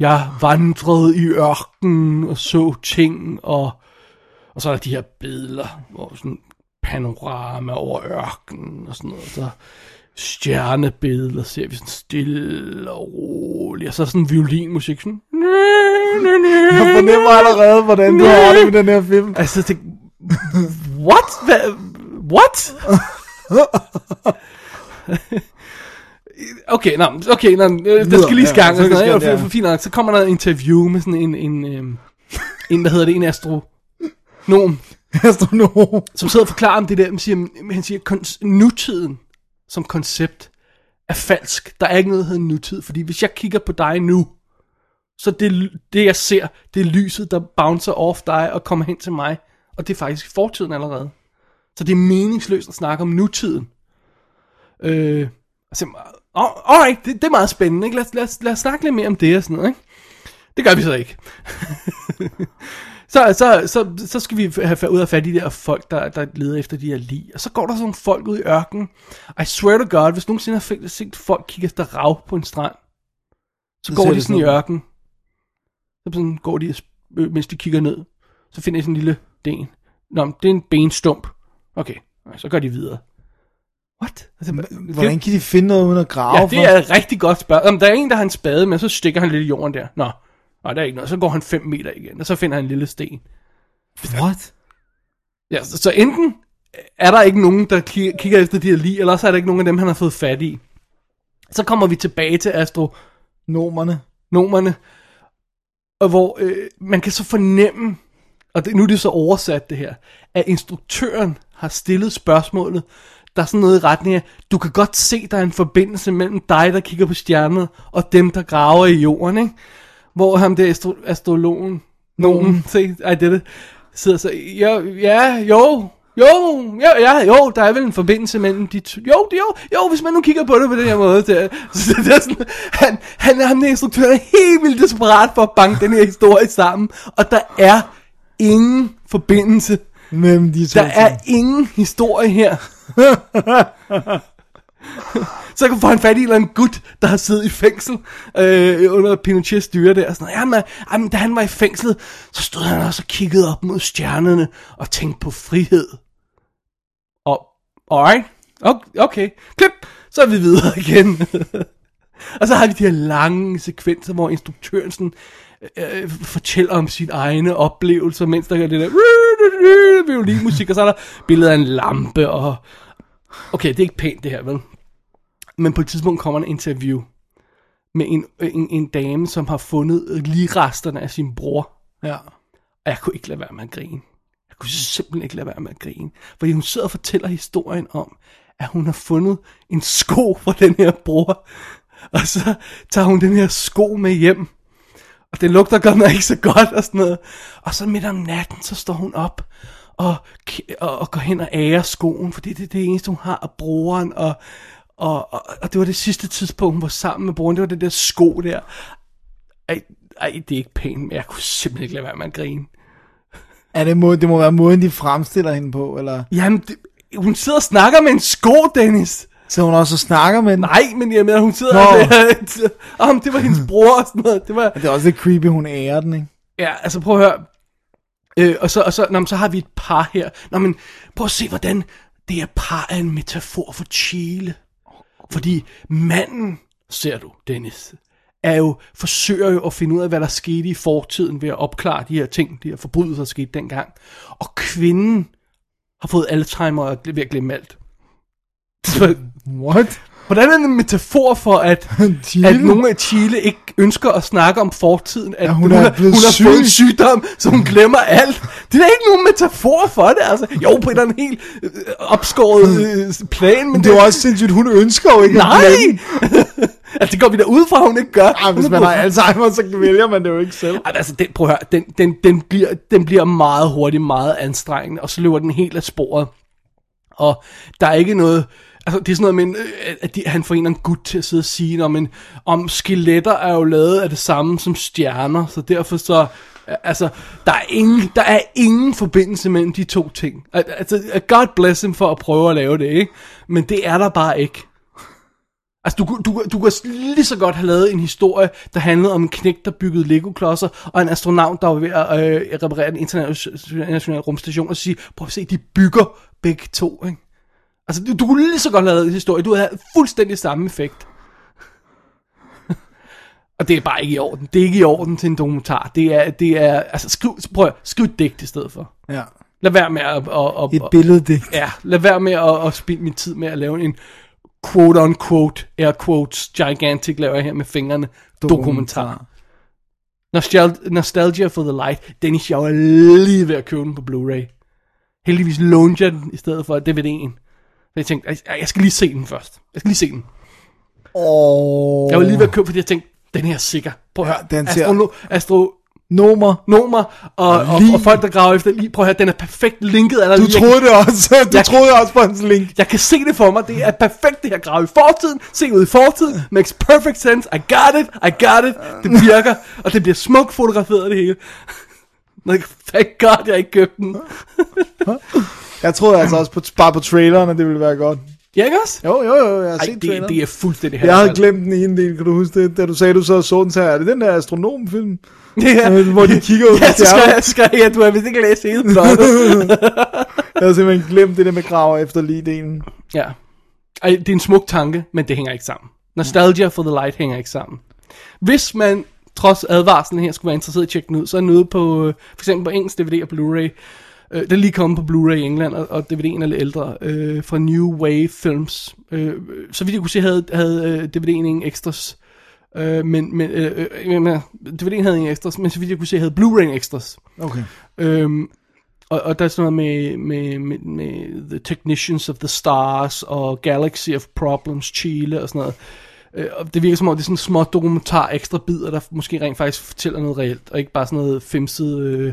[SPEAKER 3] jeg vandrede i ørkenen og så ting, og, og så er der de her billeder, hvor sådan panorama over ørkenen og sådan noget, så stjernebilleder ser vi sådan stille og roligt, og så sådan violinmusik, sådan... [laughs]
[SPEAKER 4] Jeg fornemmer allerede, hvordan du har det med den her film. [laughs]
[SPEAKER 3] Altså, det... What? Hva? What? [laughs] Okay, nå, men- okay, nå, men, øh, der
[SPEAKER 4] Videre,
[SPEAKER 3] skal lige
[SPEAKER 4] ja,
[SPEAKER 3] skang og
[SPEAKER 4] så
[SPEAKER 3] sådan
[SPEAKER 4] skal
[SPEAKER 3] noget.
[SPEAKER 4] det,
[SPEAKER 3] Ja,
[SPEAKER 4] ja.
[SPEAKER 3] for, fint nok. Så kommer der et interview med sådan en, en, øhm, en hvad hedder det, en astronom,
[SPEAKER 4] Astronom.
[SPEAKER 3] som sidder og forklarer om det der, han siger, han siger "Kon- nutiden som koncept er falsk. Der er ikke noget, der hedder nutid, fordi hvis jeg kigger på dig nu, så det, ly- det jeg ser, det er lyset, der bouncer off dig og kommer hen til mig, og det er faktisk fortiden allerede. Så det er meningsløst at snakke om nutiden. Øh, altså, oh, alright, det, det er meget spændende, ikke? Lad, os- lad, os- lad os snakke lidt mere om det og sådan noget, ikke? Det gør vi så ikke. Så, så, så, så skal vi have fa- ud af fat i de der folk, der, der leder efter de her lig. Og så går der sådan nogle folk ud i ørkenen. I swear to God, hvis nogensinde har fe- set folk kigge efter rav på en strand, så,
[SPEAKER 4] Så
[SPEAKER 3] går
[SPEAKER 4] ser
[SPEAKER 3] de
[SPEAKER 4] det
[SPEAKER 3] sådan i
[SPEAKER 4] sådan ud.
[SPEAKER 3] ørkenen. Så sådan går de, og sp- øh, mens de kigger ned. Så finder de sådan en lille den. Nå, men det er en benstump. Okay, og så går de videre. What? Altså, det-
[SPEAKER 4] Hvordan kan de finde noget uden at grave
[SPEAKER 3] Ja, det er et rigtig godt spørgsmål. Om der er en, der har en spade med, så stikker han lidt i jorden der. Nå, nej, der er ikke noget. Så går han 5 meter igen, og så finder han en lille sten.
[SPEAKER 4] for? What?
[SPEAKER 3] Ja, så, så enten er der ikke nogen, der ki- kigger efter de her lige, eller også er der ikke nogen af dem, han har fået fat i. Så kommer vi tilbage til astronomerne,
[SPEAKER 4] Nomerne.
[SPEAKER 3] og hvor øh, man kan så fornemme, og det, nu er det så oversat det her, at instruktøren har stillet spørgsmålet, der er sådan noget i retning af, du kan godt se, der er en forbindelse mellem dig, der kigger på stjernerne, og dem, der graver i jorden, ikke? Hvor ham der astro- astrologen, nogen, se, ej det er det, sidder så, ja, ja, jo, jo, ja, ja, jo, der er vel en forbindelse mellem de to, jo, det- jo, jo, hvis man nu kigger på det på den her måde, der, så det er sådan, han, han, ham der instruktøren er helt vildt desperat for at banke den her historie sammen, og der er ingen forbindelse
[SPEAKER 4] Mellem de to
[SPEAKER 3] der er
[SPEAKER 4] ting.
[SPEAKER 3] ingen historie her. så kan få han fat i en eller anden gut, der har siddet i fængsel øh, under Pinochets styre der. Og sådan noget. Ja, man, ej, men da han var i fængslet, så stod han også og kiggede op mod stjernerne og tænkte på frihed. Og, alright, okay, okay, klip, så er vi videre igen. [laughs] og så har vi de her lange sekvenser, hvor instruktøren sådan, øh, fortæller om sine egne oplevelser, mens der er det der violinmusik, og så er der billeder af en lampe, og... Okay, det er ikke pænt det her, vel? Men på et tidspunkt kommer en interview med en, en, en dame, som har fundet lige resterne af sin bror.
[SPEAKER 4] Ja.
[SPEAKER 3] Og jeg kunne ikke lade være med at grine. Jeg kunne simpelthen ikke lade være med at grine. Fordi hun sidder og fortæller historien om, at hun har fundet en sko fra den her bror. Og så tager hun den her sko med hjem. Og den lugter godt nok ikke så godt og sådan noget. Og så midt om natten, så står hun op og, ki- og, og går hen og ærer skoen, fordi det er det eneste, hun har af broren. Og, og, og, og det var det sidste tidspunkt, hun var sammen med broren. Det var det der sko der. Ej, ej, det er ikke pænt, men jeg kunne simpelthen ikke lade være med at grine.
[SPEAKER 4] Er det, må, det må være måden, de fremstiller hende på, eller...
[SPEAKER 3] Jamen, det, hun sidder og snakker med en sko, Dennis.
[SPEAKER 4] Så hun også og snakker med den.
[SPEAKER 3] Nej, men jeg mener, hun sidder
[SPEAKER 4] Nå.
[SPEAKER 3] med... Om det var hendes bror og [laughs] sådan noget. Det var,
[SPEAKER 4] Det er også lidt creepy, hun ærer den, ikke?
[SPEAKER 3] ja, altså prøv at høre. Øh, og så, og så, nå, men så har vi et par her. Nå, men prøv at se, hvordan det her par er en metafor for Chile. Fordi manden, ser du, Dennis, er jo, forsøger jo at finde ud af, hvad der skete i fortiden ved at opklare de her ting, de her forbrydelser, der skete dengang. Og kvinden har fået Alzheimer og er ved at glemme alt. [laughs] Så,
[SPEAKER 4] What?
[SPEAKER 3] Hvordan er det en metafor for, at,
[SPEAKER 4] [laughs] Chile?
[SPEAKER 3] at nogen af Chile ikke ønsker at snakke om fortiden? At
[SPEAKER 4] Ja, hun
[SPEAKER 3] hun,
[SPEAKER 4] er
[SPEAKER 3] har,
[SPEAKER 4] blevet
[SPEAKER 3] hun har fået en
[SPEAKER 4] syg.
[SPEAKER 3] sygdom, så hun glemmer alt. Det er da ikke nogen metafor for det, altså. Jo, på en eller anden helt øh, opskåret øh, plan, men
[SPEAKER 4] Hmm. Det er jo også sindssygt, hun ønsker jo ikke at
[SPEAKER 3] Nej!
[SPEAKER 4] blande.
[SPEAKER 3] [laughs] altså, det går vi da ud fra, hun ikke gør.
[SPEAKER 4] Ej, hvis man har Alzheimer, så vælger man det jo ikke selv.
[SPEAKER 3] Ej, men altså, den, prøv at høre, den, den, den, bliver, den bliver meget hurtigt, meget anstrengende, og så løber den helt af sporet. Og der er ikke noget... Altså, det er sådan noget med, øh, at de, han får en eller anden gut til at sidde og sige, om, en, om skeletter er jo lavet af det samme som stjerner, så derfor så... øh, Altså, der er, ingen, der er ingen forbindelse mellem de to ting. Al- Altså, God bless him for at prøve at lave det, ikke? Men det er der bare ikke. Altså, du, kunne- du, kunne- du kunne lige så godt have lavet en historie, der handlede om en knægt, der byggede Lego-klodser, og en astronaut, der var ved at øh, reparere en international rumstation, og sige, prøv at se, de bygger begge to, ikke? Altså, du, du kunne lige så godt have lavet en historie, du havde fuldstændig samme effekt. [laughs] og det er bare ikke i orden. Det er ikke i orden til en dokumentar. Det er, det er altså, skriv, prøv at, skriv et digt i stedet for.
[SPEAKER 4] Ja.
[SPEAKER 3] Lad være med at... at, at,
[SPEAKER 4] Et
[SPEAKER 3] at
[SPEAKER 4] billede, det.
[SPEAKER 3] Ja, lad være med at, at spilde min tid med at lave en quote unquote, air quotes, gigantic laver jeg her med fingrene, dokumentar. Nostal- Nostalgia for the Light. Dennis, jeg var lige ved at købe den på Blu-ray. Heldigvis lånte jeg den i stedet for DVD'en. For jeg tænkte, "Ej, jeg skal lige se den først. Jeg skal lige se den.
[SPEAKER 4] Åh.
[SPEAKER 3] Jeg var lige ved at købe, fordi jeg tænkte, den her er sikker. Prøv at
[SPEAKER 4] Ja,
[SPEAKER 3] høre.
[SPEAKER 4] den ser-
[SPEAKER 3] Astrolo-
[SPEAKER 4] Nomer.
[SPEAKER 3] astronomer og, og, og,
[SPEAKER 4] Lige-
[SPEAKER 3] og, folk, der graver efter lige. Prøv at høre, den er perfekt linket. Er der
[SPEAKER 4] Du
[SPEAKER 3] lige,
[SPEAKER 4] troede det også. [laughs] Du
[SPEAKER 3] Jeg-
[SPEAKER 4] troede også på hans link.
[SPEAKER 3] Jeg kan se det for mig. Det er perfekt, det her grave i fortiden. Se ud i fortiden. Makes perfect sense. I got it. I got it. Det virker. Og det bliver smukt fotograferet det hele. [laughs] Nå, Thank God, jeg ikke købte den.
[SPEAKER 4] Jeg troede altså også på, bare på traileren, at det ville være godt.
[SPEAKER 3] Ja, ikke også?
[SPEAKER 4] Jo, jo, jo, jeg har
[SPEAKER 3] Ej,
[SPEAKER 4] set
[SPEAKER 3] det,
[SPEAKER 4] traileren.
[SPEAKER 3] det er fuldstændig
[SPEAKER 4] Jeg havde
[SPEAKER 3] herfald. [laughs]
[SPEAKER 4] glemt den ene del, kan du huske det? Da du sagde, du så så den, så er det den der astronomfilm,
[SPEAKER 3] Ja.
[SPEAKER 4] øh, hvor de kigger ud på
[SPEAKER 3] Ja, så skal
[SPEAKER 4] stjerner.
[SPEAKER 3] jeg, skal jeg, du har vist ikke læst hele plottet.
[SPEAKER 4] Jeg havde simpelthen glemt det der med graver efter lige delen.
[SPEAKER 3] Ja. Ej, det er en smuk tanke, men det hænger ikke sammen. Nostalgia for the Light hænger ikke sammen. Hvis man trods advarslen her skulle være interesseret i at tjekke den ud, så er den ude på, øh, for eksempel på engelsk DVD og Blu-ray. Øh, den er lige kommet på Blu-ray i England, og, og DVD'en er lidt ældre, øh, fra New Wave Films. Øh, så vidt jeg kunne se, havde, havde øh, DVD'en ingen ekstras. Øh, men, men, øh, øh, jeg mener, DVD'en havde ingen ekstras, men så vidt jeg kunne se, havde Blu-ray ingen ekstras.
[SPEAKER 4] Okay.
[SPEAKER 3] Øhm, og, og der er sådan noget med, med, med, med The Technicians of the Stars og Galaxy of Problems Chile og sådan noget. Øh, og det virker som om, det er sådan små dokumentar ekstra bidder, der måske rent faktisk fortæller noget reelt, og ikke bare sådan noget femset øh,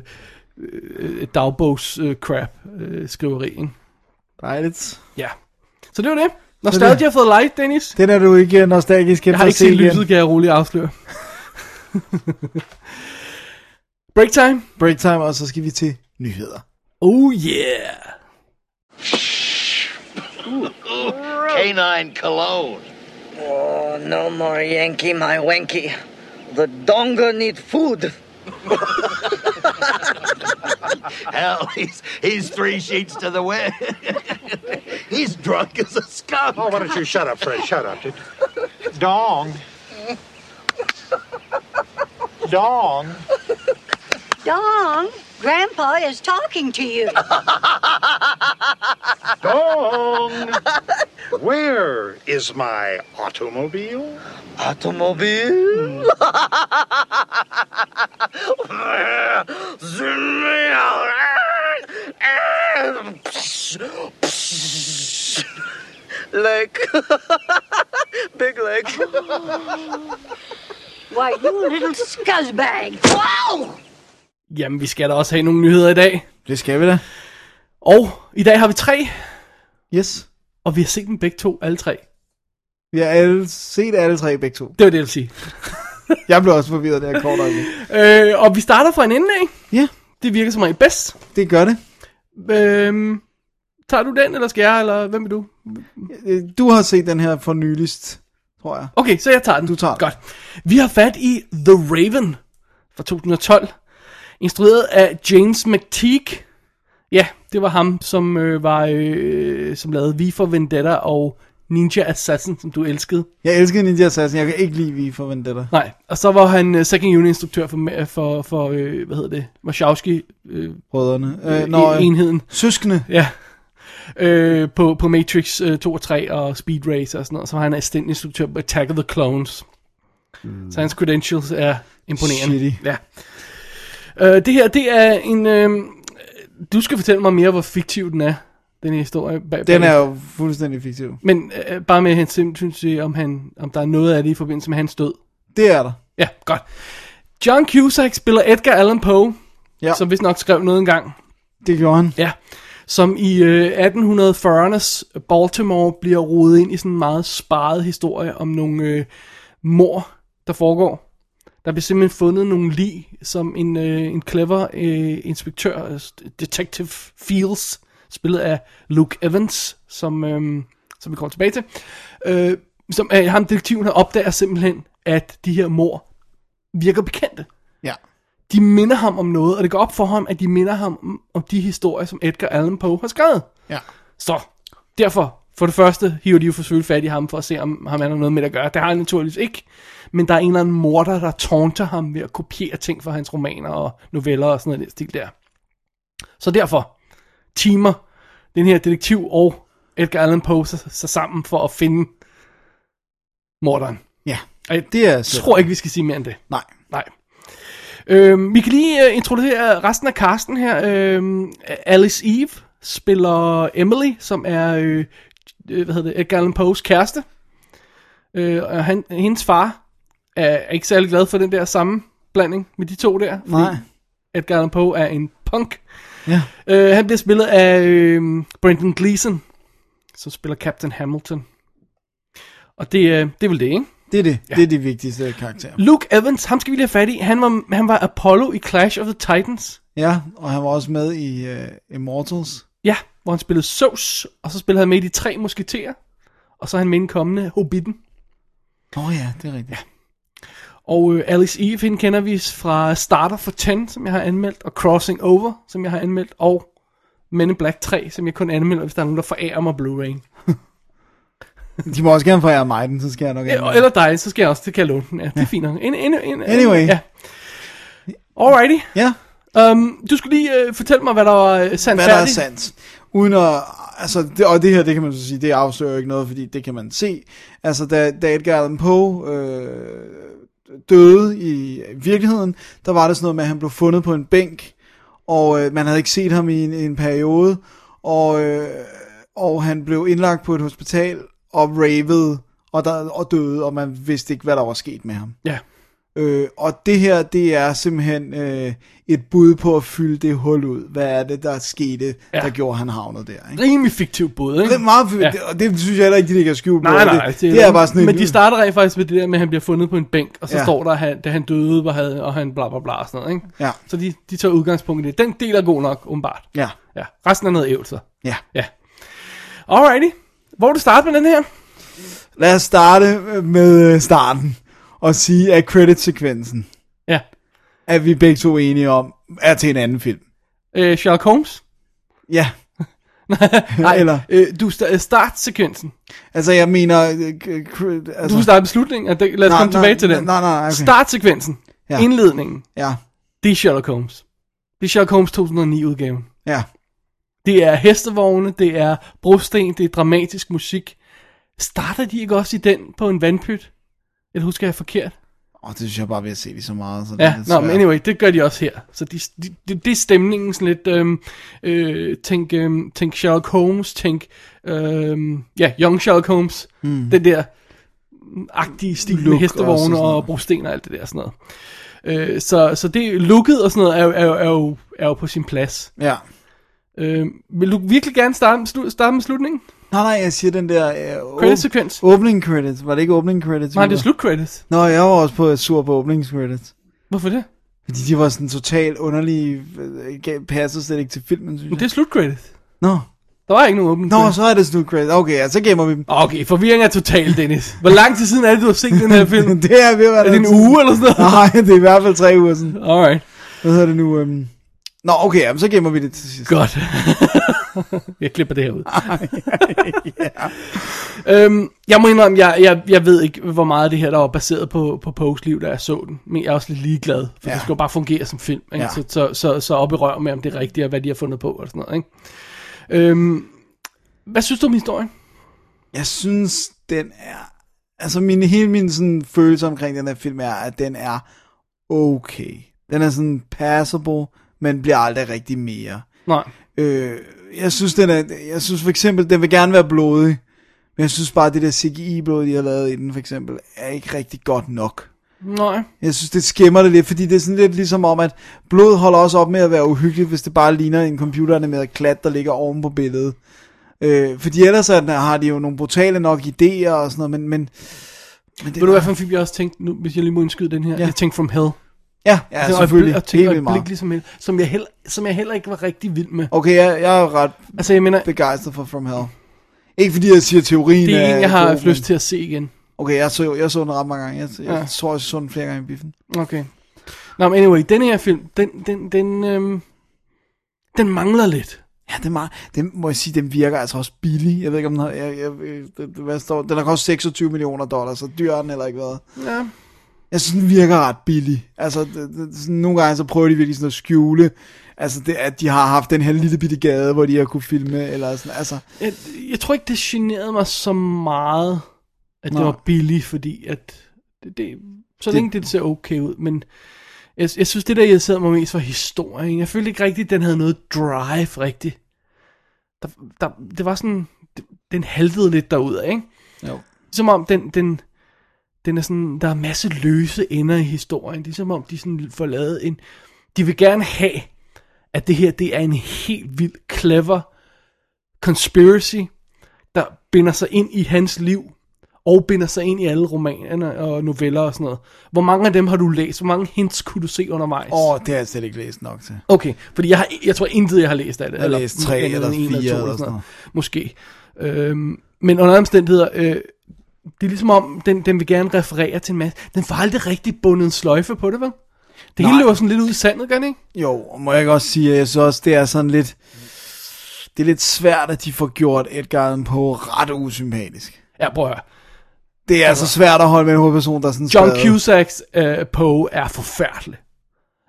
[SPEAKER 3] øh, dagbogs øh, crap øh, skriveri. ikke?
[SPEAKER 4] Dejligt.
[SPEAKER 3] Ja. Så det var det. Nostalgia for the light, Dennis.
[SPEAKER 4] Den er du ikke nostalgisk
[SPEAKER 3] Jeg har
[SPEAKER 4] efter
[SPEAKER 3] ikke
[SPEAKER 4] at se
[SPEAKER 3] set
[SPEAKER 4] igen.
[SPEAKER 3] lyset, kan jeg roligt afsløre. Break time.
[SPEAKER 4] Break time, og så skal vi til nyheder.
[SPEAKER 3] Oh yeah.
[SPEAKER 5] Canine cologne.
[SPEAKER 1] Oh, no more Yankee, my wanky. The donga need food.
[SPEAKER 5] [laughs] Hell, he's, he's three sheets to the wind. [laughs] he's drunk as a skunk. Oh, why don't you shut up, Fred? Shut up, dude. Dong. Dong.
[SPEAKER 7] Dong, Grandpa is talking to you.
[SPEAKER 5] Dong. Where is my automobile?
[SPEAKER 1] Automobile?
[SPEAKER 5] [laughs]
[SPEAKER 1] Leg. Big leg.
[SPEAKER 7] Why, you little scuzzbag.
[SPEAKER 3] Jamen, vi skal da også have nogle nyheder i dag.
[SPEAKER 4] Det skal vi da.
[SPEAKER 3] Og i dag har vi tre,
[SPEAKER 4] Yes.
[SPEAKER 3] og vi har set dem begge to, alle tre.
[SPEAKER 4] Vi har alle, set alle tre begge to.
[SPEAKER 3] Det var det, jeg ville sige.
[SPEAKER 4] Jeg blev også forvirret, der kort øjeblik.
[SPEAKER 3] Øh, og vi starter fra en ende af.
[SPEAKER 4] Ja,
[SPEAKER 3] Det virker som mig bedst.
[SPEAKER 4] det gør det.
[SPEAKER 3] Øhm, tager du den, eller skal jeg, eller hvem vil du?
[SPEAKER 4] Øh, Du har set den her for nyligst, tror jeg.
[SPEAKER 3] Okay, så jeg tager den.
[SPEAKER 4] Du tager den.
[SPEAKER 3] Godt. Vi har fat i The Raven fra 2012. Instrueret af James McTeague. Ja, det var ham, som øh, var øh, som lavede V for Vendetta og Ninja Assassin, som du elskede.
[SPEAKER 4] Jeg elskede Ninja Assassin. Jeg kan ikke lide Vi for Vendetta.
[SPEAKER 3] Nej, og så var han uh, second unit instruktør for, for, for øh, hvad hedder det, Wachowski øh,
[SPEAKER 4] Brødrene. Øh,
[SPEAKER 3] øh,
[SPEAKER 4] når,
[SPEAKER 3] enheden,
[SPEAKER 4] Søskende.
[SPEAKER 3] ja, øh, på, på Matrix øh, 2 og 3 og Speed Racer og sådan noget, så var han assistent instruktør på Attack of the Clones. Mm. Så hans credentials er imponerende.
[SPEAKER 4] Shitty.
[SPEAKER 3] Ja. Øh, det her, det er en, øh, du skal fortælle mig mere, hvor fiktiv den er, den her historie. Bag,
[SPEAKER 4] Den
[SPEAKER 3] bag-
[SPEAKER 4] er jo fuldstændig fiktiv.
[SPEAKER 3] Men øh, bare med hans sindssygt, om, han, om der er noget af det i forbindelse med hans død.
[SPEAKER 4] Det er der.
[SPEAKER 3] Ja, godt. John Cusack spiller Edgar Allan Poe,
[SPEAKER 4] Ja,
[SPEAKER 3] som vist nok skrev noget engang.
[SPEAKER 4] det gjorde han.
[SPEAKER 3] Ja. Som i øh, 1840'ernes Baltimore bliver rodet ind i sådan en meget sparet historie om nogle øh, mor, der foregår. Der bliver simpelthen fundet nogle lig, som en, øh, en clever øh, inspektør, øh, Detective Fields, spillet af Luke Evans, som, øh, som vi kommer tilbage til. Øh, som, øh, ham detektiven her opdager simpelthen, at de her mor virker bekendte
[SPEAKER 4] Ja.
[SPEAKER 3] de minder ham om noget, og det går op for ham, at de minder ham om- om de historier, som Edgar Allan Poe har skrevet.
[SPEAKER 4] Ja.
[SPEAKER 3] Så, derfor, for det første, hiver de jo selvfølgelig fat i ham, for at se, om ham han har noget med det at gøre. Det har han naturligvis ikke, men der er en eller anden morder, der taunter ham ved at kopiere ting fra hans romaner og noveller og sådan noget i den stil der. Så derfor, timer den her detektiv og Edgar Allan Poe sig, sig sammen for at finde morderen.
[SPEAKER 4] Ja,
[SPEAKER 3] Og jeg
[SPEAKER 4] det er
[SPEAKER 3] jeg
[SPEAKER 4] så.
[SPEAKER 3] tror ikke, vi skal sige mere end det.
[SPEAKER 4] Nej.
[SPEAKER 3] Nej. Øhm, vi kan lige øh, introducere resten af casten her. Øhm, Alice Eve spiller Emily, som er øh, øh, hvad hedder det, Edgar Allan Poes kæreste. Øh, og han, hendes far er ikke særlig glad for den der sammenblanding med de to der.
[SPEAKER 4] Nej.
[SPEAKER 3] Edgar Allan Poe er en punk.
[SPEAKER 4] Ja.
[SPEAKER 3] Øh, han bliver spillet af øh, Brendan Gleeson, som spiller Captain Hamilton. Og det, øh, det er vel det, ikke?
[SPEAKER 4] Det er det. Ja. Det er de vigtigste karakterer.
[SPEAKER 3] Luke Evans, ham skal vi lige have fat i. Han var, han var Apollo i Clash of the Titans.
[SPEAKER 4] Ja, og han var også med i uh, Immortals.
[SPEAKER 3] Ja, hvor han spillede Zeus, og så spillede han med i de tre musketerer. Og så er han med i den kommende Hobbiten.
[SPEAKER 4] Nå oh, ja, det er rigtigt. Ja.
[SPEAKER 3] Og øh, Alice Eve, hende kender vi fra Starter for 10, som jeg har anmeldt, og Crossing Over, som jeg har anmeldt, og Men in Black 3, som jeg kun anmelder, hvis der er nogen, der forærer mig Blu-ray.
[SPEAKER 4] De må også gerne forære mig den, så skal jeg nok...
[SPEAKER 3] Ja, og- Øh, eller dig, så skal jeg også til kan jeg låne den. Ja, det er fint nok. En, en, en,
[SPEAKER 4] Anyway.
[SPEAKER 3] Ja. Alrighty.
[SPEAKER 4] ja,
[SPEAKER 3] Um, du skulle lige øh, fortælle mig, hvad der var øh, sandt
[SPEAKER 4] hvad der er sandt. Uden at, altså, det, og det her, det kan man så sige, det afslører jo ikke noget, fordi det kan man se. Altså, da, da Edgar Allan Poe øh, døde i virkeligheden, der var det sådan noget med, at han blev fundet på en bænk, og øh, man havde ikke set ham i en, en periode, og, øh, og han blev indlagt på et hospital, og ravede, og, der, og døde, og man vidste ikke, hvad der var sket med ham.
[SPEAKER 3] Ja.
[SPEAKER 4] Øh, og det her, det er simpelthen øh, et bud på at fylde det hul ud. Hvad er det, der skete,
[SPEAKER 3] Ja.
[SPEAKER 4] ja. der gjorde, han havnet der? Ikke?
[SPEAKER 3] Rimelig fiktiv både, ikke?
[SPEAKER 4] Det er meget,
[SPEAKER 3] Ja.
[SPEAKER 4] ja. og det synes jeg heller ikke, de kan skjule
[SPEAKER 3] Nej,
[SPEAKER 4] på.
[SPEAKER 3] nej,
[SPEAKER 4] Altså, det, det, det er bare sådan en-
[SPEAKER 3] Men de starter rent faktisk med det der med, at han bliver fundet på en bænk, og så ja.
[SPEAKER 4] Ja.
[SPEAKER 3] står der, at han, da han døde, var han, og han bla bla bla og sådan noget, ikke?
[SPEAKER 4] Ja.
[SPEAKER 3] Så de, de tager udgangspunkt i det. Den del er god nok, åbenbart.
[SPEAKER 4] Ja,
[SPEAKER 3] Ja. Resten er noget ævl, så.
[SPEAKER 4] ja.
[SPEAKER 3] Ja. Alrighty. Hvor vil du starte med den her?
[SPEAKER 4] Lad os starte med øh, starten og sige, at credit-sekvensen
[SPEAKER 3] Ja.
[SPEAKER 4] er vi begge to enige om, er til en anden film.
[SPEAKER 3] Øh, Sherlock Holmes?
[SPEAKER 4] [laughs] Ja,
[SPEAKER 3] Nej,
[SPEAKER 4] Eller-
[SPEAKER 3] Øh, du sta- øh, startsekvensen.
[SPEAKER 4] altså jeg mener... øh, k- cre-
[SPEAKER 3] Du
[SPEAKER 4] Altså,
[SPEAKER 3] vil starte med slutningen, og det, lad os
[SPEAKER 4] Nej,
[SPEAKER 3] komme
[SPEAKER 4] nej,
[SPEAKER 3] tilbage til den.
[SPEAKER 4] nej, nej, nej, okay.
[SPEAKER 3] Startsekvensen. Ja.
[SPEAKER 4] Ja.
[SPEAKER 3] Indledningen.
[SPEAKER 4] ja,
[SPEAKER 3] Det er Sherlock Holmes. Det er Sherlock Holmes 2009-udgaven.
[SPEAKER 4] ja,
[SPEAKER 3] Det er hestevogne, det er brosten, det er dramatisk musik. Starter de ikke også i den på en vandpyt? Eller husker jeg forkert?
[SPEAKER 4] og det synes jeg bare, vi har set i så meget. Så det er
[SPEAKER 3] Ja,
[SPEAKER 4] lidt
[SPEAKER 3] nå,
[SPEAKER 4] svært.
[SPEAKER 3] men anyway, det gør de også her. Så de, de, de, det er stemningen sådan lidt, øhm, øh, tænk, øhm, tænk Sherlock Holmes, tænk, øhm, ja, Young Sherlock Holmes. Mm. Den der agtige stil
[SPEAKER 4] Mhm. Look
[SPEAKER 3] med
[SPEAKER 4] også og sådan
[SPEAKER 3] hestevogne
[SPEAKER 4] noget.
[SPEAKER 3] og brosten og alt det der sådan noget. Øh, så, så det looket og sådan noget er, jo- er, jo- er, jo, er jo på sin plads.
[SPEAKER 4] Ja.
[SPEAKER 3] Øh, vil du virkelig gerne starte med, slu, starte med slutningen?
[SPEAKER 4] Nej, nej, jeg siger den der... Øh,
[SPEAKER 3] Credit-sekvens.
[SPEAKER 4] Åb- opening credits. Var det ikke opening credits?
[SPEAKER 3] Nej,
[SPEAKER 4] vi
[SPEAKER 3] det er
[SPEAKER 4] var-
[SPEAKER 3] slut credits.
[SPEAKER 4] Nå, jeg var også på sur på opening credits.
[SPEAKER 3] Hvorfor det?
[SPEAKER 4] Fordi de var sådan totalt underlige, øh, gav- passede slet ikke til filmen, synes
[SPEAKER 3] Men
[SPEAKER 4] jeg.
[SPEAKER 3] det er slut credits.
[SPEAKER 4] Nå.
[SPEAKER 3] Der var ikke nogen åbning.
[SPEAKER 4] Nå, så er det slut credits. Okay, ja, så gemmer vi dem.
[SPEAKER 3] Okay, forvirring er total, Dennis. Hvor lang tid siden er det, du har set den her film?
[SPEAKER 4] [laughs] det er ved at være
[SPEAKER 3] Er det en
[SPEAKER 4] lang tid.
[SPEAKER 3] uge eller sådan noget?
[SPEAKER 4] [laughs] Nej, det er i hvert fald tre uger siden.
[SPEAKER 3] Alright,
[SPEAKER 4] Hvad hedder det nu? Øhm... Nå, okay, jamen, så gemmer vi det til sidst.
[SPEAKER 3] godt. [laughs] jeg klipper det her ud. [laughs] øhm, jeg må indrømme, jeg, jeg, jeg ved ikke, hvor meget af det her, der var baseret på, på Poes liv, da jeg så den. Men jeg er også lidt ligeglad, for ja.
[SPEAKER 4] Ja.
[SPEAKER 3] det skal jo bare fungere som film. Ikke? Ja. Så,
[SPEAKER 4] Ja.
[SPEAKER 3] så, så, så op i røven med, om det er rigtigt, og hvad de har fundet på, og sådan noget. Ikke? Øhm, hvad synes du om historien?
[SPEAKER 4] Jeg synes, den er... Altså, min, hele min sådan, følelse omkring den her film er, at den er okay. Den er sådan passable, men bliver aldrig rigtig mere.
[SPEAKER 3] Nej.
[SPEAKER 4] Øh, jeg synes, den er, jeg synes for eksempel, den vil gerne være blodig, men jeg synes bare, det der CGI-blod, de har lavet i den for eksempel, er ikke rigtig godt nok.
[SPEAKER 3] Nej.
[SPEAKER 4] Jeg synes, det skæmmer det lidt, fordi det er sådan lidt ligesom om, at blod holder også op med at være uhyggeligt, hvis det bare ligner en computeranimeret klat, der ligger oven på billedet. Øh, fordi ellers er, den- har de jo nogle brutale nok idéer og sådan noget, men... men, men det,
[SPEAKER 3] Ved du hvad for en film jeg også tænkte nu, hvis jeg lige må indskyde den her? Ja.
[SPEAKER 4] Ja.
[SPEAKER 3] Jeg tænkte From Hell.
[SPEAKER 4] Ja, ja
[SPEAKER 3] Den
[SPEAKER 4] selvfølgelig.
[SPEAKER 3] øjeblik-
[SPEAKER 4] Helt
[SPEAKER 3] Og
[SPEAKER 4] vildt
[SPEAKER 3] tænkte
[SPEAKER 4] meget.
[SPEAKER 3] øjeblik som, Hell, som, jeg heller, som jeg heller ikke var rigtig vild med.
[SPEAKER 4] Okay, jeg, jeg er ret
[SPEAKER 3] Altså jeg mener,
[SPEAKER 4] begejstret for From Hell. Ikke fordi jeg siger, at teorien
[SPEAKER 3] det er en, jeg har
[SPEAKER 4] god,
[SPEAKER 3] haft
[SPEAKER 4] men-
[SPEAKER 3] lyst til at se igen.
[SPEAKER 4] Okay, jeg så, jeg så den ret mange gange. Jeg, jeg
[SPEAKER 3] Ja.
[SPEAKER 4] ja. tror, jeg så den flere gange i biffen.
[SPEAKER 3] Okay. Nå, men anyway, den her film, den, den, den, øhm, den mangler lidt.
[SPEAKER 4] Ja, det er meget. Den, må jeg sige, den virker altså også billig. Jeg ved ikke, om den har... Jeg, jeg, det, hvad står, den har kostet 26 millioner dollars, så dyr har den heller ikke været.
[SPEAKER 3] Ja.
[SPEAKER 4] Jeg synes, den virker ret billig. Altså, det, det, sådan, nogle gange så prøver de virkelig sådan at skjule, altså det, at de har haft den her lille bitte gade, hvor de har kunne filme, eller sådan, altså...
[SPEAKER 3] Jeg, jeg tror ikke, det generede mig så meget, at
[SPEAKER 4] Nej.
[SPEAKER 3] det var billigt, fordi at det, det, så
[SPEAKER 4] Det-
[SPEAKER 3] længe det ser okay ud, men jeg, jeg synes, det der irriterede mig mest var historien. Jeg følte ikke rigtigt, at den havde noget drive rigtigt. Der, der, det var sådan, det, den haltede lidt derudad, ikke?
[SPEAKER 4] Jo.
[SPEAKER 3] Som om den, den, den er sådan, der er masse løse ender i historien. Det er som om, de sådan får lavet en... De vil gerne have, at det her, det er en helt vildt clever conspiracy, der binder sig ind i hans liv, og binder sig ind i alle romaner og noveller og sådan noget. Hvor mange af dem har du læst? Hvor mange hints kunne du se undervejs?
[SPEAKER 4] Åh, oh, det har jeg slet ikke læst nok til.
[SPEAKER 3] Okay, fordi jeg, har, jeg tror intet, jeg har læst af det. Jeg
[SPEAKER 4] har læst tre eller fire eller sådan noget.
[SPEAKER 3] Måske. Øhm, men under alle omstændigheder, øh, det er ligesom om, den, den vil gerne referere til en masse. Den får aldrig rigtig bundet en sløjfe på det, vel? Det
[SPEAKER 4] Nej.
[SPEAKER 3] hele løber sådan lidt ud i sandet, gør det ikke?
[SPEAKER 4] Jo, og må jeg ikke også sige, at jeg synes også, det er sådan lidt... Det er lidt svært, at de får gjort Edgar Allan Poe ret usympatisk.
[SPEAKER 3] Ja, prøv at høre.
[SPEAKER 4] Det er altså svært at holde med en hovedperson, der er sådan
[SPEAKER 3] John
[SPEAKER 4] skrevet.
[SPEAKER 3] Cusacks øh, Poe er forfærdelig.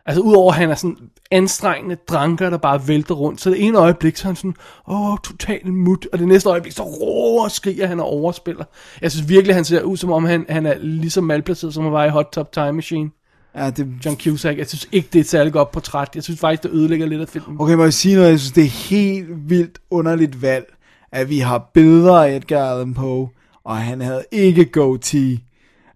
[SPEAKER 3] Altså udover at han er sådan anstrengende dranker, der bare vælter rundt, så det ene øjeblik, så er han sådan, åh, total mut, og det næste øjeblik, så roer og skriger han og overspiller. Jeg synes virkelig, han ser ud som om, han, han er lige så malplaceret, som han var i Hot Top Time Machine.
[SPEAKER 4] Ja, det,
[SPEAKER 3] John Cusack, jeg synes ikke, det er et særligt godt portræt. Jeg synes faktisk, det ødelægger lidt af filmen.
[SPEAKER 4] Okay, må jeg sige noget? Jeg synes, det er helt vildt underligt valg, at vi har billeder af Edgar Allan Poe, og han havde ikke goatee.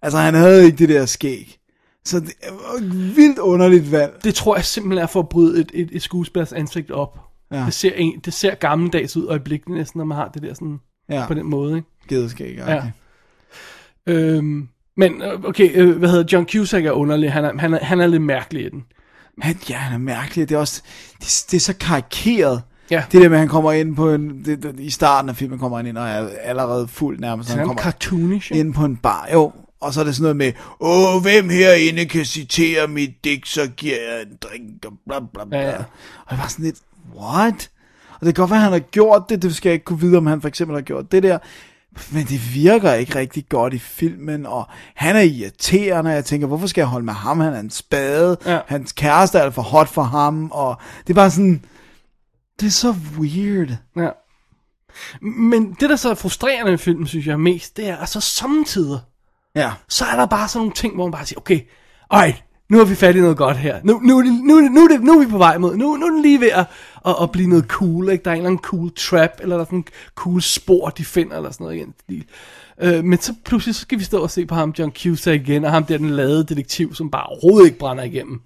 [SPEAKER 4] Altså, han havde ikke det der skæg. Så det er et vildt underligt valg.
[SPEAKER 3] Det tror jeg simpelthen er for at bryde et, et, et skuespillers ansigt op.
[SPEAKER 4] Ja.
[SPEAKER 3] Ja. Det, ser en, det ser gammeldags ud øjeblikkeligt næsten, når man har det der sådan,
[SPEAKER 4] Ja,
[SPEAKER 3] ja. på den måde. Ikke?
[SPEAKER 4] gedeskæg. Ja.
[SPEAKER 3] Ja. Øhm, men øh, okay, øh, hvad hedder John Cusack er underlig. Han er, han er, han er lidt mærkelig i den.
[SPEAKER 4] Han, ja, han er mærkelig. Det er også det, det er så karikeret.
[SPEAKER 3] Ja.
[SPEAKER 4] Det der med, at han kommer ind på en... Det, det, I starten af filmen kommer han ind og er allerede fuld nærmest. når
[SPEAKER 3] Han er
[SPEAKER 4] kommer
[SPEAKER 3] cartoonish. ikke?
[SPEAKER 4] inde på en bar. Jo, og så er det sådan noget med, åh, hvem herinde kan citere mit digt, så giver jeg en drink, og bla bla bla.
[SPEAKER 3] Ja,
[SPEAKER 4] Ja,
[SPEAKER 3] ja.
[SPEAKER 4] Og jeg var sådan lidt, what? Og det kan godt være, at han har gjort det, det skal jeg ikke kunne vide, om han for eksempel har gjort det der. Men det virker ikke rigtig godt i filmen, og han er irriterende, og jeg tænker, hvorfor skal jeg holde med ham? Han er en spade, ja.
[SPEAKER 3] Ja.
[SPEAKER 4] hans kæreste er alt for hot for ham, og det er bare sådan, det er så weird.
[SPEAKER 3] Ja. Men det, der så er frustrerende i filmen, synes jeg mest, det er altså samtidig,
[SPEAKER 4] Ja,
[SPEAKER 3] så er der bare sådan nogle ting, hvor man bare siger, okay, ej, nu har vi fat i noget godt her. Nu, nu, er det- nu, er det- nu, er det- nu er vi på vej mod, nu, nu er den lige ved at, at, at blive noget cool, ikke? Der er en eller anden cool trap, eller der er sådan en cool spor, de finder, eller sådan noget igen. De, øh, men så pludselig, så skal vi stå og se på ham, John Cusack igen, og ham der, den lade detektiv, som bare overhovedet ikke brænder igennem.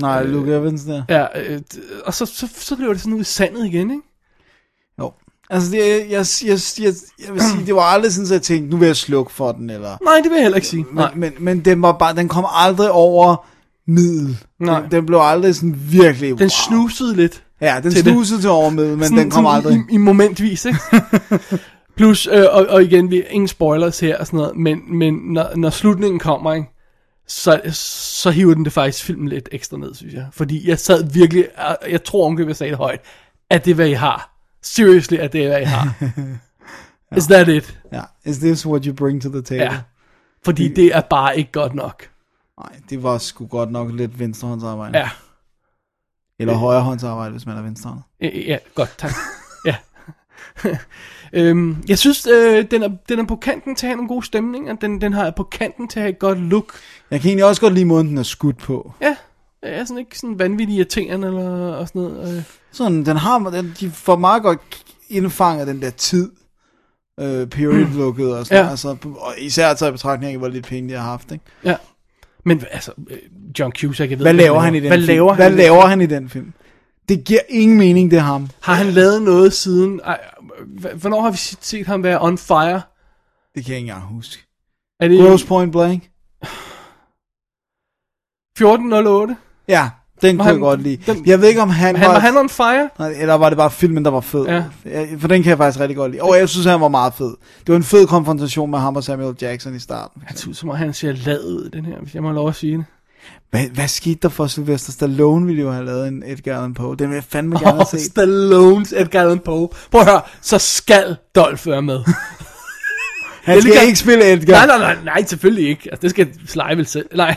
[SPEAKER 4] nej, Luke Evans der.
[SPEAKER 3] Ja, øh, d- og så, så, så løber det sådan ud i sandet igen, ikke?
[SPEAKER 4] Jo. Altså, det, jeg, jeg, jeg, jeg, jeg vil sige, det var aldrig sådan, at jeg tænkte, nu vil jeg slukke for den, eller...
[SPEAKER 3] Nej, det vil jeg heller ikke sige. Nej.
[SPEAKER 4] Men, men, men den, var bare, den kom aldrig over middel.
[SPEAKER 3] Nej.
[SPEAKER 4] Den, den blev aldrig sådan virkelig...
[SPEAKER 3] Den snusede lidt.
[SPEAKER 4] Ja, den
[SPEAKER 3] til det.
[SPEAKER 4] snusede til over middel, men
[SPEAKER 3] sådan,
[SPEAKER 4] den kom
[SPEAKER 3] sådan
[SPEAKER 4] aldrig...
[SPEAKER 3] I, i momentvis, ikke? Plus, øh, og, og igen, vi, ingen spoilers her og sådan noget, men, men når, når slutningen kommer, ikke? Så, så hiver den det faktisk filmen lidt ekstra ned, synes jeg. Fordi jeg sad virkelig, og jeg tror omkring, jeg sagde det højt, at det er, hvad I har. Seriously, at det er, hvad I har. ja. Is that it?
[SPEAKER 4] Ja. Is this what you bring to the table?
[SPEAKER 3] Ja. Fordi det er bare ikke godt nok.
[SPEAKER 4] Nej, det var sgu godt nok lidt venstrehåndsarbejde.
[SPEAKER 3] Ja.
[SPEAKER 4] Eller højrehåndsarbejde, hvis man er venstrehåndet.
[SPEAKER 3] Øh, Ja, godt, tak. ja. øhm, jeg synes, øh, den, er, den er på kanten til at have nogle gode stemninger. Den, den har på kanten til at have et godt look.
[SPEAKER 4] Jeg kan egentlig også godt lide måden, den er skudt på.
[SPEAKER 3] Ja, jeg er sådan ikke sådan vanvittig irriterende eller og sådan noget. Øh,
[SPEAKER 4] Sådan, den har... Den, de får meget godt indfanget den der tid. Øh, period looket og sådan
[SPEAKER 3] Ja.
[SPEAKER 4] altså, og især taget i betragtning af, hvor lidt penge de har haft, ikke?
[SPEAKER 3] ja. Men altså, øh, John Cusack, jeg ved
[SPEAKER 4] Hvad
[SPEAKER 3] ikke,
[SPEAKER 4] laver han i den
[SPEAKER 3] Hvad
[SPEAKER 4] film?
[SPEAKER 3] laver
[SPEAKER 4] Hvad
[SPEAKER 3] han? i den-
[SPEAKER 4] laver han i den film? Det giver ingen mening, det er ham.
[SPEAKER 3] Har han lavet noget siden? Ej, hv- hvornår har vi set- set ham være on fire?
[SPEAKER 4] Det kan jeg ikke engang huske.
[SPEAKER 3] Er det i
[SPEAKER 4] Rose Point Blank?
[SPEAKER 3] 1408?
[SPEAKER 4] Ja, den
[SPEAKER 3] Var
[SPEAKER 4] kunne jeg
[SPEAKER 3] han-
[SPEAKER 4] godt lide.
[SPEAKER 3] den-
[SPEAKER 4] Jeg ved ikke, om han,
[SPEAKER 3] Han, var han on fire?
[SPEAKER 4] Nej, Eller var det bare filmen, der var fed?
[SPEAKER 3] Ja.
[SPEAKER 4] Ja, For den kan jeg faktisk rigtig godt lide. Og jeg synes, han var meget fed. Det var en fed konfrontation med ham og Samuel Jackson i starten.
[SPEAKER 3] Han ser ud som om, han ser lad ud, i den her, hvis jeg må have lov at sige det.
[SPEAKER 4] Hvad, hvad skete der for Sylvester Stallone, ville jo have lavet en Edgar Allan Poe. Den vil jeg fandme gerne
[SPEAKER 3] Og
[SPEAKER 4] have set.
[SPEAKER 3] Stallones Edgar Allan Poe. Prøv at høre, så skal Dolph være med.
[SPEAKER 4] Han skal
[SPEAKER 3] Edgar-
[SPEAKER 4] ikke spille Edgar.
[SPEAKER 3] nej, nej, nej, nej, selvfølgelig ikke. Altså, det skal Sly [laughs] vel selv. Nej,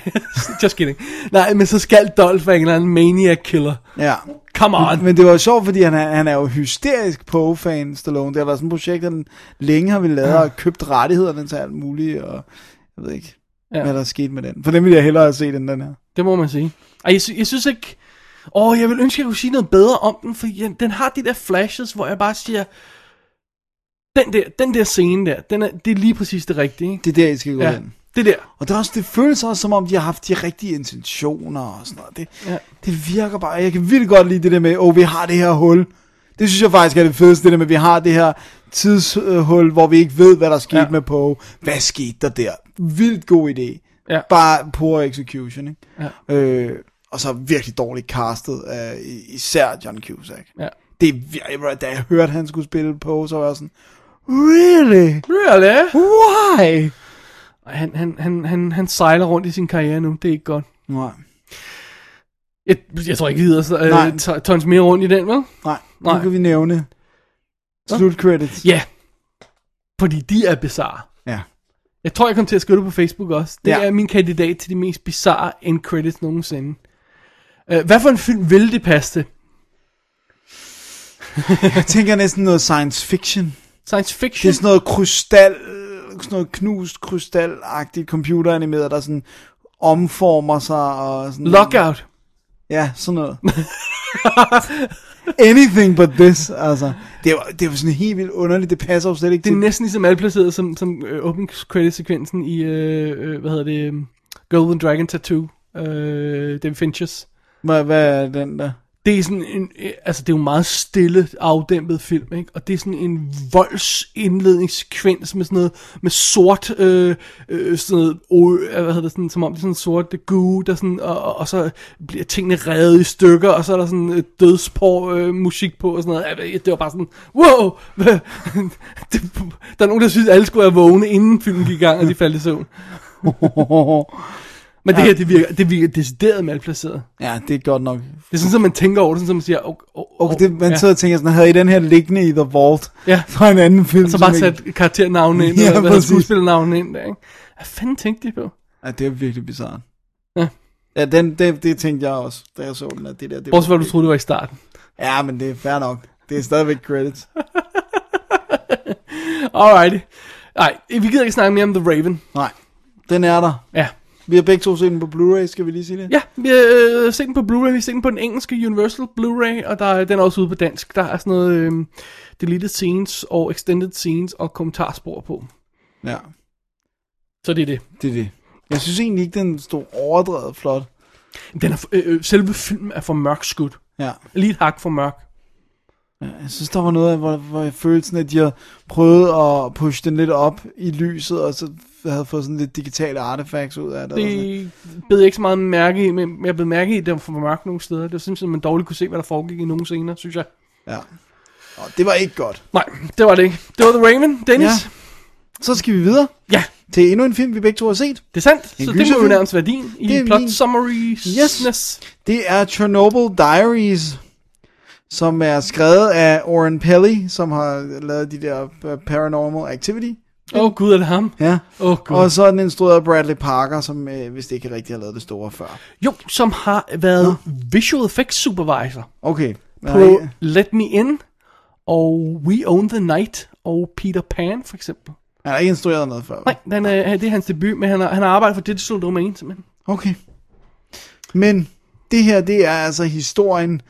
[SPEAKER 3] just kidding. Nej, men så skal Dolph være en eller anden maniac killer.
[SPEAKER 4] Ja.
[SPEAKER 3] Come on.
[SPEAKER 4] Men det var jo sjovt, fordi han er, han er jo hysterisk Poe-fan, Stallone. Det har været sådan et projekt, han længe har ville lave og købt rettighederne til alt muligt, og jeg ved ikke,
[SPEAKER 3] Ja.
[SPEAKER 4] ja. hvad der er sket med den. For den ville jeg hellere have set end den her.
[SPEAKER 3] Det må man sige. Ej, jeg, sy- jeg synes ikke... Åh, jeg vil ønske, at jeg kunne sige noget bedre om den, for jeg, den har de der flashes, hvor jeg bare siger... Den der, den der scene der, den er, det er lige præcis det rigtige, ikke?
[SPEAKER 4] Det er der, I skal gå ja.
[SPEAKER 3] Ja,
[SPEAKER 4] hen.
[SPEAKER 3] det der.
[SPEAKER 4] Og det, er også, det føles også, som om de har haft de rigtige intentioner og sådan noget. Det,
[SPEAKER 3] Ja.
[SPEAKER 4] ja. det virker bare, jeg kan vildt godt lide det der med, åh, oh, vi har det her hul. Det synes jeg faktisk er det fedeste, det der med, at vi har det her tidshul, hvor vi ikke ved, hvad der skete
[SPEAKER 3] Ja.
[SPEAKER 4] ja. med Poe. Hvad skete der der? Vildt god idé.
[SPEAKER 3] Ja.
[SPEAKER 4] Bare poor execution, ikke? Ja. Øh, og så virkelig dårligt castet af i- især John Cusack.
[SPEAKER 3] Ja.
[SPEAKER 4] Det, er vir- da jeg hørte, at han skulle spille Poe, så var jeg sådan, really?
[SPEAKER 3] Really?
[SPEAKER 4] Why?
[SPEAKER 3] Ej, Han, han, han, han, han sejler rundt i sin karriere nu, det er ikke godt.
[SPEAKER 4] Nej.
[SPEAKER 3] Jeg, jeg tror ikke, vi hedder så,
[SPEAKER 4] Nej.
[SPEAKER 3] øh, to- tons mere rundt i den, vel?
[SPEAKER 4] Nej, Nej.
[SPEAKER 3] Nej.
[SPEAKER 4] nu kan vi nævne slut credits.
[SPEAKER 3] Ja. Fordi de er bizarre.
[SPEAKER 4] Ja.
[SPEAKER 3] Jeg tror, jeg kom til at skrive det på Facebook også. Det ja.
[SPEAKER 4] Ja.
[SPEAKER 3] er min kandidat til de mest bizarre end credits nogensinde. Uh, hvad for en film ville det passe til?
[SPEAKER 4] Jeg tænker næsten noget science fiction.
[SPEAKER 3] Science
[SPEAKER 4] Det
[SPEAKER 3] fiction?
[SPEAKER 4] er sådan noget krystal, sådan noget knust krystalagtigt computeranimeret, der sådan omformer sig og sådan
[SPEAKER 3] Lockout.
[SPEAKER 4] Ja, sådan noget. [laughs] Anything but this, altså. Det var, det var sådan helt vildt underligt, det passer jo slet ikke
[SPEAKER 3] Det er
[SPEAKER 4] til.
[SPEAKER 3] næsten lige så malplaceret som, som øh, open credit sekvensen i, øh, øh, hvad hedder det, øhm, Golden Dragon Tattoo, øh, David Finchers.
[SPEAKER 4] Hvad, hvad er den der? [laughs]
[SPEAKER 3] det er sådan en, øh, altså det er jo en meget stille, afdæmpet film, ikke? Og det er sådan en voldsindledningssekvens med sådan noget, med sort, øh, øh, sådan noget, øh, hvad hedder det, sådan, som om det er sådan en sort det goo, der sådan, og, og, og, så bliver tingene revet i stykker, og så er der sådan øh, dødspår øh, musik på, og sådan noget. Jeg ved ikke, Det var bare sådan, wow! [laughs] Hvad? det, der er nogen, der synes, at alle skulle være vågne, inden filmen gik i gang, og de faldt i søvn. Men det her, det virker, det virker decideret malplaceret.
[SPEAKER 4] ja, det er godt nok.
[SPEAKER 3] Det er sådan, at man tænker over det, sådan, som man siger, okay,
[SPEAKER 4] Okay, det, man
[SPEAKER 3] ja.
[SPEAKER 4] sidder og tænker sådan, havde I den her liggende i The Vault? [laughs]
[SPEAKER 3] Ja.
[SPEAKER 4] Fra en anden film.
[SPEAKER 3] så
[SPEAKER 4] som
[SPEAKER 3] bare
[SPEAKER 4] ikke-
[SPEAKER 3] sat karakternavne ind,
[SPEAKER 4] [laughs] Ja,
[SPEAKER 3] ja, og hvad
[SPEAKER 4] præcis.
[SPEAKER 3] skuespillernavne ind der, ikke? Hvad fanden tænkte de på?
[SPEAKER 4] Ja, det er virkelig bizarrt.
[SPEAKER 3] Ja.
[SPEAKER 4] Ja, den, det, det tænkte jeg også, da jeg så den, at det der... Det
[SPEAKER 3] Bortset
[SPEAKER 4] var-
[SPEAKER 3] fra, at du troede, det var i starten.
[SPEAKER 4] Ja, men det er fair nok. Det er stadigvæk credits.
[SPEAKER 3] Alrighty. Nej, vi gider ikke snakke mere om The Raven.
[SPEAKER 4] Nej, den er der.
[SPEAKER 3] Ja.
[SPEAKER 4] Vi har begge to set den på Blu-ray, skal vi lige sige det?
[SPEAKER 3] Ja, vi har øh, set den på Blu-ray, vi har set den på den engelske Universal Blu-ray, og der, er- den er også ude på dansk. Der er sådan noget øh, deleted scenes og extended scenes og kommentarspor på.
[SPEAKER 4] ja.
[SPEAKER 3] Så det er det.
[SPEAKER 4] Det er det. Jeg synes egentlig ikke, den stod overdrevet flot.
[SPEAKER 3] Den er, øh, øh, selve filmen er for mørk skudt.
[SPEAKER 4] Ja.
[SPEAKER 3] Lige et hak for mørk.
[SPEAKER 4] Jeg synes, der var noget, hvor, hvor jeg følte sådan, at de har prøvet at pushe den lidt op i lyset, og så havde fået sådan lidt digitale artefacts ud af det. eller sådan.
[SPEAKER 3] Det bed jeg ikke så meget mærke i, men jeg blev mærke i, at det var for mørkt nogle steder. Det var simpelthen, man dårligt kunne se, hvad der foregik i nogle scener, synes jeg.
[SPEAKER 4] Ja. Og det var ikke godt.
[SPEAKER 3] Nej, det var det ikke. Det var The Raven, Dennis. Ja,
[SPEAKER 4] Så skal vi videre
[SPEAKER 3] ja
[SPEAKER 4] til endnu en film, vi begge to har set.
[SPEAKER 3] det er sandt. Så det må jo
[SPEAKER 4] gyserfilm.
[SPEAKER 3] nærmest være din
[SPEAKER 4] Det
[SPEAKER 3] i
[SPEAKER 4] er
[SPEAKER 3] plot
[SPEAKER 4] min.
[SPEAKER 3] summary.
[SPEAKER 4] Yes. Det er Chernobyl Diaries, som er skrevet af Oren Peli, som har lavet de der øh, Paranormal Activity.
[SPEAKER 3] Åh oh, gud, er det ham?
[SPEAKER 4] Ja.
[SPEAKER 3] Åh, Gud.
[SPEAKER 4] Og så er den instrueret af Bradley Parker, som øh, vist ikke rigtig har lavet det store før.
[SPEAKER 3] Jo, som har været visual effects supervisor
[SPEAKER 4] Okay.
[SPEAKER 3] på
[SPEAKER 4] Nej,
[SPEAKER 3] Let Me In og We Own the Night og Peter Pan for eksempel.
[SPEAKER 4] han har ikke instrueret noget før. vel?
[SPEAKER 3] Nej, den, er, det er hans debut, men han har, han har arbejdet for Digital Domain simpelthen.
[SPEAKER 4] Okay. Men det her, det er altså historien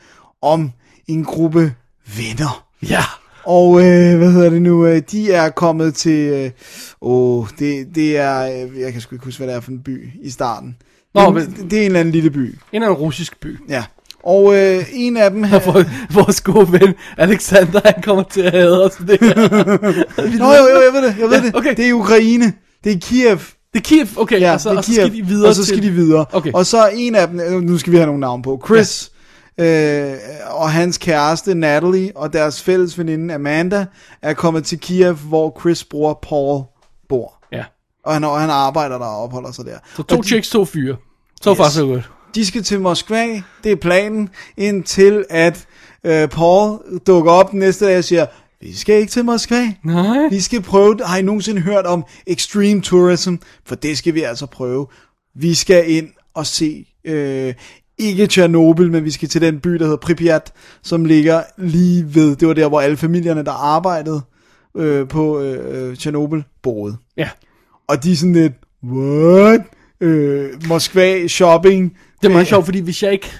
[SPEAKER 4] om en gruppe venner.
[SPEAKER 3] Ja.
[SPEAKER 4] Og øh, hvad hedder det nu? Øh, De er kommet til... Øh, åh, det, det er... øh, Jeg kan sgu ikke huske, hvad det er for en by i starten.
[SPEAKER 3] Nå,
[SPEAKER 4] det,
[SPEAKER 3] men-
[SPEAKER 4] det er en eller anden lille by.
[SPEAKER 3] En af en russisk by. [laughs]
[SPEAKER 4] Ja. Og øh, en af dem...
[SPEAKER 3] Og Vor, vores gode ven Alexander, han kommer til at hade os for det her.
[SPEAKER 4] [laughs] Nå, jo, jo, jeg ved det. Jeg ved
[SPEAKER 3] Ja,
[SPEAKER 4] det.
[SPEAKER 3] okay.
[SPEAKER 4] Det er Ukraine. Det er Kiev.
[SPEAKER 3] Det er Kiev, okay,
[SPEAKER 4] Ja,
[SPEAKER 3] og, så,
[SPEAKER 4] det er
[SPEAKER 3] og så
[SPEAKER 4] Kiev,
[SPEAKER 3] skal de videre
[SPEAKER 4] Og så skal
[SPEAKER 3] til...
[SPEAKER 4] de videre.
[SPEAKER 3] Okay.
[SPEAKER 4] Og så en af dem, øh, nu skal vi have nogle navne på, Chris, øh, og hans kæreste Natalie, og deres fælles veninde Amanda, er kommet til Kiev, hvor Chris' bror Paul bor.
[SPEAKER 3] Ja.
[SPEAKER 4] Og han, og han arbejder der og opholder sig der.
[SPEAKER 3] Så to
[SPEAKER 4] Og de-
[SPEAKER 3] chicks, to fyre. Så so far,
[SPEAKER 4] Yes.
[SPEAKER 3] så godt.
[SPEAKER 4] de skal til Moskva, det er planen, indtil at øh, Paul dukker op den næste dag og siger, vi skal ikke til Moskva.
[SPEAKER 3] Nej.
[SPEAKER 4] Vi skal prøve, har I nogensinde hørt om extreme tourism? For det skal vi altså prøve. Vi skal ind og se øh, ikke Tjernobyl, men vi skal til den by, der hedder Pripyat, som ligger lige ved, det var der, hvor alle familierne, der arbejdede øh, på øh, øh, Tjernobyl, boede.
[SPEAKER 3] Ja.
[SPEAKER 4] Og de er sådan lidt, what? Øh, Moskva, shopping.
[SPEAKER 3] Det er meget sjovt, fordi hvis jeg ikke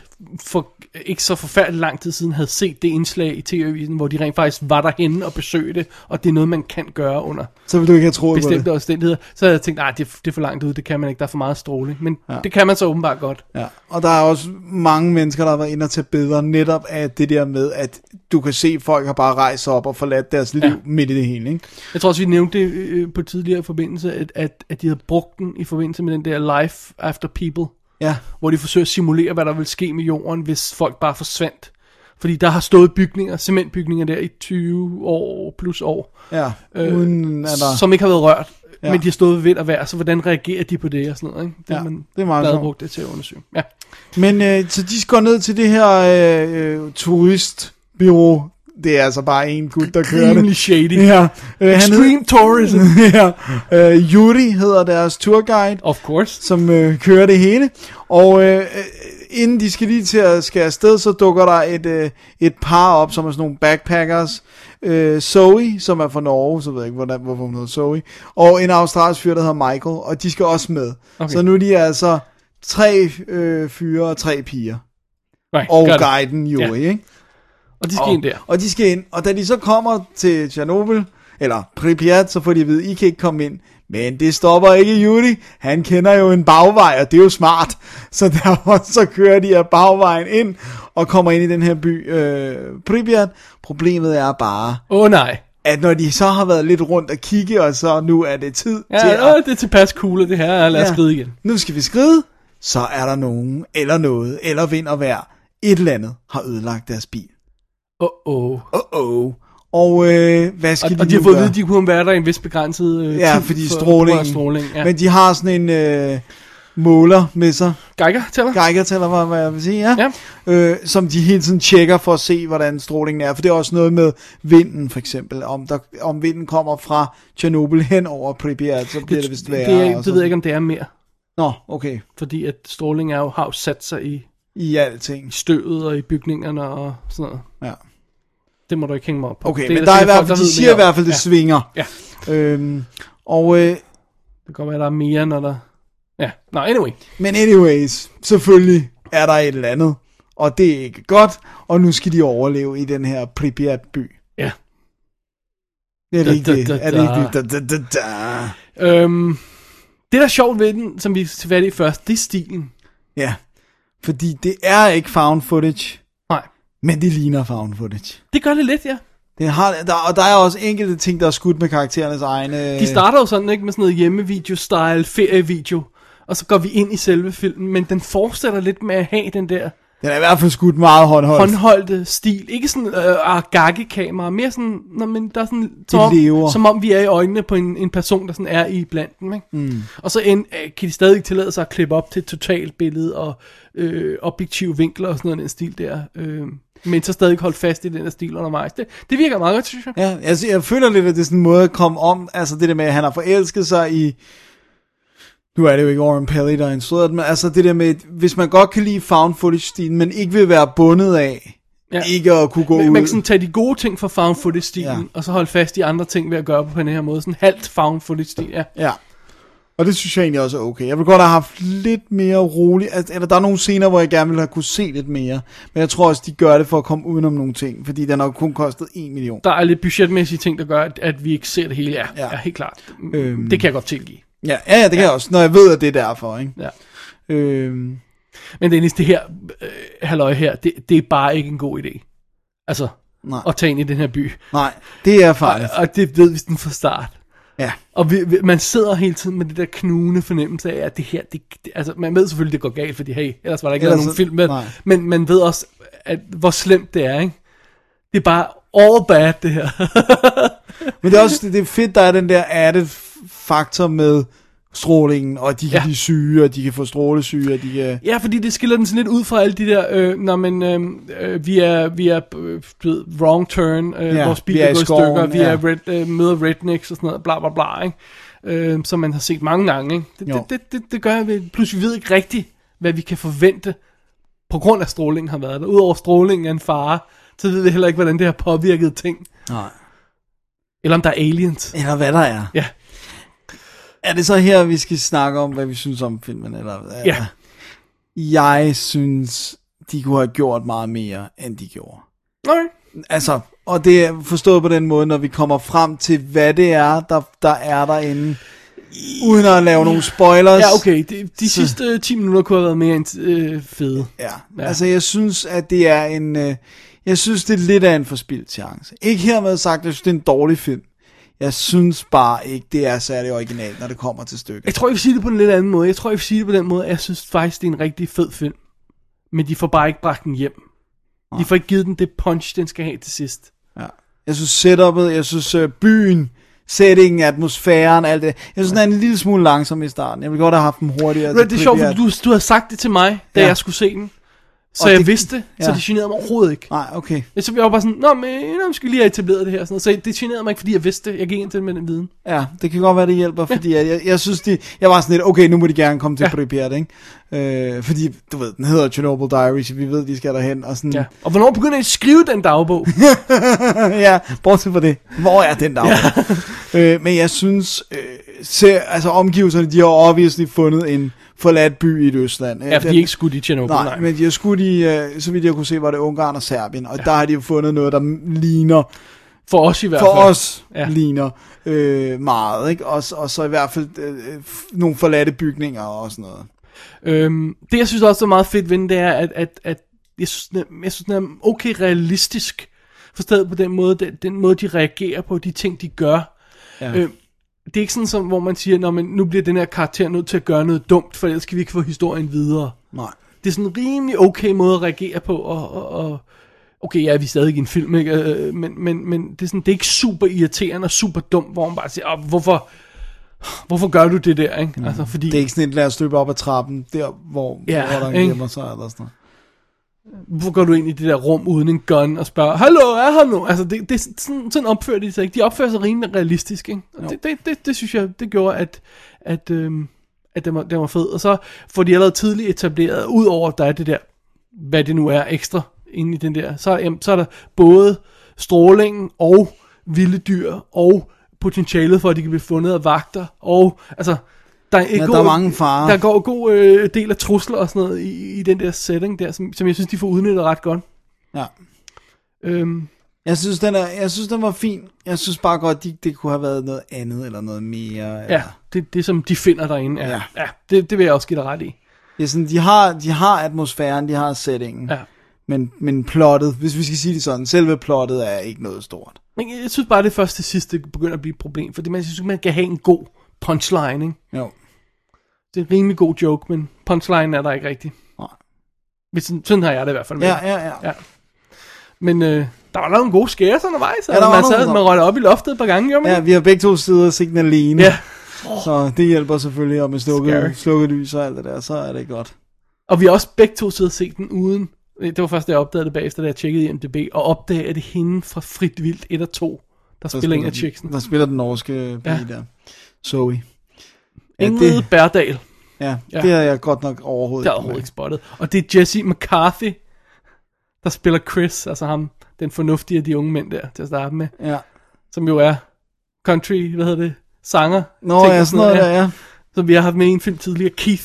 [SPEAKER 3] for ikke så forfærdelig lang tid siden havde set det indslag i TV-avisen, hvor de rent faktisk var derhenne og besøgte det, og det er noget, man kan gøre under
[SPEAKER 4] Så vil du ikke have troet på det.
[SPEAKER 3] bestemte omstændigheder, så havde jeg tænkt, nej, det, er- det er for langt ud, det kan man ikke, der er for meget stråling. Men ja. det kan man så åbenbart godt.
[SPEAKER 4] Ja, og der er også mange mennesker, der har været inde og tage billeder netop af det der med, at du kan se, at folk har bare rejst sig op og forladt deres liv ja. midt i det hele. Ikke?
[SPEAKER 3] Jeg tror også, vi nævnte det øh, på tidligere forbindelse, at, at, at de havde brugt den i forbindelse med den der Life After People,
[SPEAKER 4] Ja,
[SPEAKER 3] hvor de forsøger at simulere, hvad der vil ske med jorden, hvis folk bare forsvandt. Fordi der har stået bygninger, cementbygninger der i 20 år plus år,
[SPEAKER 4] ja. Øh, Uden at der...
[SPEAKER 3] som ikke har været rørt,
[SPEAKER 4] Ja.
[SPEAKER 3] ja. men de har stået ved vind og vejr, så hvordan reagerer de på det og sådan noget, ikke? Det,
[SPEAKER 4] Ja,
[SPEAKER 3] har man
[SPEAKER 4] det er meget
[SPEAKER 3] bladret
[SPEAKER 4] sjovt.
[SPEAKER 3] brugt det til at undersøge. Ja.
[SPEAKER 4] Men øh, så de skal ned til det her øh, øh, turistbyrå. Det er altså bare en gut, der kører det.
[SPEAKER 3] Rimelig shady.
[SPEAKER 4] Ja, øh,
[SPEAKER 3] Extreme tourism.
[SPEAKER 4] [laughs] ja, øh, Yuri hedder deres turguide.
[SPEAKER 3] Of course.
[SPEAKER 4] som øh, kører det hele. Og øh, øh, inden de skal lige til at skal afsted, så dukker der et, øh, et par op, som er sådan nogle backpackers. Øh, Zoe, som er fra Norge, så ved jeg ikke, hvordan, hvorfor hun hedder Zoe. Og en australsk fyr, der hedder Michael, og de skal også med. Okay.
[SPEAKER 3] Okay.
[SPEAKER 4] Så nu er de altså tre øh, fyre og tre piger.
[SPEAKER 3] Right,
[SPEAKER 4] Og
[SPEAKER 3] gør det.
[SPEAKER 4] guiden Yuri,
[SPEAKER 3] Ja.
[SPEAKER 4] yeah. ikke?
[SPEAKER 3] Og de skal
[SPEAKER 4] Oh.
[SPEAKER 3] ind der.
[SPEAKER 4] Og de skal ind, og da de så kommer til Tjernobyl, eller Pripyat, så får de at vide, I kan ikke komme ind. Men det stopper ikke Judy. Han kender jo en bagvej, og det er jo smart. Så [laughs] derfor så kører de af bagvejen ind, og kommer ind i den her by øh, Pripyat. Problemet er bare,
[SPEAKER 3] Åh oh, nej.
[SPEAKER 4] at når de så har været lidt rundt og kigge, og så nu er det tid
[SPEAKER 3] Ja,
[SPEAKER 4] til
[SPEAKER 3] det, er... det er tilpas cool, og det her. Lad os
[SPEAKER 4] Ja.
[SPEAKER 3] skride igen.
[SPEAKER 4] nu skal vi skride, så er der nogen, eller noget, eller vind og vejr, et eller andet har ødelagt deres bil.
[SPEAKER 3] Åh, oh, oh.
[SPEAKER 4] Uh-oh. Og øh, hvad
[SPEAKER 3] Og,
[SPEAKER 4] skal
[SPEAKER 3] og de
[SPEAKER 4] nu
[SPEAKER 3] har fået at
[SPEAKER 4] gøre?
[SPEAKER 3] vide, at de kunne være der i en vis begrænset øh,
[SPEAKER 4] Ja,
[SPEAKER 3] tid.
[SPEAKER 4] fordi
[SPEAKER 3] for-
[SPEAKER 4] strålingen.
[SPEAKER 3] for stråling ja. Men...
[SPEAKER 4] Men de har sådan en øh, måler med sig.
[SPEAKER 3] Geiger, tæller?
[SPEAKER 4] Geiger tæller, hvad- hvad jeg vil sige, ja.
[SPEAKER 3] Ja.
[SPEAKER 4] Øh, som de hele tiden tjekker for at se, hvordan strålingen er. For det er også noget med vinden, for eksempel. Om, der, om vinden kommer fra Tjernobyl hen over Pripyat, så bliver det, det vist værre.
[SPEAKER 3] det, er,
[SPEAKER 4] og
[SPEAKER 3] det ved jeg ikke, om det er mere.
[SPEAKER 4] Nå, okay.
[SPEAKER 3] Fordi at stråling er jo, har jo sat sig i
[SPEAKER 4] I alting.
[SPEAKER 3] støvet og i bygningerne og sådan noget.
[SPEAKER 4] Ja.
[SPEAKER 3] Det må du ikke hænge mig op på.
[SPEAKER 4] Okay,
[SPEAKER 3] det
[SPEAKER 4] men der er i
[SPEAKER 3] sikkert
[SPEAKER 4] hvert
[SPEAKER 3] folk,
[SPEAKER 4] fald,
[SPEAKER 3] ved
[SPEAKER 4] de
[SPEAKER 3] mere
[SPEAKER 4] siger i
[SPEAKER 3] om.
[SPEAKER 4] hvert fald, det
[SPEAKER 3] ja.
[SPEAKER 4] svinger.
[SPEAKER 3] Ja.
[SPEAKER 4] Øhm, og, øh,
[SPEAKER 3] Det kan godt være, der er mere, når der... Ja, nå, anyway.
[SPEAKER 4] men anyways, selvfølgelig er der et eller andet. Og det er ikke godt. Og nu skal de overleve i den her Pripyat-by.
[SPEAKER 3] Ja.
[SPEAKER 4] Er det
[SPEAKER 3] Da,
[SPEAKER 4] ikke det?
[SPEAKER 3] da, da,
[SPEAKER 4] Er det ikke det? Da, da, da, da.
[SPEAKER 3] Øhm, det, der er sjovt ved den, som vi skal fat i først, det er stilen.
[SPEAKER 4] Ja, fordi det er ikke found footage,
[SPEAKER 3] Nej,
[SPEAKER 4] men det ligner found footage.
[SPEAKER 3] det gør det lidt, ja.
[SPEAKER 4] Den har, der, og der er også enkelte ting, der er skudt med karakterernes egne...
[SPEAKER 3] De starter jo sådan, ikke, med sådan noget hjemmevideo-style, ferievideo, og så går vi ind i selve filmen, men den fortsætter lidt med at have den der
[SPEAKER 4] Den er i hvert fald skudt meget håndholdt.
[SPEAKER 3] håndholdte stil. Ikke sådan øh, agagge-kamera, mere sådan, når, men der er sådan, som,
[SPEAKER 4] lever.
[SPEAKER 3] om, som om vi er i øjnene på en, en person, der sådan er i blandt dem. Ikke? Mm. Og så en, øh, kan de stadig tillade sig at klippe op til et totalt billede og øh, objektive vinkler og sådan noget, den stil der. Øh, men så stadig holde fast i den der stil undervejs. Det, det virker meget godt, synes jeg.
[SPEAKER 4] Ja, altså, jeg føler lidt, at det er sådan en måde at komme om, altså det der med, at han har forelsket sig i, nu er det jo ikke Oren Pelly, der har instrueret den, men altså det der med, hvis man godt kan lide found footage-stilen, men ikke vil være bundet af, ja.
[SPEAKER 3] Ja.
[SPEAKER 4] ikke at kunne gå
[SPEAKER 3] Man,
[SPEAKER 4] ud.
[SPEAKER 3] man kan sådan tage de gode ting fra found footage-stilen,
[SPEAKER 4] Ja.
[SPEAKER 3] ja. og så holde fast i andre ting ved at gøre på den her måde. Sådan halvt found footage-stil, ja.
[SPEAKER 4] Ja. Og det synes jeg egentlig også er okay. Jeg vil godt have haft lidt mere roligt. Altså, eller der er nogle scener, hvor jeg gerne ville have kunne se lidt mere. Men jeg tror også, de gør det for at komme udenom nogle ting. Fordi den har kun kostet 1 million.
[SPEAKER 3] Der er lidt budgetmæssige ting, der gør, at, at vi ikke ser det hele. Ja,
[SPEAKER 4] Ja.
[SPEAKER 3] ja. ja helt klart.
[SPEAKER 4] Øhm.
[SPEAKER 3] Øhm. Det kan jeg godt tilgive.
[SPEAKER 4] Ja, ja, ja det kan ja. jeg også. Når jeg ved, at det er derfor. Ikke?
[SPEAKER 3] Ja.
[SPEAKER 4] Øhm,
[SPEAKER 3] Men Dennis, det her øh, halløj her, det, det er bare ikke en god idé. Altså,
[SPEAKER 4] nej,
[SPEAKER 3] at tage ind i den her by.
[SPEAKER 4] nej, det er
[SPEAKER 3] Og,
[SPEAKER 4] fejl.
[SPEAKER 3] og det ved vi sådan fra start.
[SPEAKER 4] Ja.
[SPEAKER 3] Og vi, vi, man sidder hele tiden med det der knugende fornemmelse af, at det her, det, det, altså man ved selvfølgelig, det går galt, fordi hey, ellers var der ikke
[SPEAKER 4] Ellers
[SPEAKER 3] lavet nogen
[SPEAKER 4] så-
[SPEAKER 3] film med,
[SPEAKER 4] nej.
[SPEAKER 3] men man ved også, at, hvor slemt det er, ikke? Det er bare all bad, det her.
[SPEAKER 4] Men det er også det er fedt, der er den der added faktor med strålingen, og de kan ja.
[SPEAKER 3] Ja.
[SPEAKER 4] blive syge, og de kan få strålesyge, og de kan...
[SPEAKER 3] Ja, fordi det skiller den sådan lidt ud fra alle de der, øh, når man, øh, øh, vi er, vi er øh, du ved, wrong turn, øh,
[SPEAKER 4] Ja,
[SPEAKER 3] vores bil
[SPEAKER 4] vi er
[SPEAKER 3] er
[SPEAKER 4] i
[SPEAKER 3] gået i
[SPEAKER 4] skoven,
[SPEAKER 3] stykker, vi
[SPEAKER 4] ja.
[SPEAKER 3] er red, øh, møder rednecks og sådan noget, bla bla bla, ikke? Øh, som man har set mange gange. Ikke? Det,
[SPEAKER 4] Jo.
[SPEAKER 3] det, det, det, det gør, at vi pludselig ved ikke rigtigt, hvad vi kan forvente på grund af strålingen har været der. Udover strålingen er en fare, så ved vi heller ikke, hvordan det har påvirket ting.
[SPEAKER 4] Nej.
[SPEAKER 3] Eller om der er aliens.
[SPEAKER 4] Eller hvad der er.
[SPEAKER 3] Ja,
[SPEAKER 4] Er det så her, vi skal snakke om, hvad vi synes om filmen? Eller, hvad?
[SPEAKER 3] ja.
[SPEAKER 4] Jeg synes, de kunne have gjort meget mere, end de gjorde.
[SPEAKER 3] Okay.
[SPEAKER 4] Altså, og det er forstået på den måde, når vi kommer frem til, hvad det er, der, der er derinde. Uden at lave nogle spoilers.
[SPEAKER 3] Ja, okay. De, de sidste øh, 10 minutter kunne have været mere end øh, fede.
[SPEAKER 4] Ja. Altså, jeg synes, at det er en... Øh, jeg synes, det er lidt af en forspildt chance. Ikke hermed sagt, at jeg synes, det er en dårlig film. Jeg synes bare ikke, det er særlig originalt, når det kommer til
[SPEAKER 3] Jeg
[SPEAKER 4] stykket.
[SPEAKER 3] tror, jeg vil sige det på en lidt anden måde. Jeg tror, jeg vil sige det på den måde, at jeg synes faktisk, det er en rigtig fed film. Men de får bare ikke bragt den hjem. De får ikke givet den det punch, den skal have til sidst.
[SPEAKER 4] Ja. Jeg synes setupet, jeg synes øh, byen, settingen, atmosfæren, alt det. Jeg synes, den er en lille smule langsom i starten. Jeg ville godt have haft den hurtigere.
[SPEAKER 3] Red, det er sjovt,
[SPEAKER 4] fordi
[SPEAKER 3] fordi Altså, du, du havde sagt det til mig, da
[SPEAKER 4] Ja.
[SPEAKER 3] jeg skulle se den. Så
[SPEAKER 4] Og
[SPEAKER 3] jeg
[SPEAKER 4] det-
[SPEAKER 3] vidste det, så
[SPEAKER 4] ja.
[SPEAKER 3] det generede mig overhovedet ikke.
[SPEAKER 4] Nej, okay.
[SPEAKER 3] Jeg, så jeg var bare sådan, nå, men øh, nu skal vi lige have etableret det her. og Sådan noget. Så det generede mig ikke, fordi jeg vidste det. Jeg gik ind til det med den viden.
[SPEAKER 4] Ja, det kan godt være, det hjælper, fordi jeg, jeg, jeg synes, de, jeg var sådan lidt, okay, nu må de gerne komme til
[SPEAKER 3] Ja.
[SPEAKER 4] ja. prepared, ikke? Øh, fordi, du ved, den hedder Chernobyl Diaries, og vi ved, de skal derhen, og sådan,
[SPEAKER 3] Ja.
[SPEAKER 4] ja,
[SPEAKER 3] Og hvornår begynder I at skrive den
[SPEAKER 4] [laughs]
[SPEAKER 3] dagbog?
[SPEAKER 4] ja bortset fra det, hvor er den der? Ja. [laughs] Øh, men jeg synes, øh, se, altså omgivelserne, de har obviously fundet en forladt by i et Østland.
[SPEAKER 3] ja, fordi
[SPEAKER 4] Den-
[SPEAKER 3] de ikke skudt i Tjernobyl.
[SPEAKER 4] Nej, men de har skudt i, øh, så vidt jeg kunne se, var det Ungarn og Serbien, og ja. der har de jo fundet noget, der ligner
[SPEAKER 3] For os i hvert fald.
[SPEAKER 4] for os
[SPEAKER 3] Ja.
[SPEAKER 4] ja. ligner øh, meget, ikke? Og, og så i hvert fald øh, f- nogle forladte bygninger og sådan noget.
[SPEAKER 3] Øhm, det, jeg synes også er meget fedt ved den, det er, at, at, at jeg, synes, den er, jeg synes, den er okay realistisk forstået på den måde, den, den måde, de reagerer på de ting, de gør. Ja. Øhm, det er ikke sådan, som, hvor man siger, Nå, men nu bliver den her karakter nødt til at gøre noget dumt, for ellers kan vi ikke få historien videre.
[SPEAKER 4] Nej.
[SPEAKER 3] Det er sådan en rimelig okay måde at reagere på, og, og, og okay, ja, vi er stadig i en film, ikke? Øh, Men, men, men det, er sådan, det er ikke super irriterende og super dumt, hvor man bare siger, "Åh, hvorfor, hvorfor gør du det der, ikke? Altså, fordi,
[SPEAKER 4] Det er ikke sådan et, lad os løbe op ad trappen, der hvor,
[SPEAKER 3] Ja,
[SPEAKER 4] ja, hvor der
[SPEAKER 3] ikke?
[SPEAKER 4] ikke? gemmer sig eller sådan noget.
[SPEAKER 3] hvor går du ind i det der rum uden en gun og spørger, hallo, er her nu? Altså, det, det, er sådan, sådan opfører de sig ikke. De opfører sig rimelig realistisk, ikke? Og det, det, det, det, synes jeg, det gjorde, at, at, øhm, at den, var, den var fed. Og så får de allerede tidligt etableret, ud over at der er det der, hvad det nu er ekstra inde i den der, så, jamen, så er der både strålingen og vilde dyr og potentialet for, at de kan blive fundet af vagter, og altså, der er,
[SPEAKER 4] Ja, der er mange farer.
[SPEAKER 3] Der går god øh, del af trusler og sådan noget i, i den der setting der, som, som jeg synes, de får udnyttet ret godt.
[SPEAKER 4] Ja.
[SPEAKER 3] Øhm,
[SPEAKER 4] Jeg synes, den er, jeg synes, den var fin. Jeg synes bare godt, de, det kunne have været noget andet eller noget mere.
[SPEAKER 3] ja, det, det som de finder derinde. Ja, ja.
[SPEAKER 4] Ja.
[SPEAKER 3] ja det, det vil jeg også give dig ret i.
[SPEAKER 4] Det er sådan, de, har, de har atmosfæren, de har settingen,
[SPEAKER 3] Ja.
[SPEAKER 4] men, men plottet, hvis vi skal sige det sådan, selve plottet er ikke noget stort.
[SPEAKER 3] Men jeg synes bare, det først til sidst, det begynder at blive et problem, fordi man synes, man kan have en god punchline, ikke?
[SPEAKER 4] Jo.
[SPEAKER 3] Det er en rimelig god joke, men punchline er der ikke rigtig.
[SPEAKER 4] Nej.
[SPEAKER 3] Hvis, sådan sådan har jeg det i hvert fald med.
[SPEAKER 4] Ja, ja, ja.
[SPEAKER 3] Ja. Men øh, der var nogle gode skæres undervejs. Ja,
[SPEAKER 4] der
[SPEAKER 3] altså,
[SPEAKER 4] var
[SPEAKER 3] man
[SPEAKER 4] nogle
[SPEAKER 3] sad,
[SPEAKER 4] gode.
[SPEAKER 3] man røg op i loftet et par gange, gjorde man
[SPEAKER 4] Ja, vi har begge to siddet og set den alene.
[SPEAKER 3] Ja.
[SPEAKER 4] Så det hjælper selvfølgelig, og med
[SPEAKER 3] Scary.
[SPEAKER 4] slukket, slukket lys og alt det der, så er det godt.
[SPEAKER 3] Og vi har også begge to siddet og set den uden. øh, Det var først, da jeg opdagede det bagefter, da jeg tjekkede i MDB, og opdagede, at det er hende fra Frit Vildt 1 og 2, der
[SPEAKER 4] Så
[SPEAKER 3] spiller en af
[SPEAKER 4] den-
[SPEAKER 3] chicksene.
[SPEAKER 4] Der spiller den norske pige
[SPEAKER 3] Ja.
[SPEAKER 4] ja. der. Zoe. Ja,
[SPEAKER 3] Ingrid
[SPEAKER 4] det,
[SPEAKER 3] det... Bærdal,
[SPEAKER 4] ja,
[SPEAKER 3] Ja.
[SPEAKER 4] det har jeg godt nok overhovedet
[SPEAKER 3] der er overhovedet ikke spottet. Og det er Jesse McCarthy, der spiller Chris, altså ham, den fornuftige af de unge mænd der, til at starte med,
[SPEAKER 4] med. Ja.
[SPEAKER 3] som jo er country, hvad hedder det, sanger.
[SPEAKER 4] Nå,
[SPEAKER 3] ting
[SPEAKER 4] ja,
[SPEAKER 3] og
[SPEAKER 4] sådan noget der, ja.
[SPEAKER 3] Som vi har haft med i en film tidligere, Keith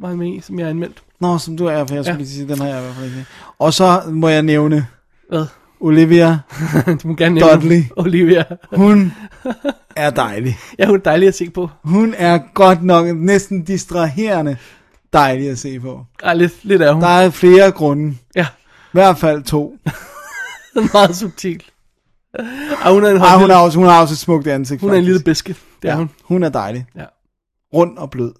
[SPEAKER 3] var han med i, som jeg har anmeldt.
[SPEAKER 4] Nå, som du er, for jeg
[SPEAKER 3] Ja.
[SPEAKER 4] skulle lige sige, den har jeg i hvert fald ikke. Og så må jeg nævne
[SPEAKER 3] Hvad? [laughs]
[SPEAKER 4] Olivia.
[SPEAKER 3] Du må gerne nævne
[SPEAKER 4] Dudley.
[SPEAKER 3] Olivia. [laughs]
[SPEAKER 4] Hun er dejlig.
[SPEAKER 3] Ja, hun er dejlig at se på.
[SPEAKER 4] Hun er godt nok næsten distraherende dejlig at se på.
[SPEAKER 3] Ej, lidt, lidt er hun.
[SPEAKER 4] Der er flere grunde.
[SPEAKER 3] Ja,
[SPEAKER 4] I hvert fald to.
[SPEAKER 3] meget subtil. Ej, hun er en,
[SPEAKER 4] Ej, hun,
[SPEAKER 3] er,
[SPEAKER 4] har også, hun har også et smukt ansigt.
[SPEAKER 3] hun er en
[SPEAKER 4] faktisk.
[SPEAKER 3] lille biske. Det er ja. hun.
[SPEAKER 4] Hun er dejlig.
[SPEAKER 3] Ja.
[SPEAKER 4] Rund og blød.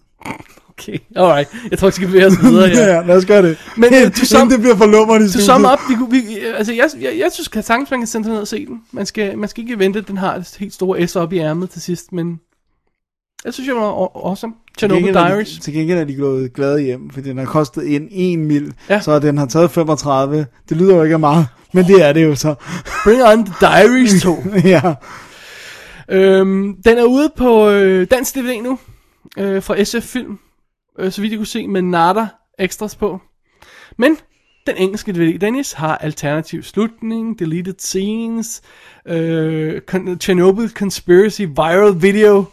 [SPEAKER 3] Okay, alright. Jeg tror, vi skal bevæge os videre
[SPEAKER 4] [laughs]
[SPEAKER 3] her. ja.
[SPEAKER 4] lad os gøre det.
[SPEAKER 3] Men, øh, du sum-
[SPEAKER 4] Inden det bliver for lummert i
[SPEAKER 3] Så
[SPEAKER 4] studiet.
[SPEAKER 3] sum op, vi, kunne- vi, altså jeg, jeg, jeg synes at sagtens, man kan sende sig ned og se den. Man skal, man skal ikke vente, at den har et helt store S op i ærmet til sidst, men jeg synes, jeg var aw- awesome.
[SPEAKER 4] Til
[SPEAKER 3] Chernobyl
[SPEAKER 4] gengæld er de-
[SPEAKER 3] Diaries.
[SPEAKER 4] Til gengæld er de gået glade hjem, fordi den har kostet en 1 mil,
[SPEAKER 3] Ja.
[SPEAKER 4] ja. så den har taget 35. Det lyder jo ikke af meget, men det er det jo så.
[SPEAKER 3] Bring on the Diaries 2.
[SPEAKER 4] [laughs] ja.
[SPEAKER 3] øhm, den er ude på øh, Dansk DVD nu, øh, fra SF Film, øh, så vidt jeg kunne se, med Nada Extras på. Men Den engelske DVD, Dennis, har alternativ slutning, deleted scenes, øh, con- Chernobyl conspiracy, viral video,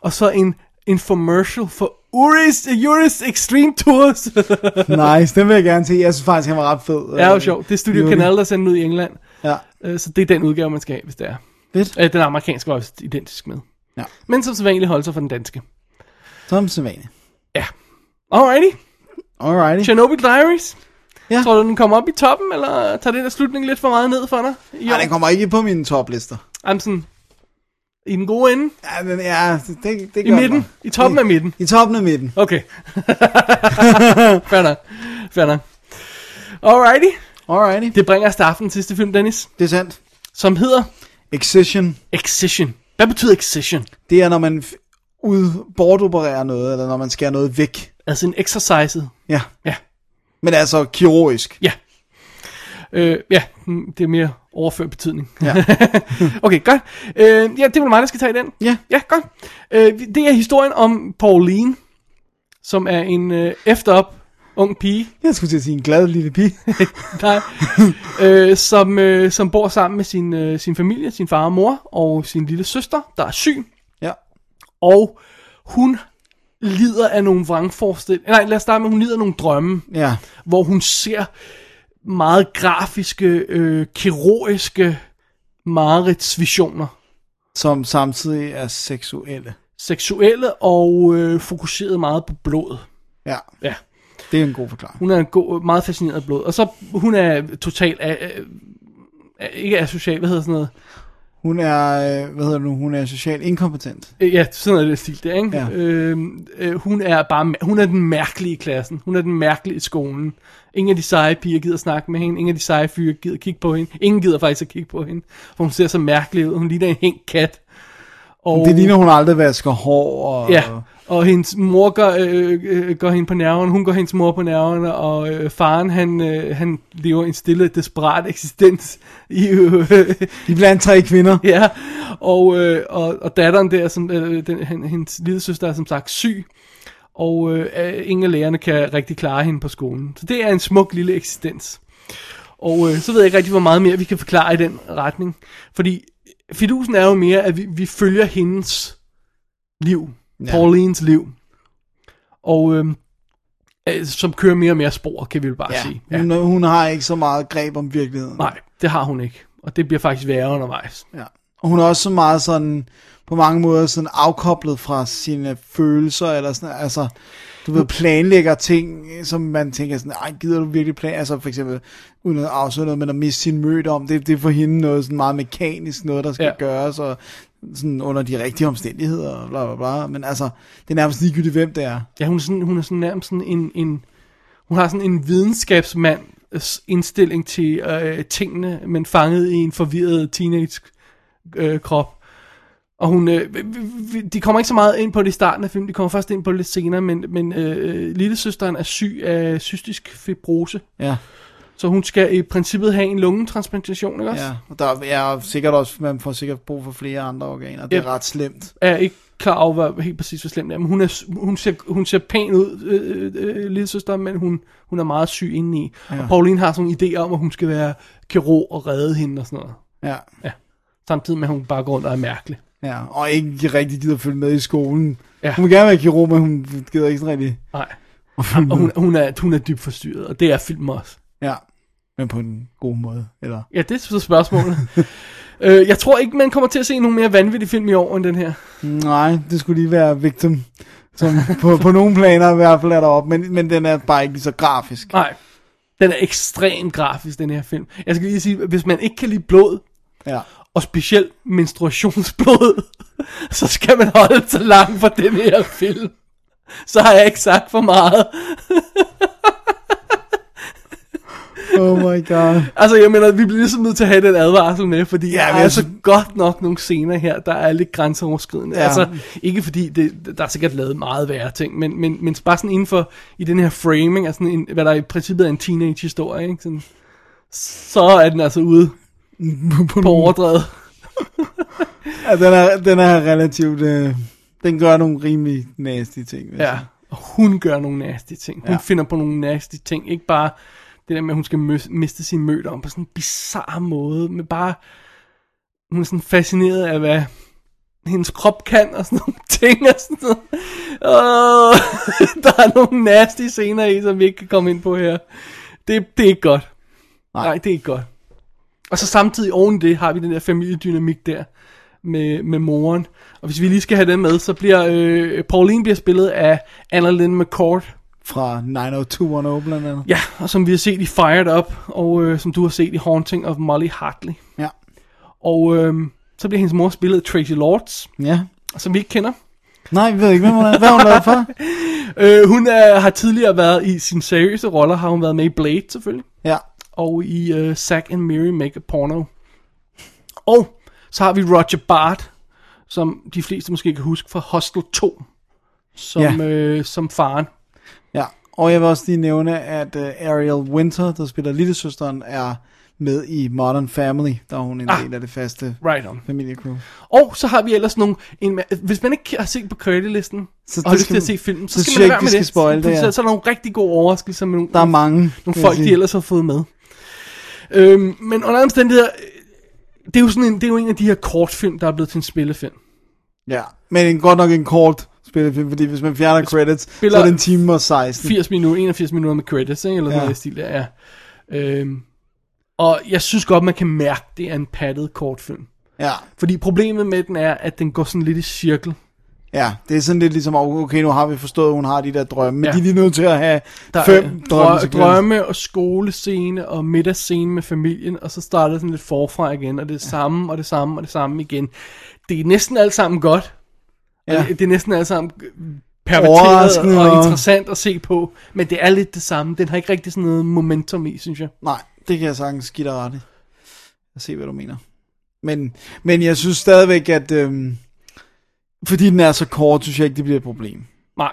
[SPEAKER 3] og så en infomercial for Uris, Uris Extreme Tours. [laughs]
[SPEAKER 4] Nice, den vil jeg gerne se. Jeg synes faktisk, han var ret fed.
[SPEAKER 3] det er jo
[SPEAKER 4] Øh,
[SPEAKER 3] sjovt. Det er Studio
[SPEAKER 4] Beauty.
[SPEAKER 3] Canal, der sender den ud i England.
[SPEAKER 4] Ja.
[SPEAKER 3] Øh, Så det er den udgave, man skal have, hvis det er.
[SPEAKER 4] Fedt.
[SPEAKER 3] Øh, Den amerikanske var også identisk med.
[SPEAKER 4] Ja.
[SPEAKER 3] Men som sædvanligt holder sig for den danske.
[SPEAKER 4] Som sædvanligt.
[SPEAKER 3] Ja. Alrighty.
[SPEAKER 4] Alrighty.
[SPEAKER 3] Chernobyl Diaries.
[SPEAKER 4] Ja.
[SPEAKER 3] Tror du, den kommer op i toppen, eller tager den der slutning lidt for meget ned for dig? Jo.
[SPEAKER 4] Nej, den kommer ikke på mine toplister.
[SPEAKER 3] I'm sådan, I den gode ende?
[SPEAKER 4] Ja, men ja, det, det, det
[SPEAKER 3] I
[SPEAKER 4] gør
[SPEAKER 3] midten?
[SPEAKER 4] den.
[SPEAKER 3] I toppen af midten?
[SPEAKER 4] I toppen af midten. [laughs]
[SPEAKER 3] Okay. Fair nok. Fair nok. Alrighty.
[SPEAKER 4] Alrighty.
[SPEAKER 3] Det bringer os til aftenens sidste film, Dennis,
[SPEAKER 4] Det er sandt.
[SPEAKER 3] som hedder
[SPEAKER 4] Excision.
[SPEAKER 3] Excision. Hvad betyder Excision?
[SPEAKER 4] Det er, når man f- ud, bortopererer noget, eller når man skærer noget væk.
[SPEAKER 3] Altså en exercise.
[SPEAKER 4] Ja.
[SPEAKER 3] Ja.
[SPEAKER 4] Men altså kirurgisk.
[SPEAKER 3] Ja. Øh, ja, mm, det er mere overført betydning.
[SPEAKER 4] Ja.
[SPEAKER 3] okay, godt. Øh, ja, det var mig, der skal tage den.
[SPEAKER 4] Ja.
[SPEAKER 3] Ja, godt. Øh, det er historien om Pauline, som er en øh, efterop ung pige,
[SPEAKER 4] Jeg skulle til at sige en glad lille pige.
[SPEAKER 3] nej, øh, som, øh, som bor sammen med sin, øh, sin familie, sin far og mor, og sin lille søster, der er syg.
[SPEAKER 4] [laughs] ja.
[SPEAKER 3] Og hun lider af nogle vrangforestillinger. Nej, lad os starte med, hun lider af nogle drømme.
[SPEAKER 4] Ja.
[SPEAKER 3] hvor hun ser meget grafiske, øh, kirurgiske mareridtsvisioner.
[SPEAKER 4] Som samtidig er seksuelle.
[SPEAKER 3] Seksuelle og øh, fokuseret meget på blod.
[SPEAKER 4] Ja.
[SPEAKER 3] Ja.
[SPEAKER 4] Det er en god forklaring.
[SPEAKER 3] Hun er en god, meget fascineret af blod. Og så hun er totalt af, af, ikke asocial, hvad hedder sådan noget?
[SPEAKER 4] Hun er, øh, hvad hedder det nu, hun er socialt inkompetent.
[SPEAKER 3] Øh, Ja, sådan noget i den stil der, ikke?
[SPEAKER 4] Ja.
[SPEAKER 3] Øhm, øh, hun er bare, mær- hun er den mærkelige i klassen. Hun er den mærkelige i skolen. Ingen af de seje piger gider snakke med hende. Ingen af de seje fyre gider kigge på hende. Ingen gider faktisk at kigge på hende. For hun ser så mærkelig ud. Hun ligner en hængt kat. Og,
[SPEAKER 4] Det ligner, hun aldrig vasker hår. Og,
[SPEAKER 3] Oh. Ja, og hendes mor gør, øh, øh, går hende på nerven. Hun går hendes mor på nerven. Og øh, faren, han, øh, han lever en stille, desperat eksistens i, [laughs] øh,
[SPEAKER 4] De blandt tre kvinder.
[SPEAKER 3] [laughs] Ja, og, øh, og, og datteren der, som, øh, den, hen- hendes lille søster er som sagt syg, og øh, øh, ingen af lærerne kan rigtig klare hende på skolen. Så det er en smuk lille eksistens. Og øh, så ved jeg ikke rigtig, hvor meget mere vi kan forklare i den retning. Fordi fidusen er jo mere, at vi, vi følger hendes liv, ja. Paulines liv. Og øh, øh, som kører mere og mere spor, kan vi jo bare sige.
[SPEAKER 4] Hun, hun har ikke så meget greb om virkeligheden.
[SPEAKER 3] Nej, det har hun ikke. Og det bliver faktisk værre undervejs.
[SPEAKER 4] Ja. Og hun er også så meget sådan, på mange måder sådan afkoblet fra sine følelser, eller sådan, altså, du ved, planlægger ting, som man tænker sådan, ej, gider du virkelig plan? Altså for eksempel, uden at afsøge noget, men at miste sin møde om, det, det er for hende noget sådan meget mekanisk, noget der skal
[SPEAKER 3] Ja.
[SPEAKER 4] ja. gøres, og sådan under de rigtige omstændigheder, og bla bla bla, men altså, det er nærmest ligegyldigt, hvem det er.
[SPEAKER 3] Ja, hun er sådan, hun er sådan nærmest sådan en, en, hun har sådan en videnskabsmands indstilling til øh, tingene, men fanget i en forvirret teenage øh, krop. Og hun, øh, vi- vi- vi- de kommer ikke så meget ind på det i starten af filmen, de kommer først ind på det lidt senere, men, men øh, lillesøsteren er syg af cystisk fibrose,
[SPEAKER 4] Ja,
[SPEAKER 3] så hun skal i princippet have en lungetransplantation, ikke også?
[SPEAKER 4] ja. Og der er sikkert også, man får sikkert brug for flere andre organer, det er
[SPEAKER 3] Ja.
[SPEAKER 4] ret slemt.
[SPEAKER 3] er ikke klar over hvad, helt præcis, hvor slemt det er. Men hun, er, hun, ser, hun ser pæn ud, øh, øh, lille søster, men hun, hun er meget syg indeni. Ja. Og Pauline har sådan en idé om, at hun skal være kirurg og redde hende og sådan noget.
[SPEAKER 4] Ja.
[SPEAKER 3] Samtidig med, at hun bare går rundt og er mærkelig.
[SPEAKER 4] Ja, og ikke rigtig gider at følge med i skolen.
[SPEAKER 3] Ja.
[SPEAKER 4] Ja. Hun vil gerne være kirurg, men hun gider ikke sådan rigtig
[SPEAKER 3] Nej.
[SPEAKER 4] at følge
[SPEAKER 3] Og
[SPEAKER 4] med.
[SPEAKER 3] hun, hun, er, hun er dybt forstyrret, og det er film også.
[SPEAKER 4] Ja, men på en god måde, eller?
[SPEAKER 3] Ja, det er så spørgsmålet. øh, jeg tror ikke, man kommer til at se nogen mere vanvittige film i år end den her.
[SPEAKER 4] Nej, det skulle lige være victim. Som [laughs] på, på nogle planer i hvert fald er deroppe, men, men den er bare ikke lige så grafisk.
[SPEAKER 3] Nej. Den er ekstremt grafisk, den her film. Jeg skal lige sige, at hvis man ikke kan lide blod,
[SPEAKER 4] Ja.
[SPEAKER 3] og specielt menstruationsblod, [laughs] så skal man holde sig langt fra den her film. Så har jeg ikke sagt for meget.
[SPEAKER 4] Oh my god.
[SPEAKER 3] Altså, jeg mener, vi bliver ligesom nødt til at have den advarsel med, fordi ja,
[SPEAKER 4] Ja,
[SPEAKER 3] der
[SPEAKER 4] men
[SPEAKER 3] er
[SPEAKER 4] jeg
[SPEAKER 3] så
[SPEAKER 4] synes-
[SPEAKER 3] godt nok nogle scener her, der er lidt grænseoverskridende. Ja.
[SPEAKER 4] Ja.
[SPEAKER 3] Altså, ikke fordi, det, der er sikkert lavet meget værre ting, men, men, men bare sådan inden for, i den her framing, altså en, hvad der i princippet er en teenage-historie, ikke? Sådan, så er den altså
[SPEAKER 4] [laughs]
[SPEAKER 3] ude på overdrevet.
[SPEAKER 4] Ja, den, er, den er relativt... Øh, den gør nogle rimelig nasty ting. vil jeg
[SPEAKER 3] Ja, og hun gør nogle nasty ting. Hun ja.
[SPEAKER 4] Ja.
[SPEAKER 3] finder på nogle nasty ting. Ikke bare Det der med, at hun skal mø- miste sin møder om på sådan en bizarre måde. Med bare... Hun er sådan fascineret af, hvad hendes krop kan og sådan [laughs] nogle ting og sådan noget. Oh, [laughs] der er nogle nasty scener i, som vi ikke kan komme ind på her. Det, det er ikke godt. Nej. Nej, det er ikke godt. Og så samtidig oven i det har vi den der familiedynamik der med, med moren. Og hvis vi lige skal have den med, så bliver øh, Pauline bliver spillet af Anna Lynn McCord.
[SPEAKER 4] Fra 90210 blandt andet.
[SPEAKER 3] Ja, og som vi har set i Fired Up, og øh, som du har set i Haunting of Molly Hartley.
[SPEAKER 4] Ja.
[SPEAKER 3] Og øh, så bliver hendes mor spillet af Tracy Lords,
[SPEAKER 4] ja.
[SPEAKER 3] som vi ikke kender.
[SPEAKER 4] Nej, vi ved ikke, hvem hun er. Hvad har hun lavet [laughs] for?
[SPEAKER 3] Øh, hun er, har tidligere været i sin seriøse roller, har hun været med i Blade selvfølgelig,
[SPEAKER 4] Ja.
[SPEAKER 3] og i øh, Zack and Mary Make a Porno. Og så har vi Roger Bart, som de fleste måske kan huske fra Hostel 2, som,
[SPEAKER 4] Ja.
[SPEAKER 3] øh, som faren.
[SPEAKER 4] ja. Og jeg vil også lige nævne, at uh, Ariel Winter, der spiller lillesøsteren, er med i Modern Family, der er hun en ah. del af det faste
[SPEAKER 3] Right on.
[SPEAKER 4] familiecrew.
[SPEAKER 3] Og så har vi ellers nogle... En, ma- hvis man ikke har set på kreditlisten,
[SPEAKER 4] Så
[SPEAKER 3] så og
[SPEAKER 4] det
[SPEAKER 3] har lyst
[SPEAKER 4] skal
[SPEAKER 3] til at
[SPEAKER 4] man-
[SPEAKER 3] se filmen, så
[SPEAKER 4] så
[SPEAKER 3] skal
[SPEAKER 4] synes
[SPEAKER 3] man
[SPEAKER 4] jeg
[SPEAKER 3] lade være
[SPEAKER 4] ikke, vi
[SPEAKER 3] med
[SPEAKER 4] skal
[SPEAKER 3] det.
[SPEAKER 4] spoil det,
[SPEAKER 3] Fordi
[SPEAKER 4] ja.
[SPEAKER 3] Så, så er der nogle rigtig gode overraskelser med nogle,
[SPEAKER 4] Der er mange. vil
[SPEAKER 3] nogle
[SPEAKER 4] jeg
[SPEAKER 3] folk,
[SPEAKER 4] sige.
[SPEAKER 3] de ellers har fået med. Øhm, men under alle omstændigheder, øh, det er, jo sådan en, det er jo en af de her kortfilm, der er blevet til en spillefilm.
[SPEAKER 4] Ja, men en, godt nok en kort spillefilm, fordi hvis man fjerner credits, så
[SPEAKER 3] spiller-
[SPEAKER 4] er det en time og 16.
[SPEAKER 3] 80 minutter, 81 minutter med credits, ikke? eller sådan ja.
[SPEAKER 4] Mm. Ja.
[SPEAKER 3] noget i stil der, ja. Øhm, og jeg synes godt, man kan mærke, det er en pattet kortfilm.
[SPEAKER 4] Ja,
[SPEAKER 3] Fordi problemet med den er, at den går sådan lidt i cirkel.
[SPEAKER 4] ja, det er sådan lidt ligesom, okay, nu har vi forstået, at hun har de der drømme, men ja.
[SPEAKER 3] Ja.
[SPEAKER 4] de er lige nødt til at have
[SPEAKER 3] Der
[SPEAKER 4] fem
[SPEAKER 3] er øh, drø-
[SPEAKER 4] drømmesekvenser.
[SPEAKER 3] drømme og skolescene og middagsscene med familien, og så starter det sådan lidt forfra igen, og det er det samme, og det samme, og det samme igen. Det er næsten alt sammen godt.
[SPEAKER 4] Ja.
[SPEAKER 3] Ja. Det, det er næsten alt sammen øh,
[SPEAKER 4] Overraskende
[SPEAKER 3] perverteret og
[SPEAKER 4] og-
[SPEAKER 3] interessant at se på, men det er lidt det samme. Den har ikke rigtig sådan noget momentum i, synes jeg.
[SPEAKER 4] Nej, det kan jeg sagtens give dig ret i. Jeg ser, hvad du mener. Men, men jeg synes stadigvæk, at øhm, fordi den er så kort, synes jeg ikke, det bliver et problem.
[SPEAKER 3] Nej,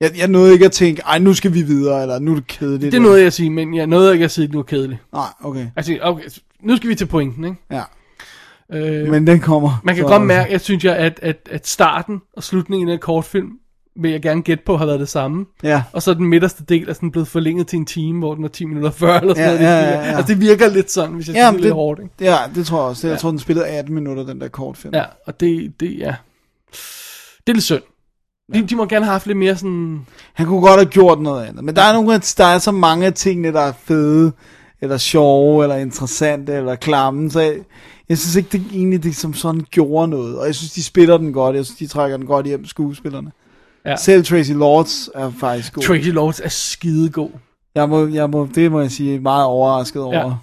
[SPEAKER 4] Jeg, jeg nåede ikke at tænke, ej, nu skal vi videre, eller nu er det kedeligt.
[SPEAKER 3] det er noget, jeg siger, men jeg nåede ikke at sige, at nu er kedeligt.
[SPEAKER 4] Nej, okay.
[SPEAKER 3] Altså, okay, nu skal vi til pointen, ikke?
[SPEAKER 4] Ja.
[SPEAKER 3] Øh,
[SPEAKER 4] Men den kommer.
[SPEAKER 3] Man kan
[SPEAKER 4] Så-
[SPEAKER 3] godt mærke, jeg synes, jeg, at, at, at starten og slutningen af en kortfilm, vil jeg gerne gætte på, har været det samme.
[SPEAKER 4] Ja.
[SPEAKER 3] Og så er den midterste del er sådan blevet forlænget til en time, hvor den var 10 minutter før, eller sådan
[SPEAKER 4] Ja,
[SPEAKER 3] noget.
[SPEAKER 4] ja, ja, ja.
[SPEAKER 3] Altså, det virker lidt sådan, hvis jeg ja,
[SPEAKER 4] Ja,
[SPEAKER 3] siger
[SPEAKER 4] men
[SPEAKER 3] det lidt
[SPEAKER 4] det,
[SPEAKER 3] hårdt, ikke?
[SPEAKER 4] ja, det tror jeg også. Jeg tror, den spillede 18 minutter, den der kortfilm.
[SPEAKER 3] Ja, og det, det, ja. det er lidt synd. De, de må gerne have haft lidt mere sådan...
[SPEAKER 4] Han kunne godt have gjort noget andet. Men der er, nogle, der er så mange af tingene, der er fede, eller sjove, eller interessante, eller klamme. Så jeg, jeg synes ikke, det egentlig det som sådan gjorde noget. Og jeg synes, de spiller den godt. Jeg synes, de trækker den godt hjem, skuespillerne.
[SPEAKER 3] Ja.
[SPEAKER 4] Selv Tracy Lords er faktisk god.
[SPEAKER 3] Tracy Lords er skidegod.
[SPEAKER 4] jeg må, jeg må, det må jeg sige, er meget overrasket over.
[SPEAKER 3] Ja.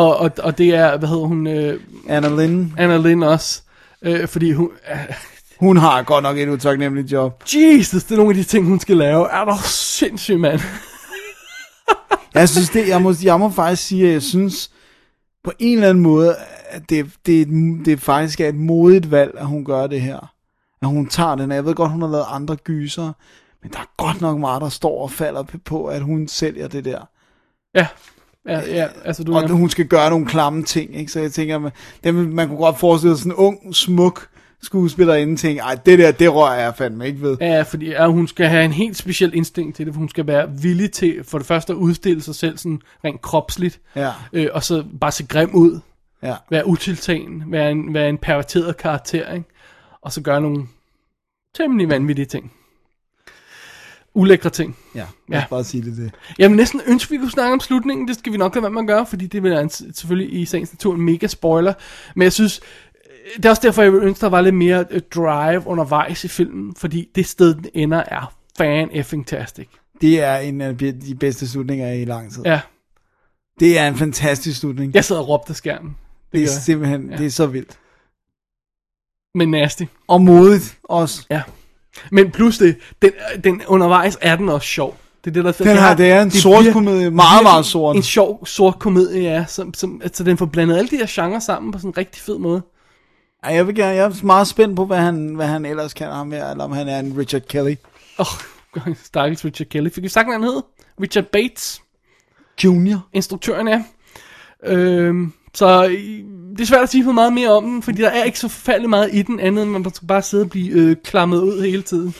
[SPEAKER 3] Og, og, og det er, hvad hedder hun, øh,
[SPEAKER 4] Anna Lynn,
[SPEAKER 3] Anna Lynn også. Øh, fordi hun... Øh,
[SPEAKER 4] hun har godt nok et utaknemmeligt job.
[SPEAKER 3] Jesus, det er nogle af de ting, hun skal lave. Er du sindssyg, mand?
[SPEAKER 4] Jeg synes det, jeg må, jeg må faktisk sige, at jeg synes på en eller anden måde, at det, det, er et- det faktisk er et modigt valg, at hun gør det her. At hun tager den. Jeg ved godt, hun har lavet andre gyser, men der er godt nok meget, der står og falder på, at hun sælger det der.
[SPEAKER 3] Ja, ja, ja altså du
[SPEAKER 4] Og hun skal gøre nogle klamme ting, ikke? Så jeg tænker, man, dem, vil- man kunne godt forestille sig sådan en ung, smuk skuespillerinde tænke, ej, det der, det rører jeg fandme ikke ved.
[SPEAKER 3] Ja, fordi ja, hun skal have en helt speciel instinkt til det, for hun skal være villig til for det første at udstille sig selv sådan rent kropsligt,
[SPEAKER 4] Ja,
[SPEAKER 3] øh, og så bare se grim ud,
[SPEAKER 4] ja.
[SPEAKER 3] være utiltagende, være en, være en perverteret karakter, ikke? og så gøre nogle temmelig vanvittige ting. Ulækre ting.
[SPEAKER 4] Ja, lad os
[SPEAKER 3] Ja.
[SPEAKER 4] bare sige det. det.
[SPEAKER 3] Jamen næsten ønsker vi kunne snakke om slutningen, det skal vi nok lade være med at gøre, fordi det vil være en, selvfølgelig i sagens natur en mega spoiler, men jeg synes, øh, det er også derfor, jeg ville ønske, der var lidt mere øh, drive undervejs i filmen, fordi det sted, den ender, er fan effing tastic.
[SPEAKER 4] Det er en af de bedste slutninger i lang tid.
[SPEAKER 3] Ja,
[SPEAKER 4] Det er en fantastisk slutning.
[SPEAKER 3] jeg sad og råbte af skærmen.
[SPEAKER 4] Det er
[SPEAKER 3] gør jeg.
[SPEAKER 4] simpelthen, ja. det er så vildt.
[SPEAKER 3] Men nasty.
[SPEAKER 4] Og modigt også.
[SPEAKER 3] Ja. Men plus det, den, øh, den undervejs er den også sjov. Det er det, der er fedt.
[SPEAKER 4] Den her, det er en sort
[SPEAKER 3] vir-
[SPEAKER 4] komedie. Meget,
[SPEAKER 3] virkelig
[SPEAKER 4] meget sort.
[SPEAKER 3] En sjov sort komedie, ja. Som, som, altså, den får blandet alle de her genrer sammen på sådan en rigtig fed måde.
[SPEAKER 4] Ej, Jeg, vil gerne, jeg er meget spændt på, hvad han, hvad han ellers kan ham her, eller om han er en Richard Kelly
[SPEAKER 3] Åh, oh, stakkels Richard Kelly. Fik vi sagt, hvad han hed? Richard Bates,
[SPEAKER 4] Junior.
[SPEAKER 3] instruktøren er. Øhm, så i- det er svært at sige for meget mere om den, fordi der er ikke så forfærdelig meget i den andet, end man skal bare sidde og blive øh, klammet ud hele tiden.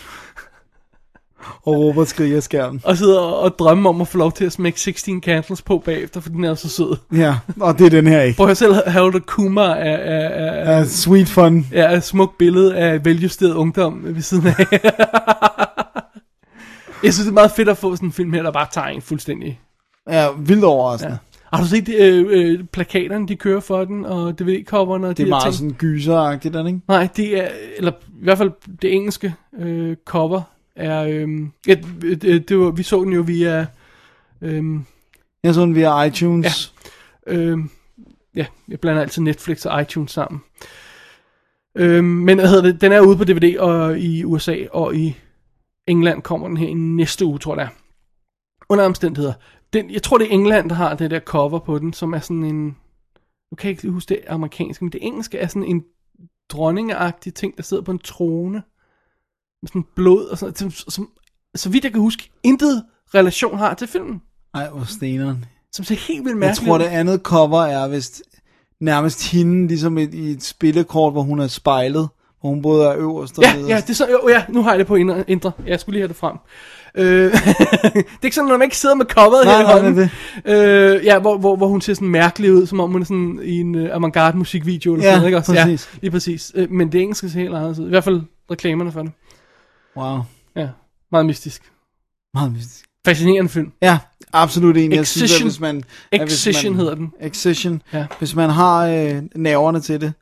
[SPEAKER 4] Og Robert skriger i skærmen.
[SPEAKER 3] Og sidder og, og drømmer om at få lov til at smække 16 candles på bagefter, for den er så sød.
[SPEAKER 4] Ja, og det er den her ikke.
[SPEAKER 3] Prøv at høre selv, Harold og Kuma er, er, er,
[SPEAKER 4] Uh, sweet fun.
[SPEAKER 3] er et smukt billede af veljusteret ungdom ved siden af. [laughs] Jeg synes, det er meget fedt at få sådan en film her, der bare tager en fuldstændig.
[SPEAKER 4] Ja, vildt overraskende.
[SPEAKER 3] Ja. Har du set øh, øh, plakaterne, de kører for den, og DVD-coverne og
[SPEAKER 4] Det
[SPEAKER 3] de
[SPEAKER 4] er
[SPEAKER 3] her
[SPEAKER 4] meget
[SPEAKER 3] ting?
[SPEAKER 4] sådan gyseragtigt, er det ikke?
[SPEAKER 3] Nej, det er, eller i hvert fald det engelske øh, cover er, øh, ja, det, det var, vi så den jo via, øh,
[SPEAKER 4] Jeg så den via iTunes. Ja.
[SPEAKER 3] øh, ja, jeg blander altid Netflix og iTunes sammen. Øh, men hvad hedder det, den er ude på DVD og i USA og i England kommer den her i næste uge, tror jeg det er. Under omstændigheder. Den, jeg tror, det er England, der har det der cover på den, som er sådan en... Nu kan jeg ikke lige huske det amerikanske, men det engelske er sådan en dronningeagtig ting, der sidder på en trone. Med sådan blod og sådan som, som, så vidt jeg kan huske, intet relation har til filmen.
[SPEAKER 4] Ej, hvor steneren.
[SPEAKER 3] Som ser helt vildt
[SPEAKER 4] Jeg
[SPEAKER 3] mærkeligt
[SPEAKER 4] tror,
[SPEAKER 3] ud.
[SPEAKER 4] det andet cover er vist nærmest hende, ligesom et, i et spillekort, hvor hun er spejlet, hvor hun både er øverst og
[SPEAKER 3] Ja,
[SPEAKER 4] nederst.
[SPEAKER 3] ja, det er så, jo, ja, nu har jeg det på indre. indre. Jeg skulle lige have det frem. Øh, [laughs] det er ikke sådan, når man ikke sidder med coveret
[SPEAKER 4] Nej,
[SPEAKER 3] her i
[SPEAKER 4] nej,
[SPEAKER 3] hånden.
[SPEAKER 4] det
[SPEAKER 3] Øh, ja, hvor, hvor, hvor hun ser sådan mærkelig ud, som om hun er sådan i en uh, avantgarde musikvideo eller
[SPEAKER 4] Ja,
[SPEAKER 3] sådan noget, ikke også?
[SPEAKER 4] præcis.
[SPEAKER 3] Ja, lige præcis. Øh, men det engelske ser helt anderledes ud. I hvert fald reklamerne for det.
[SPEAKER 4] Wow,
[SPEAKER 3] Ja, meget mystisk.
[SPEAKER 4] meget mystisk.
[SPEAKER 3] Fascinerende film.
[SPEAKER 4] Ja, absolut enig. Jeg synes, at
[SPEAKER 3] Excision.
[SPEAKER 4] hvis man... at hvis
[SPEAKER 3] Excision
[SPEAKER 4] man-
[SPEAKER 3] hedder den.
[SPEAKER 4] Excision.
[SPEAKER 3] Ja.
[SPEAKER 4] Ja. Hvis man har øh, nerverne til det.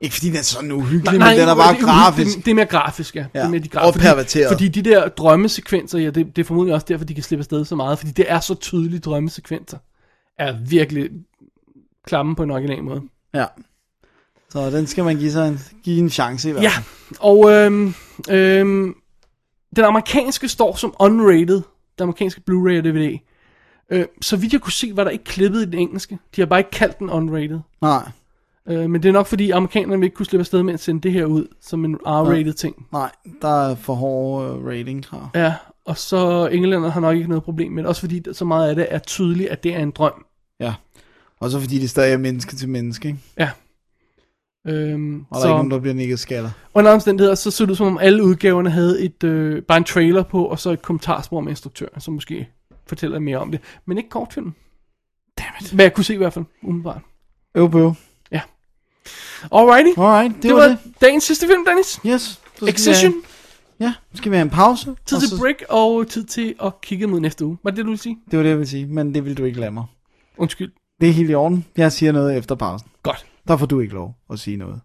[SPEAKER 4] Ikke fordi den er sådan uhyggelig, men den er
[SPEAKER 3] det
[SPEAKER 4] bare
[SPEAKER 3] uhyggeligt.
[SPEAKER 4] grafisk.
[SPEAKER 3] Det, det er mere grafisk, ja. ja. Det er
[SPEAKER 4] Ja,
[SPEAKER 3] mere de
[SPEAKER 4] og
[SPEAKER 3] grafiske.
[SPEAKER 4] perverteret.
[SPEAKER 3] Fordi, fordi de der drømmesekvenser, ja, det, det er formodentlig også derfor, de kan slippe afsted så meget, fordi det er så tydelige drømmesekvenser, er virkelig klamme på en original måde.
[SPEAKER 4] Ja. Så den skal man give sig en, give en chance i hvert
[SPEAKER 3] Ja,
[SPEAKER 4] fald.
[SPEAKER 3] og øhm, øhm, den amerikanske står som unrated, den amerikanske Blu-ray og DVD. Øh, så vidt jeg kunne se, var der ikke klippet i den engelske. De har bare ikke kaldt den unrated.
[SPEAKER 4] Nej,
[SPEAKER 3] Øh, men det er nok fordi amerikanerne vil ikke kunne slippe afsted med at sende det her ud som en R-rated ting.
[SPEAKER 4] nej. Der er for hårde øh, rating her.
[SPEAKER 3] Ja, og så englænder har nok ikke noget problem med det, også fordi der- så meget af det er tydeligt, at det er en drøm.
[SPEAKER 4] Ja. Og så fordi det stadig er menneske til menneske, ikke?
[SPEAKER 3] Ja. Øhm,
[SPEAKER 4] Og der er ikke nogen,
[SPEAKER 3] så
[SPEAKER 4] der bliver nikket skaller.
[SPEAKER 3] under omstændigheder, så så det ud som om alle udgaverne havde et, øh, bare en trailer på, og så et kommentarspor med instruktøren, som måske fortæller mere om det. Men ikke kortfilmen. Dammit. Hvad jeg kunne se i hvert fald, umiddelbart.
[SPEAKER 4] Øv, øv.
[SPEAKER 3] Alrighty.
[SPEAKER 4] Alright, det,
[SPEAKER 3] Det var dagens sidste film, Dennis.
[SPEAKER 4] Yes. Så skal vi
[SPEAKER 3] Excision.
[SPEAKER 4] have- Ja, nu skal vi have en pause.
[SPEAKER 3] Tid
[SPEAKER 4] og
[SPEAKER 3] til
[SPEAKER 4] så-
[SPEAKER 3] break, og tid til at kigge mod næste uge. Var det det, du ville sige?
[SPEAKER 4] Det var det, jeg ville sige, men det vil du ikke lade mig.
[SPEAKER 3] Undskyld.
[SPEAKER 4] Det er helt i orden. Jeg siger noget efter pausen.
[SPEAKER 3] Godt.
[SPEAKER 4] Der får du ikke lov at sige noget.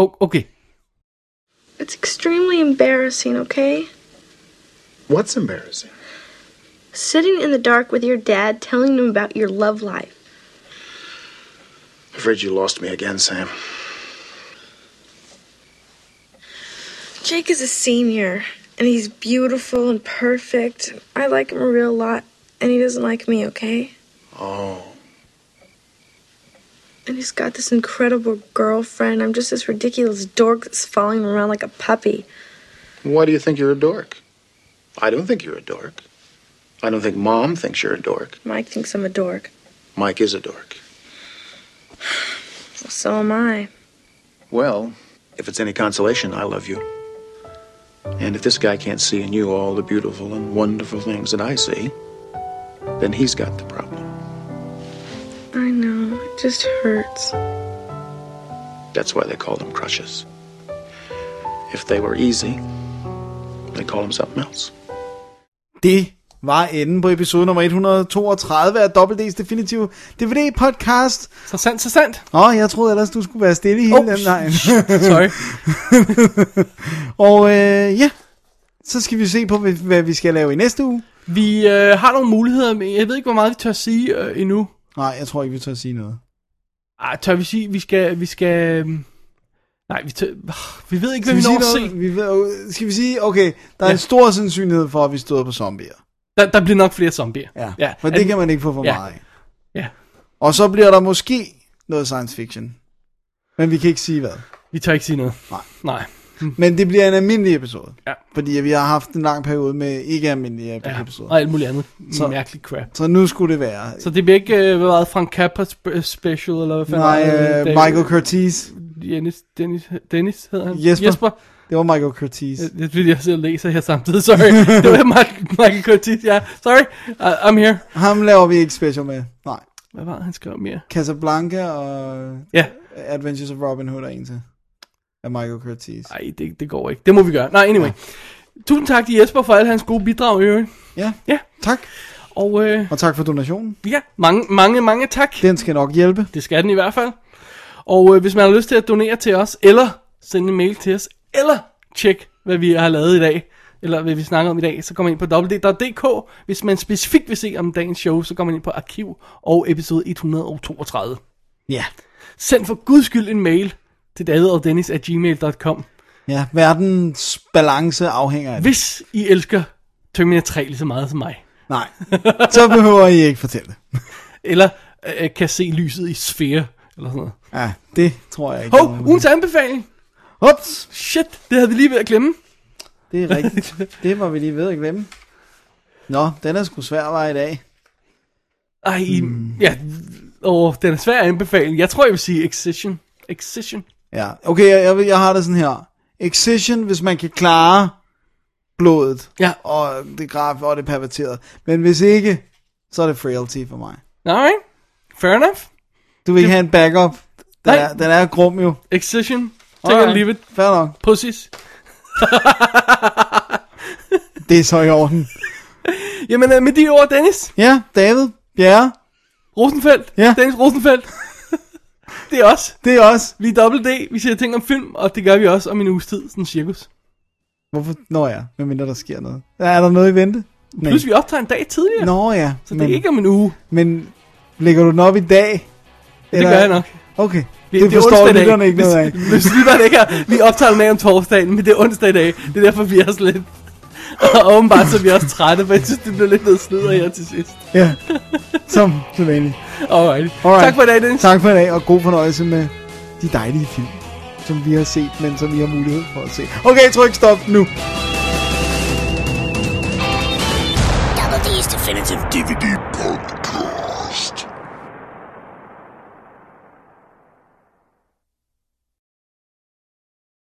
[SPEAKER 3] O- okay.
[SPEAKER 8] It's extremely embarrassing, okay?
[SPEAKER 5] What's embarrassing?
[SPEAKER 8] Sitting in the dark with your dad telling him about your love life.
[SPEAKER 5] Afraid you lost me again, Sam.
[SPEAKER 8] Jake is a senior, and he's beautiful and perfect. I like him a real lot, and he doesn't like me, okay?
[SPEAKER 5] Oh.
[SPEAKER 8] And he's got this incredible girlfriend. I'm just this ridiculous dork that's following him around like a puppy.
[SPEAKER 5] Why do you think you're a dork? I don't think you're a dork. I don't think Mom thinks you're a dork.
[SPEAKER 8] Mike thinks I'm a dork.
[SPEAKER 5] Mike is a dork.
[SPEAKER 8] Well, so am I.
[SPEAKER 5] Well, if it's any consolation, I love you. And if this guy can't see in you all the beautiful and wonderful things that I see, then he's got the problem.
[SPEAKER 8] I know. It just hurts.
[SPEAKER 5] That's why they call them crushes. If they were easy, they call them something else.
[SPEAKER 4] Det var enden på episode nummer 132 af Double D's Definitive DVD-podcast.
[SPEAKER 3] Så sandt, så sandt.
[SPEAKER 4] Åh, jeg troede ellers, du skulle være stille i hele
[SPEAKER 3] Oh,
[SPEAKER 4] oh, den dagen.
[SPEAKER 3] Sorry.
[SPEAKER 4] Og øh, ja, så skal vi se på, hvad- hvad vi skal lave i næste uge.
[SPEAKER 3] Vi øh, har nogle muligheder, men jeg ved ikke, hvor meget vi tør sige øh, endnu.
[SPEAKER 4] Nej, jeg tror ikke, vi tør at sige noget.
[SPEAKER 3] Ej, tør vi sige, vi skal... Vi skal øhm, nej, vi, tør, ah, vi ved ikke, hvad vi, vi
[SPEAKER 4] Skal vi, sige
[SPEAKER 3] når at
[SPEAKER 4] noget?
[SPEAKER 3] se.
[SPEAKER 4] Vi, ved- øh, skal vi sige, okay, der er ja. en stor sandsynlighed for, at vi støder på zombier.
[SPEAKER 3] Der, der bliver nok flere zombier.
[SPEAKER 4] Ja,
[SPEAKER 3] ja.
[SPEAKER 4] for det kan man ikke få for
[SPEAKER 3] ja.
[SPEAKER 4] ja. meget af.
[SPEAKER 3] Ja,
[SPEAKER 4] Og så bliver der måske noget science fiction. Men vi kan ikke sige hvad.
[SPEAKER 3] vi tør ikke sige noget.
[SPEAKER 4] Nej.
[SPEAKER 3] Nej.
[SPEAKER 4] Men det bliver en almindelig episode.
[SPEAKER 3] Ja.
[SPEAKER 4] Fordi vi har haft en lang periode med ikke almindelige
[SPEAKER 3] Ja,
[SPEAKER 4] episoder.
[SPEAKER 3] og alt muligt andet så.
[SPEAKER 4] Så-
[SPEAKER 3] mærkeligt crap.
[SPEAKER 4] Så nu skulle det være.
[SPEAKER 3] Så det bliver ikke øh, været Frank Capra sp- øh, special, eller hvad fanden?
[SPEAKER 4] Nej,
[SPEAKER 3] var det?
[SPEAKER 4] øh,
[SPEAKER 3] David-
[SPEAKER 4] Michael Curtis.
[SPEAKER 3] Dennis, Dennis, Dennis hedder han.
[SPEAKER 4] Jesper.
[SPEAKER 3] Jesper.
[SPEAKER 4] Det var Michael Curtis.
[SPEAKER 3] Det er fordi, jeg sidder og læser her samtidig.
[SPEAKER 4] [laughs]
[SPEAKER 3] Sorry. det var Michael, Michael Curtis. Ja, sorry. I, I'm here.
[SPEAKER 4] Ham laver vi ikke special med. Nej.
[SPEAKER 3] Hvad var det, han skrev mere?
[SPEAKER 4] Casablanca og øh,
[SPEAKER 3] Ja.
[SPEAKER 4] Adventures of Robin Hood er en til. Af Michael Curtis.
[SPEAKER 3] Nej, det, det går ikke. Det må vi gøre. Nej, anyway. Tusind tak til Jesper for alle hans gode bidrag i øvrigt.
[SPEAKER 4] Ja,
[SPEAKER 3] Ja.
[SPEAKER 4] tak.
[SPEAKER 3] Og øh,
[SPEAKER 4] Og tak for donationen.
[SPEAKER 3] ja, mange, mange, mange tak.
[SPEAKER 4] Den skal nok hjælpe.
[SPEAKER 3] Det skal den i hvert fald. Og øh, hvis man har lyst til at donere til os, eller sende en mail til os, eller tjek, hvad vi har lavet i dag, eller hvad vi snakker om i dag, så kommer man ind på www.dk. Hvis man specifikt vil se om dagens show, så kommer man ind på arkiv og episode 132.
[SPEAKER 4] Ja.
[SPEAKER 3] Send for guds skyld en mail til davidogdennis.gmail.com,
[SPEAKER 4] Ja, verdens balance afhænger af det.
[SPEAKER 3] hvis I elsker Terminator 3 lige så meget som mig.
[SPEAKER 4] Nej. Så behøver I ikke fortælle det.
[SPEAKER 3] Eller øh, kan se lyset i sfære, eller sådan noget.
[SPEAKER 4] Ja, det tror jeg ikke.
[SPEAKER 3] Hov, ugens anbefaling.
[SPEAKER 4] Ups.
[SPEAKER 3] Shit, det havde vi lige ved at glemme.
[SPEAKER 4] Det er rigtigt. det var vi lige ved at glemme. Nå, den er sgu svær var i dag.
[SPEAKER 3] Ej,
[SPEAKER 4] Hmm.
[SPEAKER 3] mm. ja. Åh, den er svær at anbefale. Jeg tror, jeg vil sige Excision. Excision.
[SPEAKER 4] Ja, okay, jeg, jeg, jeg har det sådan her. Excision, hvis man kan klare blodet,
[SPEAKER 3] Ja.
[SPEAKER 4] og det graf, og det perverterede. Men hvis ikke, så er det frailty for mig.
[SPEAKER 3] Alright. Fair enough.
[SPEAKER 4] Du vil ikke have en backup. Den,
[SPEAKER 3] Nej.
[SPEAKER 4] er, den er grum jo.
[SPEAKER 3] Excision. Take it or leave it.
[SPEAKER 4] Fair nok.
[SPEAKER 3] Pussies.
[SPEAKER 4] Det er så i orden.
[SPEAKER 3] Jamen, øh, med de ord, Dennis
[SPEAKER 4] Ja, David. Bjerre.
[SPEAKER 3] Rosenfeldt.
[SPEAKER 4] Ja.
[SPEAKER 3] Dennis Rosenfeldt. [laughs] det er os.
[SPEAKER 4] Det er os.
[SPEAKER 3] Vi er dobbelt D. Vi ser ting om film, og det gør vi også om en uges tid. Sådan cirkus.
[SPEAKER 4] Hvorfor? Nå ja, medmindre der sker noget. Er der noget i vente? Nej.
[SPEAKER 3] Plus, vi optager en dag tidligere.
[SPEAKER 4] Nå ja,
[SPEAKER 3] Så det
[SPEAKER 4] men,
[SPEAKER 3] er ikke om en uge.
[SPEAKER 4] men lægger du den op i dag?
[SPEAKER 3] Ja, det gør jeg nok.
[SPEAKER 4] Okay,
[SPEAKER 3] Vi-
[SPEAKER 4] det, det
[SPEAKER 3] er
[SPEAKER 4] forstår
[SPEAKER 3] onsdag i dag.
[SPEAKER 4] lytterne ikke
[SPEAKER 3] hvis,
[SPEAKER 4] noget
[SPEAKER 3] [laughs]
[SPEAKER 4] af.
[SPEAKER 3] Hvis lytterne ikke har, vi optager med om torsdagen, men det er onsdag i dag. Det er derfor, vi er sådan lidt... Og åbenbart så er vi også trætte, for jeg synes, det blev lidt noget sludder her til sidst.
[SPEAKER 4] Ja, som sædvanligt.
[SPEAKER 3] Alright.
[SPEAKER 4] Alright.
[SPEAKER 3] Tak for i dag, Dennis.
[SPEAKER 4] Tak for i dag, og god fornøjelse med de dejlige film, som vi har set, men som vi har mulighed for at se. Okay, tryk stop nu.
[SPEAKER 2] Double D's Definitive DVD Podcast.